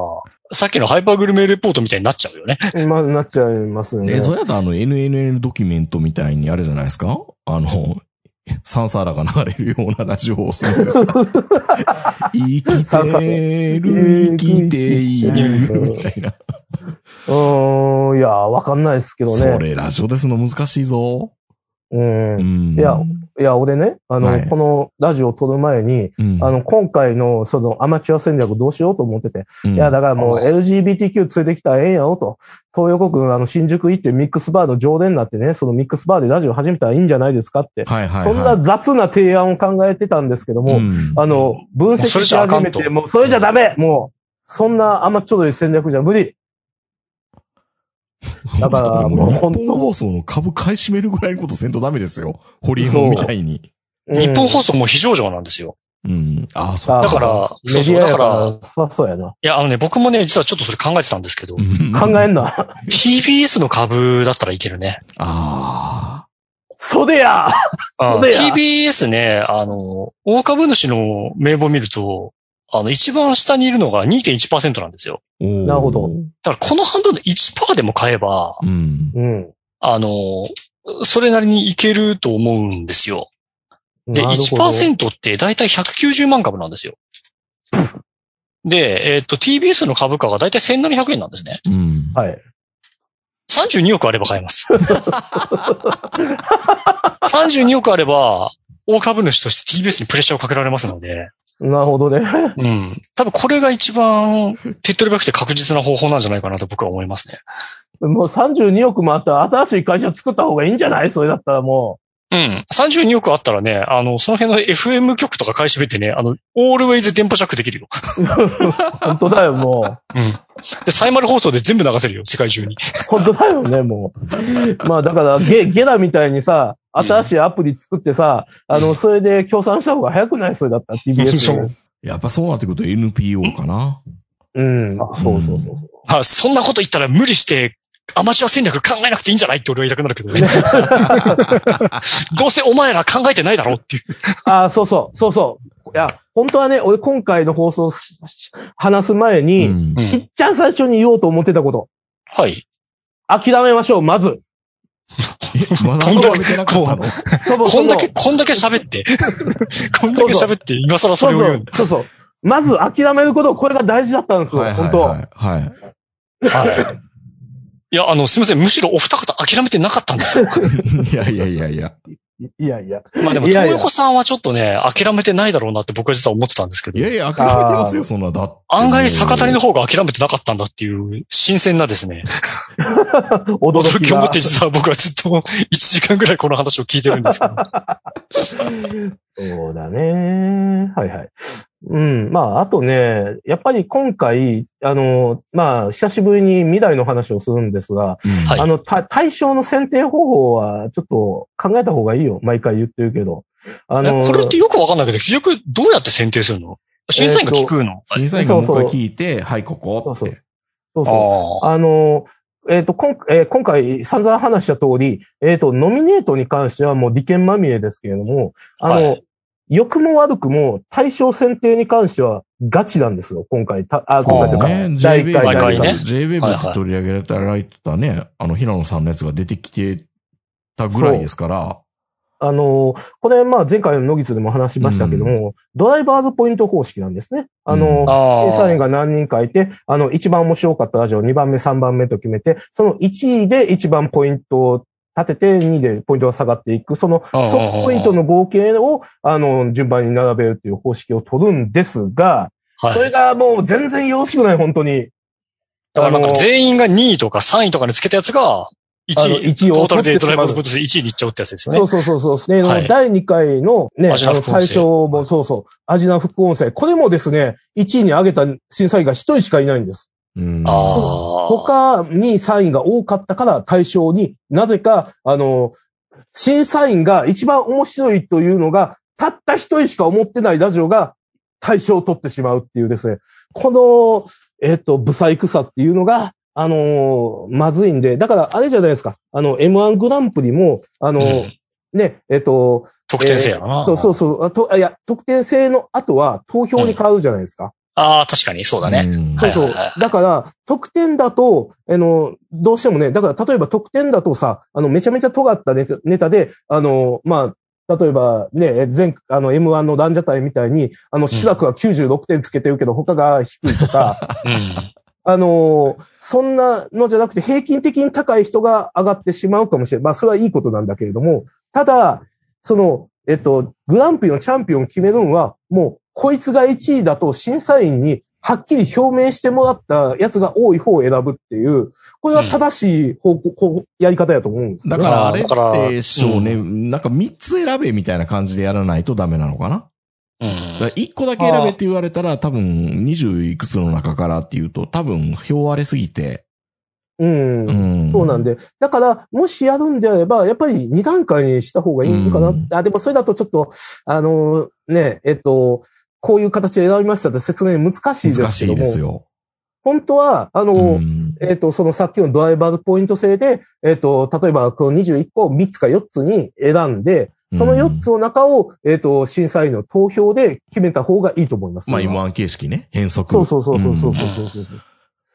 [SPEAKER 4] さっきのハイパーグルメレポートみたいになっちゃうよね。
[SPEAKER 3] まあ、なっちゃいますよね。
[SPEAKER 2] え、それやったらあの NNN ドキュメントみたいにあれじゃないですかあの、サンサーラが流れるようなラジオをするんです か生き
[SPEAKER 3] サンサ
[SPEAKER 2] てる、生きている、みたいな。
[SPEAKER 3] うーん、いや、わかんないですけど
[SPEAKER 2] そ
[SPEAKER 3] ね。
[SPEAKER 2] れラジオですの難しいぞ。
[SPEAKER 3] うん
[SPEAKER 2] う。ん。
[SPEAKER 3] いやいや、俺ね、あの、
[SPEAKER 2] はい
[SPEAKER 3] このラジオを撮る前に、
[SPEAKER 2] うん、
[SPEAKER 3] あの、今回の、その、アマチュア戦略どうしようと思ってて。
[SPEAKER 2] うん、
[SPEAKER 3] いや、だからもう
[SPEAKER 4] あ
[SPEAKER 3] LGBTQ 連れてきたらええんやろと。東横くん、あの、新宿行ってミックスバーの常連になってね、そのミックスバーでラジオ始めたらいいんじゃないですかって。
[SPEAKER 2] はいはいはい、
[SPEAKER 3] そんな雑な提案を考えてたんですけども、
[SPEAKER 2] ん
[SPEAKER 3] あの、分析
[SPEAKER 4] もうそれ
[SPEAKER 3] し
[SPEAKER 4] じゃあか
[SPEAKER 3] 始
[SPEAKER 4] ん
[SPEAKER 3] め
[SPEAKER 4] と
[SPEAKER 3] て、もうそれじゃダメもう、そんな甘っちょどい戦略じゃ無理 だからもう
[SPEAKER 2] 日
[SPEAKER 3] 本
[SPEAKER 2] 本
[SPEAKER 3] 当
[SPEAKER 2] 放送の株買い占めるぐらいのことせんとダメですよ。ホリエモンみたいに。
[SPEAKER 3] うん
[SPEAKER 4] 日本放送も非常上なんですよ。
[SPEAKER 2] うん。ああ、そう
[SPEAKER 3] あ
[SPEAKER 4] だ
[SPEAKER 3] ー
[SPEAKER 4] から、
[SPEAKER 3] メ
[SPEAKER 4] そう
[SPEAKER 3] ディ
[SPEAKER 4] そう、
[SPEAKER 3] ア
[SPEAKER 4] だ
[SPEAKER 3] や
[SPEAKER 4] か、
[SPEAKER 3] からら、そうそうやな。
[SPEAKER 4] いや、あのね、僕もね、実はちょっとそれ考えてたんですけど、
[SPEAKER 3] 考
[SPEAKER 2] あ
[SPEAKER 3] えんな。
[SPEAKER 4] TBS の株だったらいけるね。
[SPEAKER 2] あ
[SPEAKER 3] 袖や
[SPEAKER 4] あ
[SPEAKER 3] そうだよ
[SPEAKER 4] TBS ね、あの、大株主の名簿を見ると、あの、一番下にいるのが2.1%なんですよ。
[SPEAKER 2] ー。おー
[SPEAKER 3] なるほど。
[SPEAKER 4] だからこの半分で1%でも買えば、
[SPEAKER 2] うん。
[SPEAKER 3] うん。
[SPEAKER 4] あの、それなりにいけると思うんですよ。で、
[SPEAKER 3] なるほど。
[SPEAKER 4] 1%ってだいたい190万株なんですよ。で、えっ、と、TBS の株価がだいたい1700円なんですね。
[SPEAKER 2] うん。
[SPEAKER 3] はい。
[SPEAKER 4] 32億あれば買え ます。32億あれば、大株主として TBS にプレッシャーをかけられますので、
[SPEAKER 3] なるほどね。
[SPEAKER 4] うん。多分これが一番手っ取り早くて確実な方法なんじゃないかなと僕は思いますね。
[SPEAKER 3] もう32億もあったら新しい会社作った方がいいんじゃないそれだったらも
[SPEAKER 4] うん。32億あったらね、あの、その辺の FM 局とか買い占めてね、あの、オールウェイズ電波ジャックできるよ。
[SPEAKER 3] う。本当だよ、も
[SPEAKER 4] うん。で、サイマル放送で全部流せるよ、世界中に。
[SPEAKER 3] う。本当だよね、もう。まあ、だから、ゲ、ゲラみたいにさ、新しいアプリ作ってさ、あ
[SPEAKER 4] う
[SPEAKER 3] の、
[SPEAKER 4] ん
[SPEAKER 3] それで協賛した方が早くないそれだったら TBS。
[SPEAKER 4] そう。
[SPEAKER 2] やっぱそうなってくると NPO かな。
[SPEAKER 3] うん。そうそうそう。
[SPEAKER 4] あ、そんなこと言ったら無理して、アマチュア戦略考えなくていいんじゃないって俺は言いたくなるけ どね。どうせお前ら考えてないだろうっていう。
[SPEAKER 3] ああ、そうそう、そうそう。いや、本当はね、俺今回の放送しし話す前
[SPEAKER 2] う
[SPEAKER 3] に、
[SPEAKER 2] ん。
[SPEAKER 3] いっちゃん最初に言おうと思ってたこと。
[SPEAKER 4] はい。
[SPEAKER 3] 諦めましょう、まず。
[SPEAKER 2] えまだ諦めてなかったの
[SPEAKER 3] そもそも
[SPEAKER 4] こんだけ、こんだけ 喋って。こんだけ喋って、今更それを言うんだ。
[SPEAKER 3] そうそう。そうそうまず諦めること、これが大事だったんですよ、
[SPEAKER 2] はいはい
[SPEAKER 3] 本当。
[SPEAKER 2] はい。はい。
[SPEAKER 4] はい。いや、あの、すみません。むしろお二方諦めてなかったんですよ。
[SPEAKER 2] いやいやいやいや。
[SPEAKER 3] いやいや。
[SPEAKER 4] まあでも、
[SPEAKER 3] い
[SPEAKER 4] 東
[SPEAKER 3] やいや
[SPEAKER 4] 横さんはちょっとね、諦めてないだろうなって僕は実は思ってたんですけど
[SPEAKER 2] い、やいや、諦めてますよ、そんな。だって
[SPEAKER 4] 案外坂谷の方が諦めてなかったんだっていう、新鮮なですね、
[SPEAKER 3] 驚
[SPEAKER 4] 驚
[SPEAKER 3] き
[SPEAKER 4] きを
[SPEAKER 3] が
[SPEAKER 4] 持って実は僕はずっと1時間ぐらいこの話を聞いてるんですけど。
[SPEAKER 3] そうだね。はいはい。うん。まあ、あとね、やっぱり今回、あの、まあ、久しぶりに未来の話をするんですが、
[SPEAKER 2] うん
[SPEAKER 4] はい
[SPEAKER 3] あの、た対象の選定方法は、ちょっと考えた方がいいよ。毎回言ってるけど。あの、
[SPEAKER 4] えこれってよくわかんないけど、結局どうやって選定するの審査員が聞くの、
[SPEAKER 2] 審査員がもう一回聞いて、はい、ここって。
[SPEAKER 3] そうそうそう。
[SPEAKER 4] ああ。
[SPEAKER 3] あの、えっ、と、今回、えー今回散々話した通り、えっ、と、ノミネートに関してはもう利権まみれですけれども、あの、
[SPEAKER 4] は
[SPEAKER 3] 良くも悪くも対象選定に関してはガチなんですよ、今回。たあ、今回というか、
[SPEAKER 2] ね、
[SPEAKER 3] 第一
[SPEAKER 2] JWave
[SPEAKER 3] 回
[SPEAKER 4] 毎回ね
[SPEAKER 2] で JWave で取り上げられてたね、あの、平野さんのやつが出てきてたぐらいですから、
[SPEAKER 3] あの、これ、まあ、前回のノギツでも話しましたけども、ドライバーズポイント方式なんですね。あ
[SPEAKER 2] う
[SPEAKER 3] の
[SPEAKER 2] ん、
[SPEAKER 4] あー
[SPEAKER 3] 審査員が何人かいて、あの、一番面白かったラジオ、2番目、3番目と決めて、その1位で一番ポイントを立てて、2位でポイントが下がっていく、その、
[SPEAKER 4] あー
[SPEAKER 3] ソフトポイントの合計を、あの、順番に並べるっていう方式を取るんですが、
[SPEAKER 4] はい。
[SPEAKER 3] それがもう全然よろしくない、本当に。
[SPEAKER 4] だからな
[SPEAKER 3] あ
[SPEAKER 4] んか
[SPEAKER 3] の
[SPEAKER 4] 全員が2位とか3位とかにつけたやつが、
[SPEAKER 3] あの
[SPEAKER 4] 1位、
[SPEAKER 3] 一位を
[SPEAKER 4] トータルでドライバーズ
[SPEAKER 3] 取
[SPEAKER 4] ブ
[SPEAKER 3] っ
[SPEAKER 4] ートで1位に行っちゃうってやつですよね
[SPEAKER 3] そ。うそうそうそう。で、
[SPEAKER 4] はい
[SPEAKER 3] 第2回のね、
[SPEAKER 4] アジナ
[SPEAKER 3] あの、
[SPEAKER 4] 副音声
[SPEAKER 3] 対象もそうそう、アジナ副音声。これもですね、1位に上げた審査員が1人しかいないんです。
[SPEAKER 2] うん
[SPEAKER 4] ああ。
[SPEAKER 3] 他に3位が多かったから対象になぜか、あの、審査員が一番面白いというのが、たった一人しか思ってないラジオが対象を取ってしまうっていうですね。この、えっ、と、不細工さっていうのが、あのーまずいんで、だからあれじゃないですか。あの、M1 グランプリも、あのー
[SPEAKER 4] うん
[SPEAKER 3] ね、えっ、と、
[SPEAKER 4] 得点制やな。
[SPEAKER 3] そうそうそう、あと、あいや、特定制の後は投票に変わるじゃないですか。
[SPEAKER 4] ああ、確かに、そうだね。
[SPEAKER 2] うん
[SPEAKER 4] は
[SPEAKER 3] そ
[SPEAKER 4] いう
[SPEAKER 3] そう。だから、得点だと、あの、どうしてもね、だから、例えば得点だとさ、あの、めちゃめちゃ尖ったネタネタで、あの、まあ、例えばね、前、あの、M1 のランジャタイみたいに、あの、志らくは96点つけてるけど、他が低いとか、
[SPEAKER 4] うん。
[SPEAKER 3] あの、そんなのじゃなくて、平均的に高い人が上がってしまうかもしれない。まあ、それはいいことなんだけれども、ただ、その、えっと、グランプリのチャンピオンを決めるのは、もう、こいつが1位だと審査員にはっきり表明してもらったやつが多い方を選ぶっていう、これは正しい方向、方向やり方やと思うんですよ
[SPEAKER 2] だ
[SPEAKER 3] ね。
[SPEAKER 2] からあれ
[SPEAKER 4] だから
[SPEAKER 2] って、そうね、なんか3つ選べみたいな感じでやらないとダメなのかな
[SPEAKER 4] う
[SPEAKER 2] だ
[SPEAKER 4] ん
[SPEAKER 2] から1個だけ選べって言われたら、多分20いくつの中からっていうと、多分票割れすぎて。
[SPEAKER 3] うん。
[SPEAKER 2] うん。
[SPEAKER 3] そうなん
[SPEAKER 2] で
[SPEAKER 3] で。だから、もしやるんであれば、やっぱり2段階にした方がいいのかな。
[SPEAKER 2] うん
[SPEAKER 3] あ、でもそれだとちょっと、あのね、えっと、こういう形で選びましたって説明難しいで
[SPEAKER 2] 難
[SPEAKER 3] す
[SPEAKER 2] し
[SPEAKER 3] けど
[SPEAKER 2] いで
[SPEAKER 3] も
[SPEAKER 2] す、よ。
[SPEAKER 3] 本当は、あの、
[SPEAKER 2] うん
[SPEAKER 3] えっ、と、そのさっきのドライバーポイント制で、えっ、と、例えばこの21個を3つか4つに選んで、その4つの中を、えっ、と、審査員の投票で決めた方がいいと思います。
[SPEAKER 2] まあ M1 形式ね。変則。
[SPEAKER 3] そうそうそうそうそうそううんそうそうそう。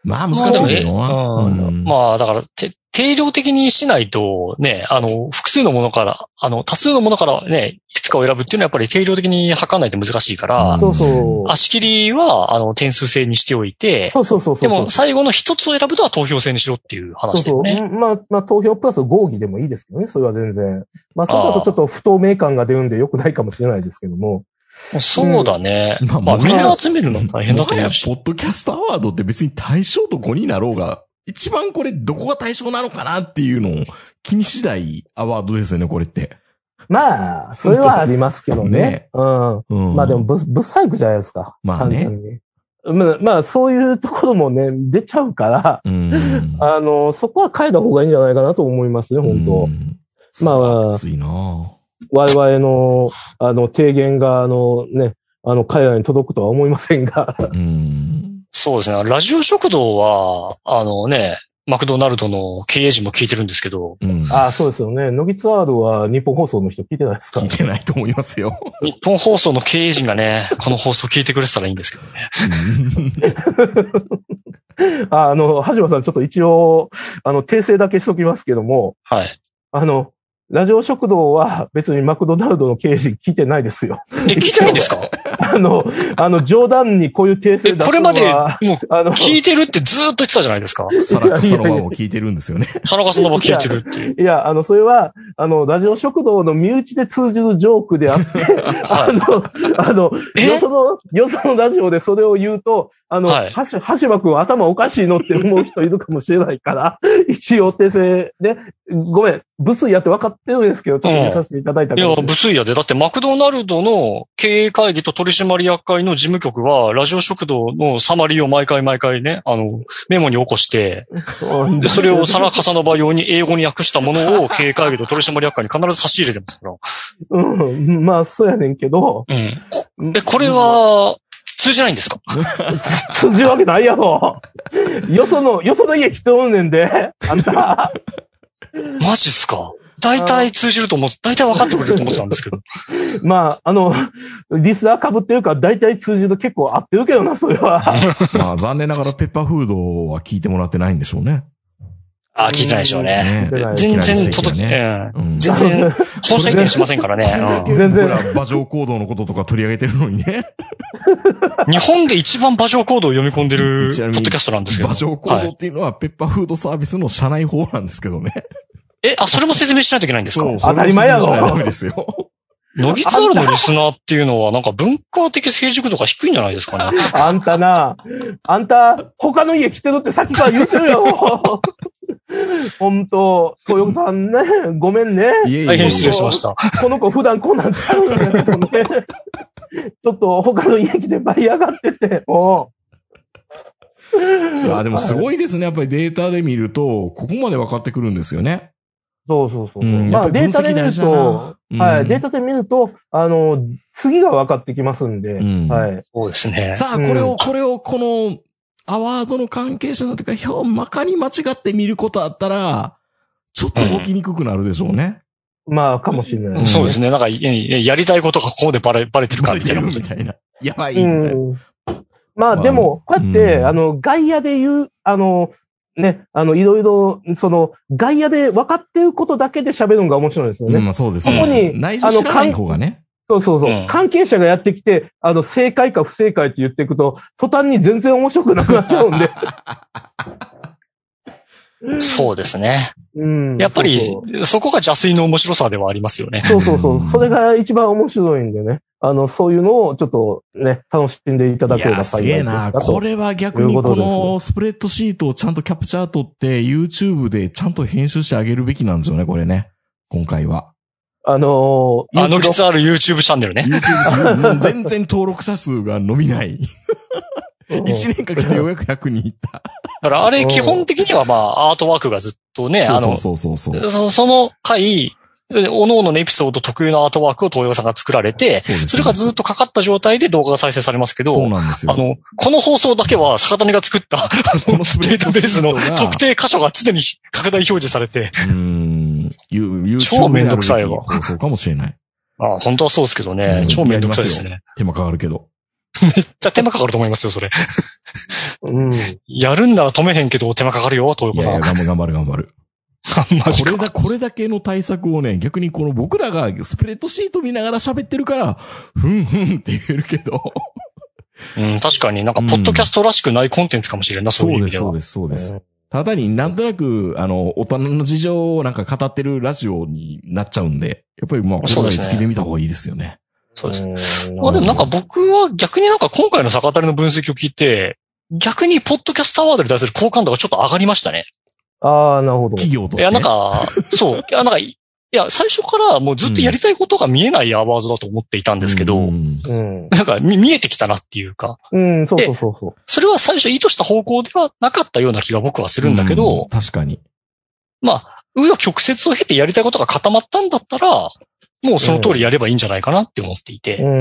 [SPEAKER 2] まあ難しいけどな。うん
[SPEAKER 4] まあ、だから、て定量的にしないと、ね、あの、複数のものから、あの、多数のものからね、いくつかを選ぶっていうのはやっぱり定量的に測らないと難しいから
[SPEAKER 2] ん、
[SPEAKER 3] そうそう。
[SPEAKER 4] 足切りは、あの、点数制にしておいて、
[SPEAKER 3] そうそうそうそう。
[SPEAKER 4] でも、最後の一つを選ぶとは投票制にしろっていう
[SPEAKER 3] そう
[SPEAKER 4] 話だ
[SPEAKER 3] そ
[SPEAKER 4] よ
[SPEAKER 3] う。
[SPEAKER 4] ね。
[SPEAKER 3] まあ、まあ、投票プラス合議でもいいですけどね、それは全然。まあ、それだとちょっと不透明感が出るんで良くないかもしれないですけども。
[SPEAKER 4] そうだね。
[SPEAKER 2] まあ
[SPEAKER 4] まあ、
[SPEAKER 2] もは
[SPEAKER 4] みん
[SPEAKER 2] や
[SPEAKER 4] な集めるの大変だと
[SPEAKER 2] もは
[SPEAKER 4] 思
[SPEAKER 2] や
[SPEAKER 4] うし。
[SPEAKER 2] ポッドキャストアワードって別に対象と5になろうが、一番これどこが対象なのかなっていうのを気にしないアワードですよね、これって。
[SPEAKER 3] まあ、それはありますけどね。
[SPEAKER 2] ね
[SPEAKER 3] うん。
[SPEAKER 2] うん。
[SPEAKER 3] まあでも、ぶ、ぶっ細工じゃないですか。
[SPEAKER 2] まあね
[SPEAKER 3] 単純に。まあ、まあ、そういうところもね、出ちゃうから、
[SPEAKER 2] うん、
[SPEAKER 3] あの、そこは変えた方がいいんじゃないかなと思いますね、本当、
[SPEAKER 2] 当
[SPEAKER 3] まあ
[SPEAKER 2] 熱いなぁ
[SPEAKER 3] 我々の、あの、提言が、あの、ね、あの、彼らに届くとは思いませんが。
[SPEAKER 2] うん。
[SPEAKER 4] そうですね。ラジオ食堂は、あのね、マクドナルドの経営陣も聞いてるんですけど、
[SPEAKER 2] うん。
[SPEAKER 3] ああ、そうですよね。ノギツアードは日本放送の人聞いてないですか
[SPEAKER 2] 聞いてないと思いますよ。
[SPEAKER 4] 日本放送の経営陣がね、この放送聞いてくれてたらいいんですけどね。
[SPEAKER 3] ああの、はじまさん、ちょっと一応、あの、訂正だけしときますけども、
[SPEAKER 4] はい。
[SPEAKER 3] あの、ラジオ食堂は別にマクドナルドの経営陣聞いてないですよ。
[SPEAKER 4] え、聞いてないんですか
[SPEAKER 3] ああの、あの、冗談にこういう訂
[SPEAKER 4] え、
[SPEAKER 3] 正だ
[SPEAKER 4] これまで、もう、
[SPEAKER 3] あの、
[SPEAKER 4] 聞いてるってずーっと言ってたじゃないですか。
[SPEAKER 2] サラクサのワンを聞いてるんですよ ね。
[SPEAKER 4] 田中さんのも聞いてるってい
[SPEAKER 3] い
[SPEAKER 4] う。
[SPEAKER 3] や、あの、それは、あの、ラジオ食堂の身内で通じるジョークであ って、あの、あの、
[SPEAKER 4] え
[SPEAKER 3] よその、よそのラジオでそれを言うと、あの、
[SPEAKER 4] はい
[SPEAKER 3] はし、はしばくん頭おかしいのって思う人いるかもしれないから、 一応訂正で、ごめん、ブスやって分かってるんですけど、ちょっと見させていただいた
[SPEAKER 4] い
[SPEAKER 3] か
[SPEAKER 4] や
[SPEAKER 3] ら、
[SPEAKER 4] 無水やで。だって、マクドナルドの経営会議と取締役会の事務局は、ラジオ食堂のサマリーを毎回毎回ね、あの、メモに起こして、
[SPEAKER 3] うん
[SPEAKER 4] で、それをサラカサの場用に英語に訳したものを経営会議と取締役会に必ず差し入れてますから。
[SPEAKER 3] うん、まあ、そうやねんけど、
[SPEAKER 4] うん。え、これは、通じないんですか
[SPEAKER 3] 通じるわけないやろ。よその、よその家来ておんねんで、あんた。
[SPEAKER 4] マジっすか大体通じると思う。大体分かってくれると思ってたんですけど。
[SPEAKER 3] まあ、あの、 リスナー被ってるから大体通じる結構合ってるけどな、それ は。
[SPEAKER 2] まあ残念ながらペッパーフードは聞いてもらってないんでしょうね。
[SPEAKER 4] あー、聞いてないでしょうね。
[SPEAKER 2] ね
[SPEAKER 3] うん
[SPEAKER 4] 全然届き、
[SPEAKER 2] き
[SPEAKER 4] う
[SPEAKER 2] ね。
[SPEAKER 4] ん。
[SPEAKER 2] うん
[SPEAKER 4] 全然、本社移転しませんからね。うん
[SPEAKER 3] 全然
[SPEAKER 2] ほら馬上行動のこととか取り上げてるのにね。
[SPEAKER 4] 日本で一番馬上コードを読み込んでる、
[SPEAKER 2] ち
[SPEAKER 4] ポ
[SPEAKER 2] な
[SPEAKER 4] ッ
[SPEAKER 2] みに
[SPEAKER 4] ドキャストなんですけど。
[SPEAKER 2] 馬上行
[SPEAKER 4] は
[SPEAKER 2] 動
[SPEAKER 4] い
[SPEAKER 2] っていうのはペッパーフードサービスの社内法なんですけどね。
[SPEAKER 4] え、あ、それも説明しないといけないんですか
[SPEAKER 2] そう
[SPEAKER 3] 当たり前やろ
[SPEAKER 2] それも説明しないとダメです よ。
[SPEAKER 4] ノギツアールのリスナーっていうのは、なんか文化的成熟度が低いんじゃないですかね。
[SPEAKER 3] あんたな、あんた、他の家来てるってさっきから言ってる よ。ほんと、豊子さんね、ごめんね。
[SPEAKER 2] いえいえ
[SPEAKER 4] 大変失礼しました。
[SPEAKER 3] この子普段こんなんちゃうんだけどね。 ちょっと他の家来て舞い上がってて、も
[SPEAKER 2] いや、でもすごいですね。やっぱりデータで見ると、ここまで分かってくるんですよね。
[SPEAKER 3] う。そうそうそう。
[SPEAKER 2] うん
[SPEAKER 3] ま
[SPEAKER 2] やっ
[SPEAKER 3] あ
[SPEAKER 2] ぱ
[SPEAKER 3] デ
[SPEAKER 2] り
[SPEAKER 3] ータで見
[SPEAKER 2] 分析大
[SPEAKER 3] る
[SPEAKER 2] 事だ
[SPEAKER 3] と
[SPEAKER 2] な、うん
[SPEAKER 3] はい、データで見ると、あの、次が分かってきますんで、
[SPEAKER 2] うん
[SPEAKER 3] はい。
[SPEAKER 4] そうですね。
[SPEAKER 2] さあ、こ
[SPEAKER 3] うん
[SPEAKER 2] れを、これを、この、アワードの関係者のというか、表まかに間違って見ることあったら、ちょっと動きにくくなるでしょうね。
[SPEAKER 3] まあ、かもしれない。
[SPEAKER 2] ん
[SPEAKER 4] そうですね。なんか、えやりたいことがここでバレ、バレてるか
[SPEAKER 2] バ
[SPEAKER 4] み
[SPEAKER 2] レ
[SPEAKER 4] た
[SPEAKER 2] て
[SPEAKER 4] いな
[SPEAKER 2] る
[SPEAKER 4] こ
[SPEAKER 2] み
[SPEAKER 4] と
[SPEAKER 2] たいな。 やばい、みたいな。
[SPEAKER 3] うんまあ
[SPEAKER 2] まあ
[SPEAKER 3] でも、こうやって、
[SPEAKER 2] うん
[SPEAKER 3] あの、外野で言う、あの、ね、あの、いろいろ、その、外野で分かってることだけで喋るのが面白いですよね。
[SPEAKER 2] うん、まあそうです
[SPEAKER 4] ここ
[SPEAKER 3] に
[SPEAKER 2] 内情知らない方がね。
[SPEAKER 3] そうそうそう、
[SPEAKER 4] うん
[SPEAKER 3] 関係者がやってきて、あの、正解か不正解って言っていくと、途端に全然面白くなくなっち ゃうんで。
[SPEAKER 4] そうですね。
[SPEAKER 3] うん。
[SPEAKER 4] やっぱり
[SPEAKER 3] そう、
[SPEAKER 4] そこが邪推の面白さではありますよね。
[SPEAKER 3] そうそうそううんそれが一番面白いんでね。あの、そういうのをちょっとね、楽しんでいただ
[SPEAKER 2] い
[SPEAKER 3] けれ
[SPEAKER 2] や、
[SPEAKER 3] ば
[SPEAKER 2] す
[SPEAKER 3] 幸い
[SPEAKER 2] げ
[SPEAKER 3] です
[SPEAKER 2] え
[SPEAKER 3] な
[SPEAKER 2] な。
[SPEAKER 3] と。
[SPEAKER 2] これは逆に
[SPEAKER 3] いうこと
[SPEAKER 2] こ
[SPEAKER 3] です
[SPEAKER 2] のスプレッドシートをちゃんとキャプチャー取って YouTube でちゃんと編集してあげるべきなんですよね、これね。今回は。
[SPEAKER 3] あのー、
[SPEAKER 4] あのきつある YouTube チャンネルね。
[SPEAKER 2] YouTube うん全然登録者数が伸び ない。
[SPEAKER 3] うん
[SPEAKER 2] 1年かけてようやく100人いった。
[SPEAKER 4] だから、あれ基本的にはまあ、アートワークがずっとね、あ
[SPEAKER 2] そ
[SPEAKER 4] の
[SPEAKER 2] う、そうそうそうそう。
[SPEAKER 4] そその回、おのおののエピソード特有のアートワークを東洋さんが作られて、
[SPEAKER 2] そうです
[SPEAKER 4] それがずっとかかった状態で動画が再生されますけど、
[SPEAKER 2] そうなんですよ
[SPEAKER 4] あ。の、この放送だけは坂谷が作った、あ の
[SPEAKER 2] のスプレ
[SPEAKER 4] デー
[SPEAKER 2] ッ
[SPEAKER 4] タ
[SPEAKER 2] ド
[SPEAKER 4] ベー
[SPEAKER 2] シートが
[SPEAKER 4] スの 特定箇所が常に拡大表示されて、
[SPEAKER 2] うーん。You- YouTube
[SPEAKER 4] 超めんどくさいわ
[SPEAKER 2] でやるべき放送かもしれない。
[SPEAKER 4] ああ本当はそうですけどね、
[SPEAKER 2] うん
[SPEAKER 4] 超めんどくさいですね。
[SPEAKER 2] 手間かかるけど。
[SPEAKER 4] じゃあ手間かかると思いますよ、それ。
[SPEAKER 3] うん。
[SPEAKER 4] やるんなら止めへんけど手間かかるよ、東
[SPEAKER 2] い
[SPEAKER 4] 横
[SPEAKER 2] やい
[SPEAKER 4] さ
[SPEAKER 2] や、頑
[SPEAKER 4] ん。
[SPEAKER 2] 張る頑張る頑張る。
[SPEAKER 4] マジ
[SPEAKER 2] これ
[SPEAKER 4] か。
[SPEAKER 2] だ、これだけの対策をね、逆にこの僕らがスプレッドシート見ながら喋ってるから、ふんふんって言えるけど。
[SPEAKER 4] うん、確かになんか、
[SPEAKER 2] うん
[SPEAKER 4] ポッドキャストらしくないコンテンツかもしれんな、そういう意味では。
[SPEAKER 2] です、そうで。ただになんとなく、あの、大人の事情をなんか語ってるラジオになっちゃうんで、やっぱりまあ、こ
[SPEAKER 4] そう
[SPEAKER 2] れ
[SPEAKER 4] で
[SPEAKER 2] い
[SPEAKER 4] すね
[SPEAKER 2] 好きで見た方がいいですよね。
[SPEAKER 4] そうです。
[SPEAKER 3] うん
[SPEAKER 4] まあでもなんか僕は逆になんか今回の坂谷の分析を聞いて、逆にポッドキャストアワードに対する好感度がちょっと上がりましたね。
[SPEAKER 3] ああ、なるほど。
[SPEAKER 2] 企業とし
[SPEAKER 4] い
[SPEAKER 2] て。
[SPEAKER 4] や、なんか、そう。いや、なんか、いや、最初からもうずっとやりたいことが見えないアワードだと思っていたん
[SPEAKER 2] うん、
[SPEAKER 4] ですけど、
[SPEAKER 2] うん
[SPEAKER 3] うん。
[SPEAKER 4] なんか見見えてきたなっていうか、
[SPEAKER 3] うん、そうそうそうそう。
[SPEAKER 4] それは最初意図した方向ではなかったような気が僕はするんだけど、
[SPEAKER 2] うん確かに。
[SPEAKER 4] まあ、紆余曲折を経てやりたいことが固まったんだったら、もうその通りやればいいんじゃないかなって思っていて。
[SPEAKER 3] う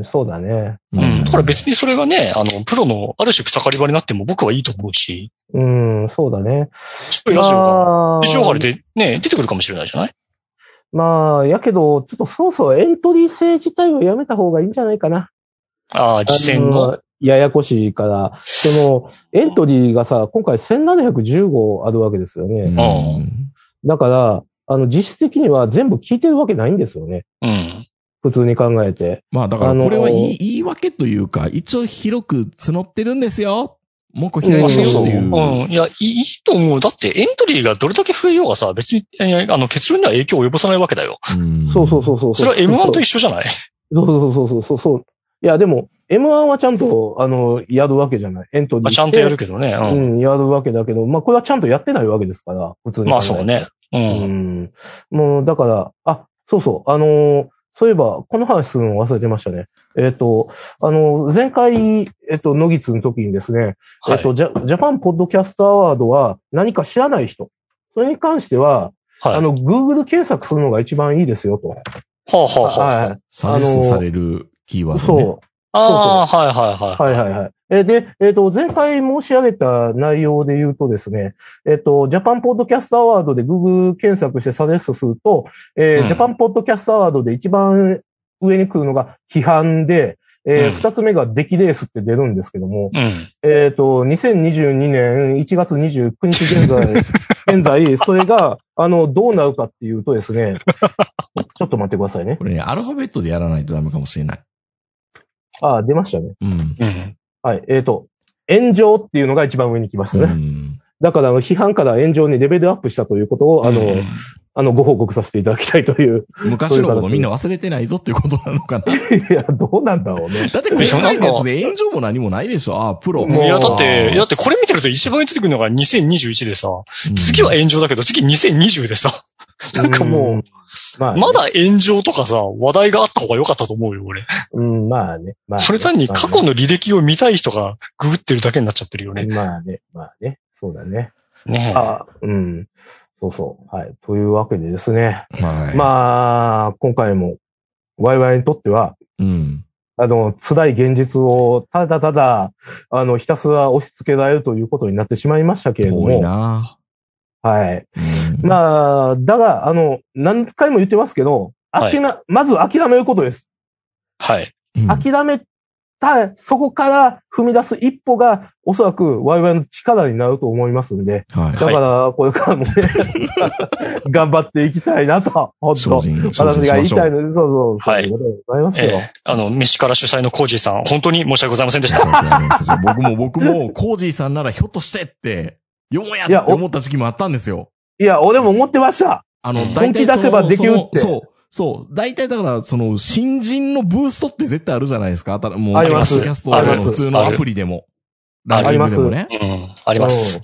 [SPEAKER 3] ん、そうだね。
[SPEAKER 4] うん。だから別にそれがね、あの、プロのある種草刈り場になっても僕はいいと思うし、
[SPEAKER 3] うん、そうだね。
[SPEAKER 4] ちょっとラジオが、
[SPEAKER 3] まあ
[SPEAKER 4] 地上波でね、出てくるかもしれないじゃない
[SPEAKER 3] まあ、やけど、ちょっとそろそろエントリー制自体をやめた方がいいんじゃないかな。
[SPEAKER 4] ああ、実践
[SPEAKER 3] あ
[SPEAKER 4] の。
[SPEAKER 3] のややこしいから、その、エントリーがさ、今回1715あるわけですよ
[SPEAKER 2] う
[SPEAKER 3] ね。
[SPEAKER 2] ん
[SPEAKER 4] う
[SPEAKER 3] だから、あの、実質的には全部聞いてるわけないんですよね。
[SPEAKER 4] うん。
[SPEAKER 3] 普通に考えて。
[SPEAKER 2] まあだから
[SPEAKER 3] あのー
[SPEAKER 2] これは言い言い訳というか、一応広く募ってるんですよ。もうこれ開い
[SPEAKER 4] あ
[SPEAKER 3] ん
[SPEAKER 2] て
[SPEAKER 4] そ
[SPEAKER 2] るよっ
[SPEAKER 4] うそう。
[SPEAKER 2] てい
[SPEAKER 4] う
[SPEAKER 3] ん
[SPEAKER 2] う。
[SPEAKER 4] ん。いや、いいいいと思う。だってエントリーがどれだけ増えようがさ、別に、えーあの、結論には影響を及ぼさないわけだよ。
[SPEAKER 2] ん
[SPEAKER 3] そうそうそうそう。
[SPEAKER 4] それは M1 と一緒じゃない
[SPEAKER 3] そうそうそうそうそうそう。いや、でも、M1 はちゃんと、あの、やるわけじゃない。エントリー
[SPEAKER 4] まあ、
[SPEAKER 3] し
[SPEAKER 4] ち
[SPEAKER 3] て。
[SPEAKER 4] ゃんとやるけどね。
[SPEAKER 3] う、
[SPEAKER 4] うん
[SPEAKER 3] やるわけだけど、まあ、これはちゃんとやってないわけですから、普通に考え
[SPEAKER 4] ん。
[SPEAKER 3] て。
[SPEAKER 4] まあそうね。う。
[SPEAKER 3] うんん。もう、だから、あ、そうそう、あのーそういえば、この話するの忘れてましたね。えっ、と、あのー前回、えっ、と、野木津の時にですね、え
[SPEAKER 4] は
[SPEAKER 3] っ、
[SPEAKER 4] い
[SPEAKER 3] と。ジャ、ジャパンポッドキャストアワードは何か知らない人。それに関しては、あ
[SPEAKER 4] はい。は
[SPEAKER 3] の、Google 検索するのが一番いいですよ、と。
[SPEAKER 4] あはあはあ。
[SPEAKER 3] はい。
[SPEAKER 2] サジェストされるキーワード、ね。
[SPEAKER 3] そ
[SPEAKER 4] ああ、はいはいはい。
[SPEAKER 3] う。はいはいはい。えーで、えっ、と、前回申し上げた内容で言うとですね、えっ、と、ジャパンポッドキャストアワードで Google 検索してサジェストすると、えー
[SPEAKER 4] うん
[SPEAKER 3] ジャパンポッドキャストアワードで一番上に来るのが批判で、えー
[SPEAKER 4] うん
[SPEAKER 3] 二つ目が出来レースって出るんですけども、
[SPEAKER 4] うん。
[SPEAKER 3] えっ、と、2022年1月29日現 在、現在、それが、あの、どうなるかっていうとですね、 ちょっと待ってくださいね
[SPEAKER 2] こ。れね、アルファベットでやらないとダメかもしれない。
[SPEAKER 3] あー、出ましたね。
[SPEAKER 2] うん。
[SPEAKER 4] うん。
[SPEAKER 3] はい。えっ、と、炎上っていうのが一番上に来ましたね。
[SPEAKER 2] うん
[SPEAKER 3] だから、あの批判から炎上にレベルアップしたということを、あの、
[SPEAKER 4] うん
[SPEAKER 3] あの、ご報告させていただきたいという。
[SPEAKER 2] 昔のことみんな忘れてないぞっていうことなのかな。 だ
[SPEAKER 3] いや、どうなんだろう ね。
[SPEAKER 2] って今回のやつで炎上も何もないでしょ。ああ、プロ。
[SPEAKER 3] もう
[SPEAKER 4] いや、だって、だってこれ見てると一番出てくるのが2021でさ、次は炎上だけど、次2020でさ、 なんかもう、
[SPEAKER 3] う、まあね、
[SPEAKER 4] まだ炎上とかさ、話題があった方が良かったと思うよ、俺。
[SPEAKER 3] うん、まあね。まあね、
[SPEAKER 4] それ単に過去の履歴を見たい人がググってるだけになっちゃってるよ
[SPEAKER 3] まあね。
[SPEAKER 4] ね。
[SPEAKER 3] まあね、まあね。そうだね。
[SPEAKER 4] ねえ
[SPEAKER 3] あうん。そうそう。はい。というわけでですね。
[SPEAKER 2] うん。はい。あ。
[SPEAKER 3] まあ、今回も、ワイワイにとっては、
[SPEAKER 2] うん。
[SPEAKER 3] あの、辛い現実を、ただただ、あの、ひたすら押し付けられるということになってしまいましたけれど
[SPEAKER 2] 遠い
[SPEAKER 3] も、
[SPEAKER 2] な。
[SPEAKER 3] はい。
[SPEAKER 2] うん
[SPEAKER 3] まあ、だが、あの、何回も言ってますけど、あきな、まず諦めることです。
[SPEAKER 4] はい。
[SPEAKER 2] うん
[SPEAKER 3] 諦めた、そこから踏み出す一歩が、おそらく我々の力になると思いますんで、
[SPEAKER 2] はい
[SPEAKER 3] だから、これからもね、頑張っていきたいなと、本
[SPEAKER 2] 精
[SPEAKER 3] 当
[SPEAKER 2] 進精進しま
[SPEAKER 3] 私が言い
[SPEAKER 2] しょ。
[SPEAKER 3] たいうので、そうそう、そう
[SPEAKER 4] はい
[SPEAKER 3] いうことでございますよ。
[SPEAKER 4] ええあの、飯から主催のコージーさん、本当に申し訳ございませんでし
[SPEAKER 2] そう
[SPEAKER 4] た。
[SPEAKER 2] そうそう僕も、僕も、コージーさんならひょっとしてって、よもやって思った時期もあったんですよ。
[SPEAKER 3] いや、俺も思ってました。
[SPEAKER 2] あの
[SPEAKER 4] う、ん
[SPEAKER 2] 大体その
[SPEAKER 3] 本気出せばできるって
[SPEAKER 2] そのそう。そう。大体だから、その、新人のブーストって絶対あるじゃないですか。あたもう、
[SPEAKER 3] あります
[SPEAKER 2] ポッドキャスト
[SPEAKER 4] あります
[SPEAKER 2] の普通のアプリでも。ランキングでもね。
[SPEAKER 4] うん。あ
[SPEAKER 3] あ
[SPEAKER 4] ります。。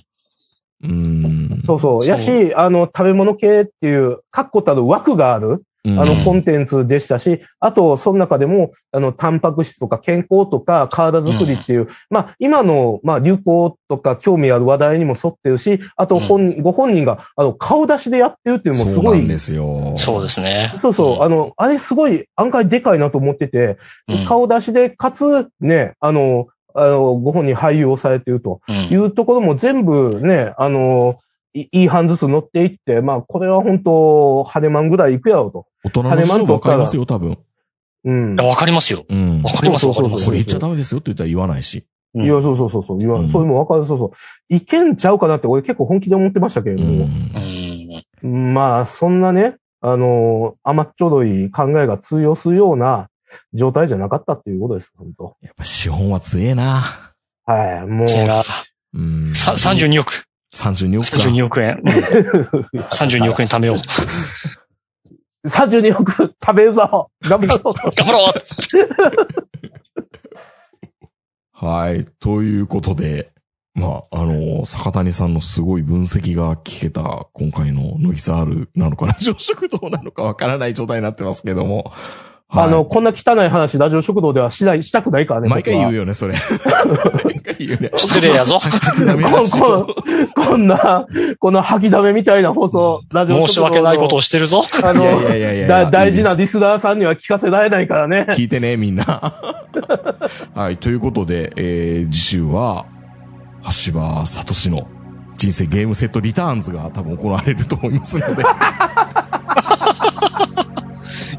[SPEAKER 2] うん。
[SPEAKER 3] そうそう。やし、あの、食べ物系っていう、確固たる枠がある。
[SPEAKER 2] うん
[SPEAKER 3] あの、コンテンツでしたし、あと、その中でも、あの、タンパク質とか健康とか体作りっていう、まあ、今の、まあ、流行とか興味ある話題にも沿ってるし、あと、本人、ご本人が、あの、顔出しでやってるっていうのもす
[SPEAKER 2] そう
[SPEAKER 3] ご
[SPEAKER 2] ないん、ですよ。
[SPEAKER 4] そうですね。
[SPEAKER 3] そうそう、あの、あれすごい案外でかいなと思ってて、
[SPEAKER 4] うん
[SPEAKER 3] 顔出しで、かつ、ね、あの、あの、ご本人俳優をされてると
[SPEAKER 4] うん
[SPEAKER 3] いうところも全部ね、あの、いいい班ずつ乗っていって、まあ、これは本当、ハネマンぐらいいくやろうと。
[SPEAKER 2] 大人の人もわかりますよ、多分。
[SPEAKER 3] うん
[SPEAKER 4] いや。わかりますよ。
[SPEAKER 2] うん。
[SPEAKER 4] わかります、
[SPEAKER 3] そう
[SPEAKER 4] わ
[SPEAKER 3] そ
[SPEAKER 4] か
[SPEAKER 3] うそう
[SPEAKER 4] ります
[SPEAKER 2] これ。言っちゃダメですよって言ったら言わないし。
[SPEAKER 4] うん
[SPEAKER 3] いや、そうそうそうそう。いや、
[SPEAKER 2] うん
[SPEAKER 3] それもわかる。そうそう。いけんちゃうかなって、俺結構本気で思ってましたけれ
[SPEAKER 2] う。
[SPEAKER 3] ども。
[SPEAKER 4] うんん。
[SPEAKER 3] まあ、そんなね、あのー甘っちょろい考えが通用するような状態じゃなかったっていうことです、本当
[SPEAKER 2] やっぱ資本は強えな。
[SPEAKER 3] はい、もう。
[SPEAKER 4] そ れが、
[SPEAKER 2] うん。
[SPEAKER 4] さ32億。
[SPEAKER 2] 32億か。
[SPEAKER 4] 32億円。32億円貯めよう。
[SPEAKER 3] 32億食べるぞ頑張ろう
[SPEAKER 4] 頑張ろう
[SPEAKER 2] はい。ということで、まあ、あの、坂谷さんのすごい分析が聞けた、今回のノイズ R なのか、ラジオ食堂なのかわからない状態になってますけども。はい、
[SPEAKER 3] あの、、こんな汚い話、ラジオ食堂ではしない、したくないからね。
[SPEAKER 2] 毎回言う
[SPEAKER 3] よ。
[SPEAKER 2] よね、それ。毎回言うね。
[SPEAKER 4] 失礼やぞ
[SPEAKER 2] 吐き出めラジオ
[SPEAKER 3] こんな、こんな吐きだめみたいな放送、ラジオ食堂の
[SPEAKER 4] 申し訳ないことをしてるぞ。
[SPEAKER 3] あ
[SPEAKER 2] い
[SPEAKER 3] の
[SPEAKER 2] やいやいやいや
[SPEAKER 3] だ大事な
[SPEAKER 2] で
[SPEAKER 3] リスナーさんには聞かせられないからね。
[SPEAKER 2] す。聞いてね、みんな。はい。ということで、えー、次週は、橋場聡の人生ゲームセットリターンズが多分行われると思いますので。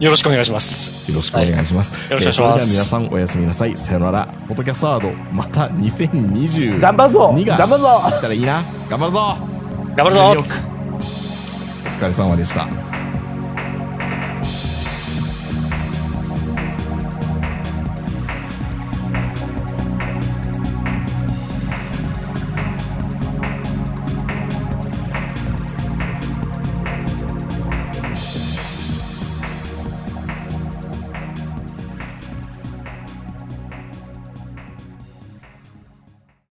[SPEAKER 4] よろしくお願いします。
[SPEAKER 2] よろしくお願いします。
[SPEAKER 4] いよろしくお願いします
[SPEAKER 2] えーそれでは皆さんおやすみなさい。さよなら。ポッドキャストワード、また2020。
[SPEAKER 3] 頑張るぞ
[SPEAKER 2] 2が
[SPEAKER 3] 頑張るぞ
[SPEAKER 2] できたらいいな。頑張るぞ
[SPEAKER 4] 頑張るぞ
[SPEAKER 2] お疲れ様でした。
[SPEAKER 4] お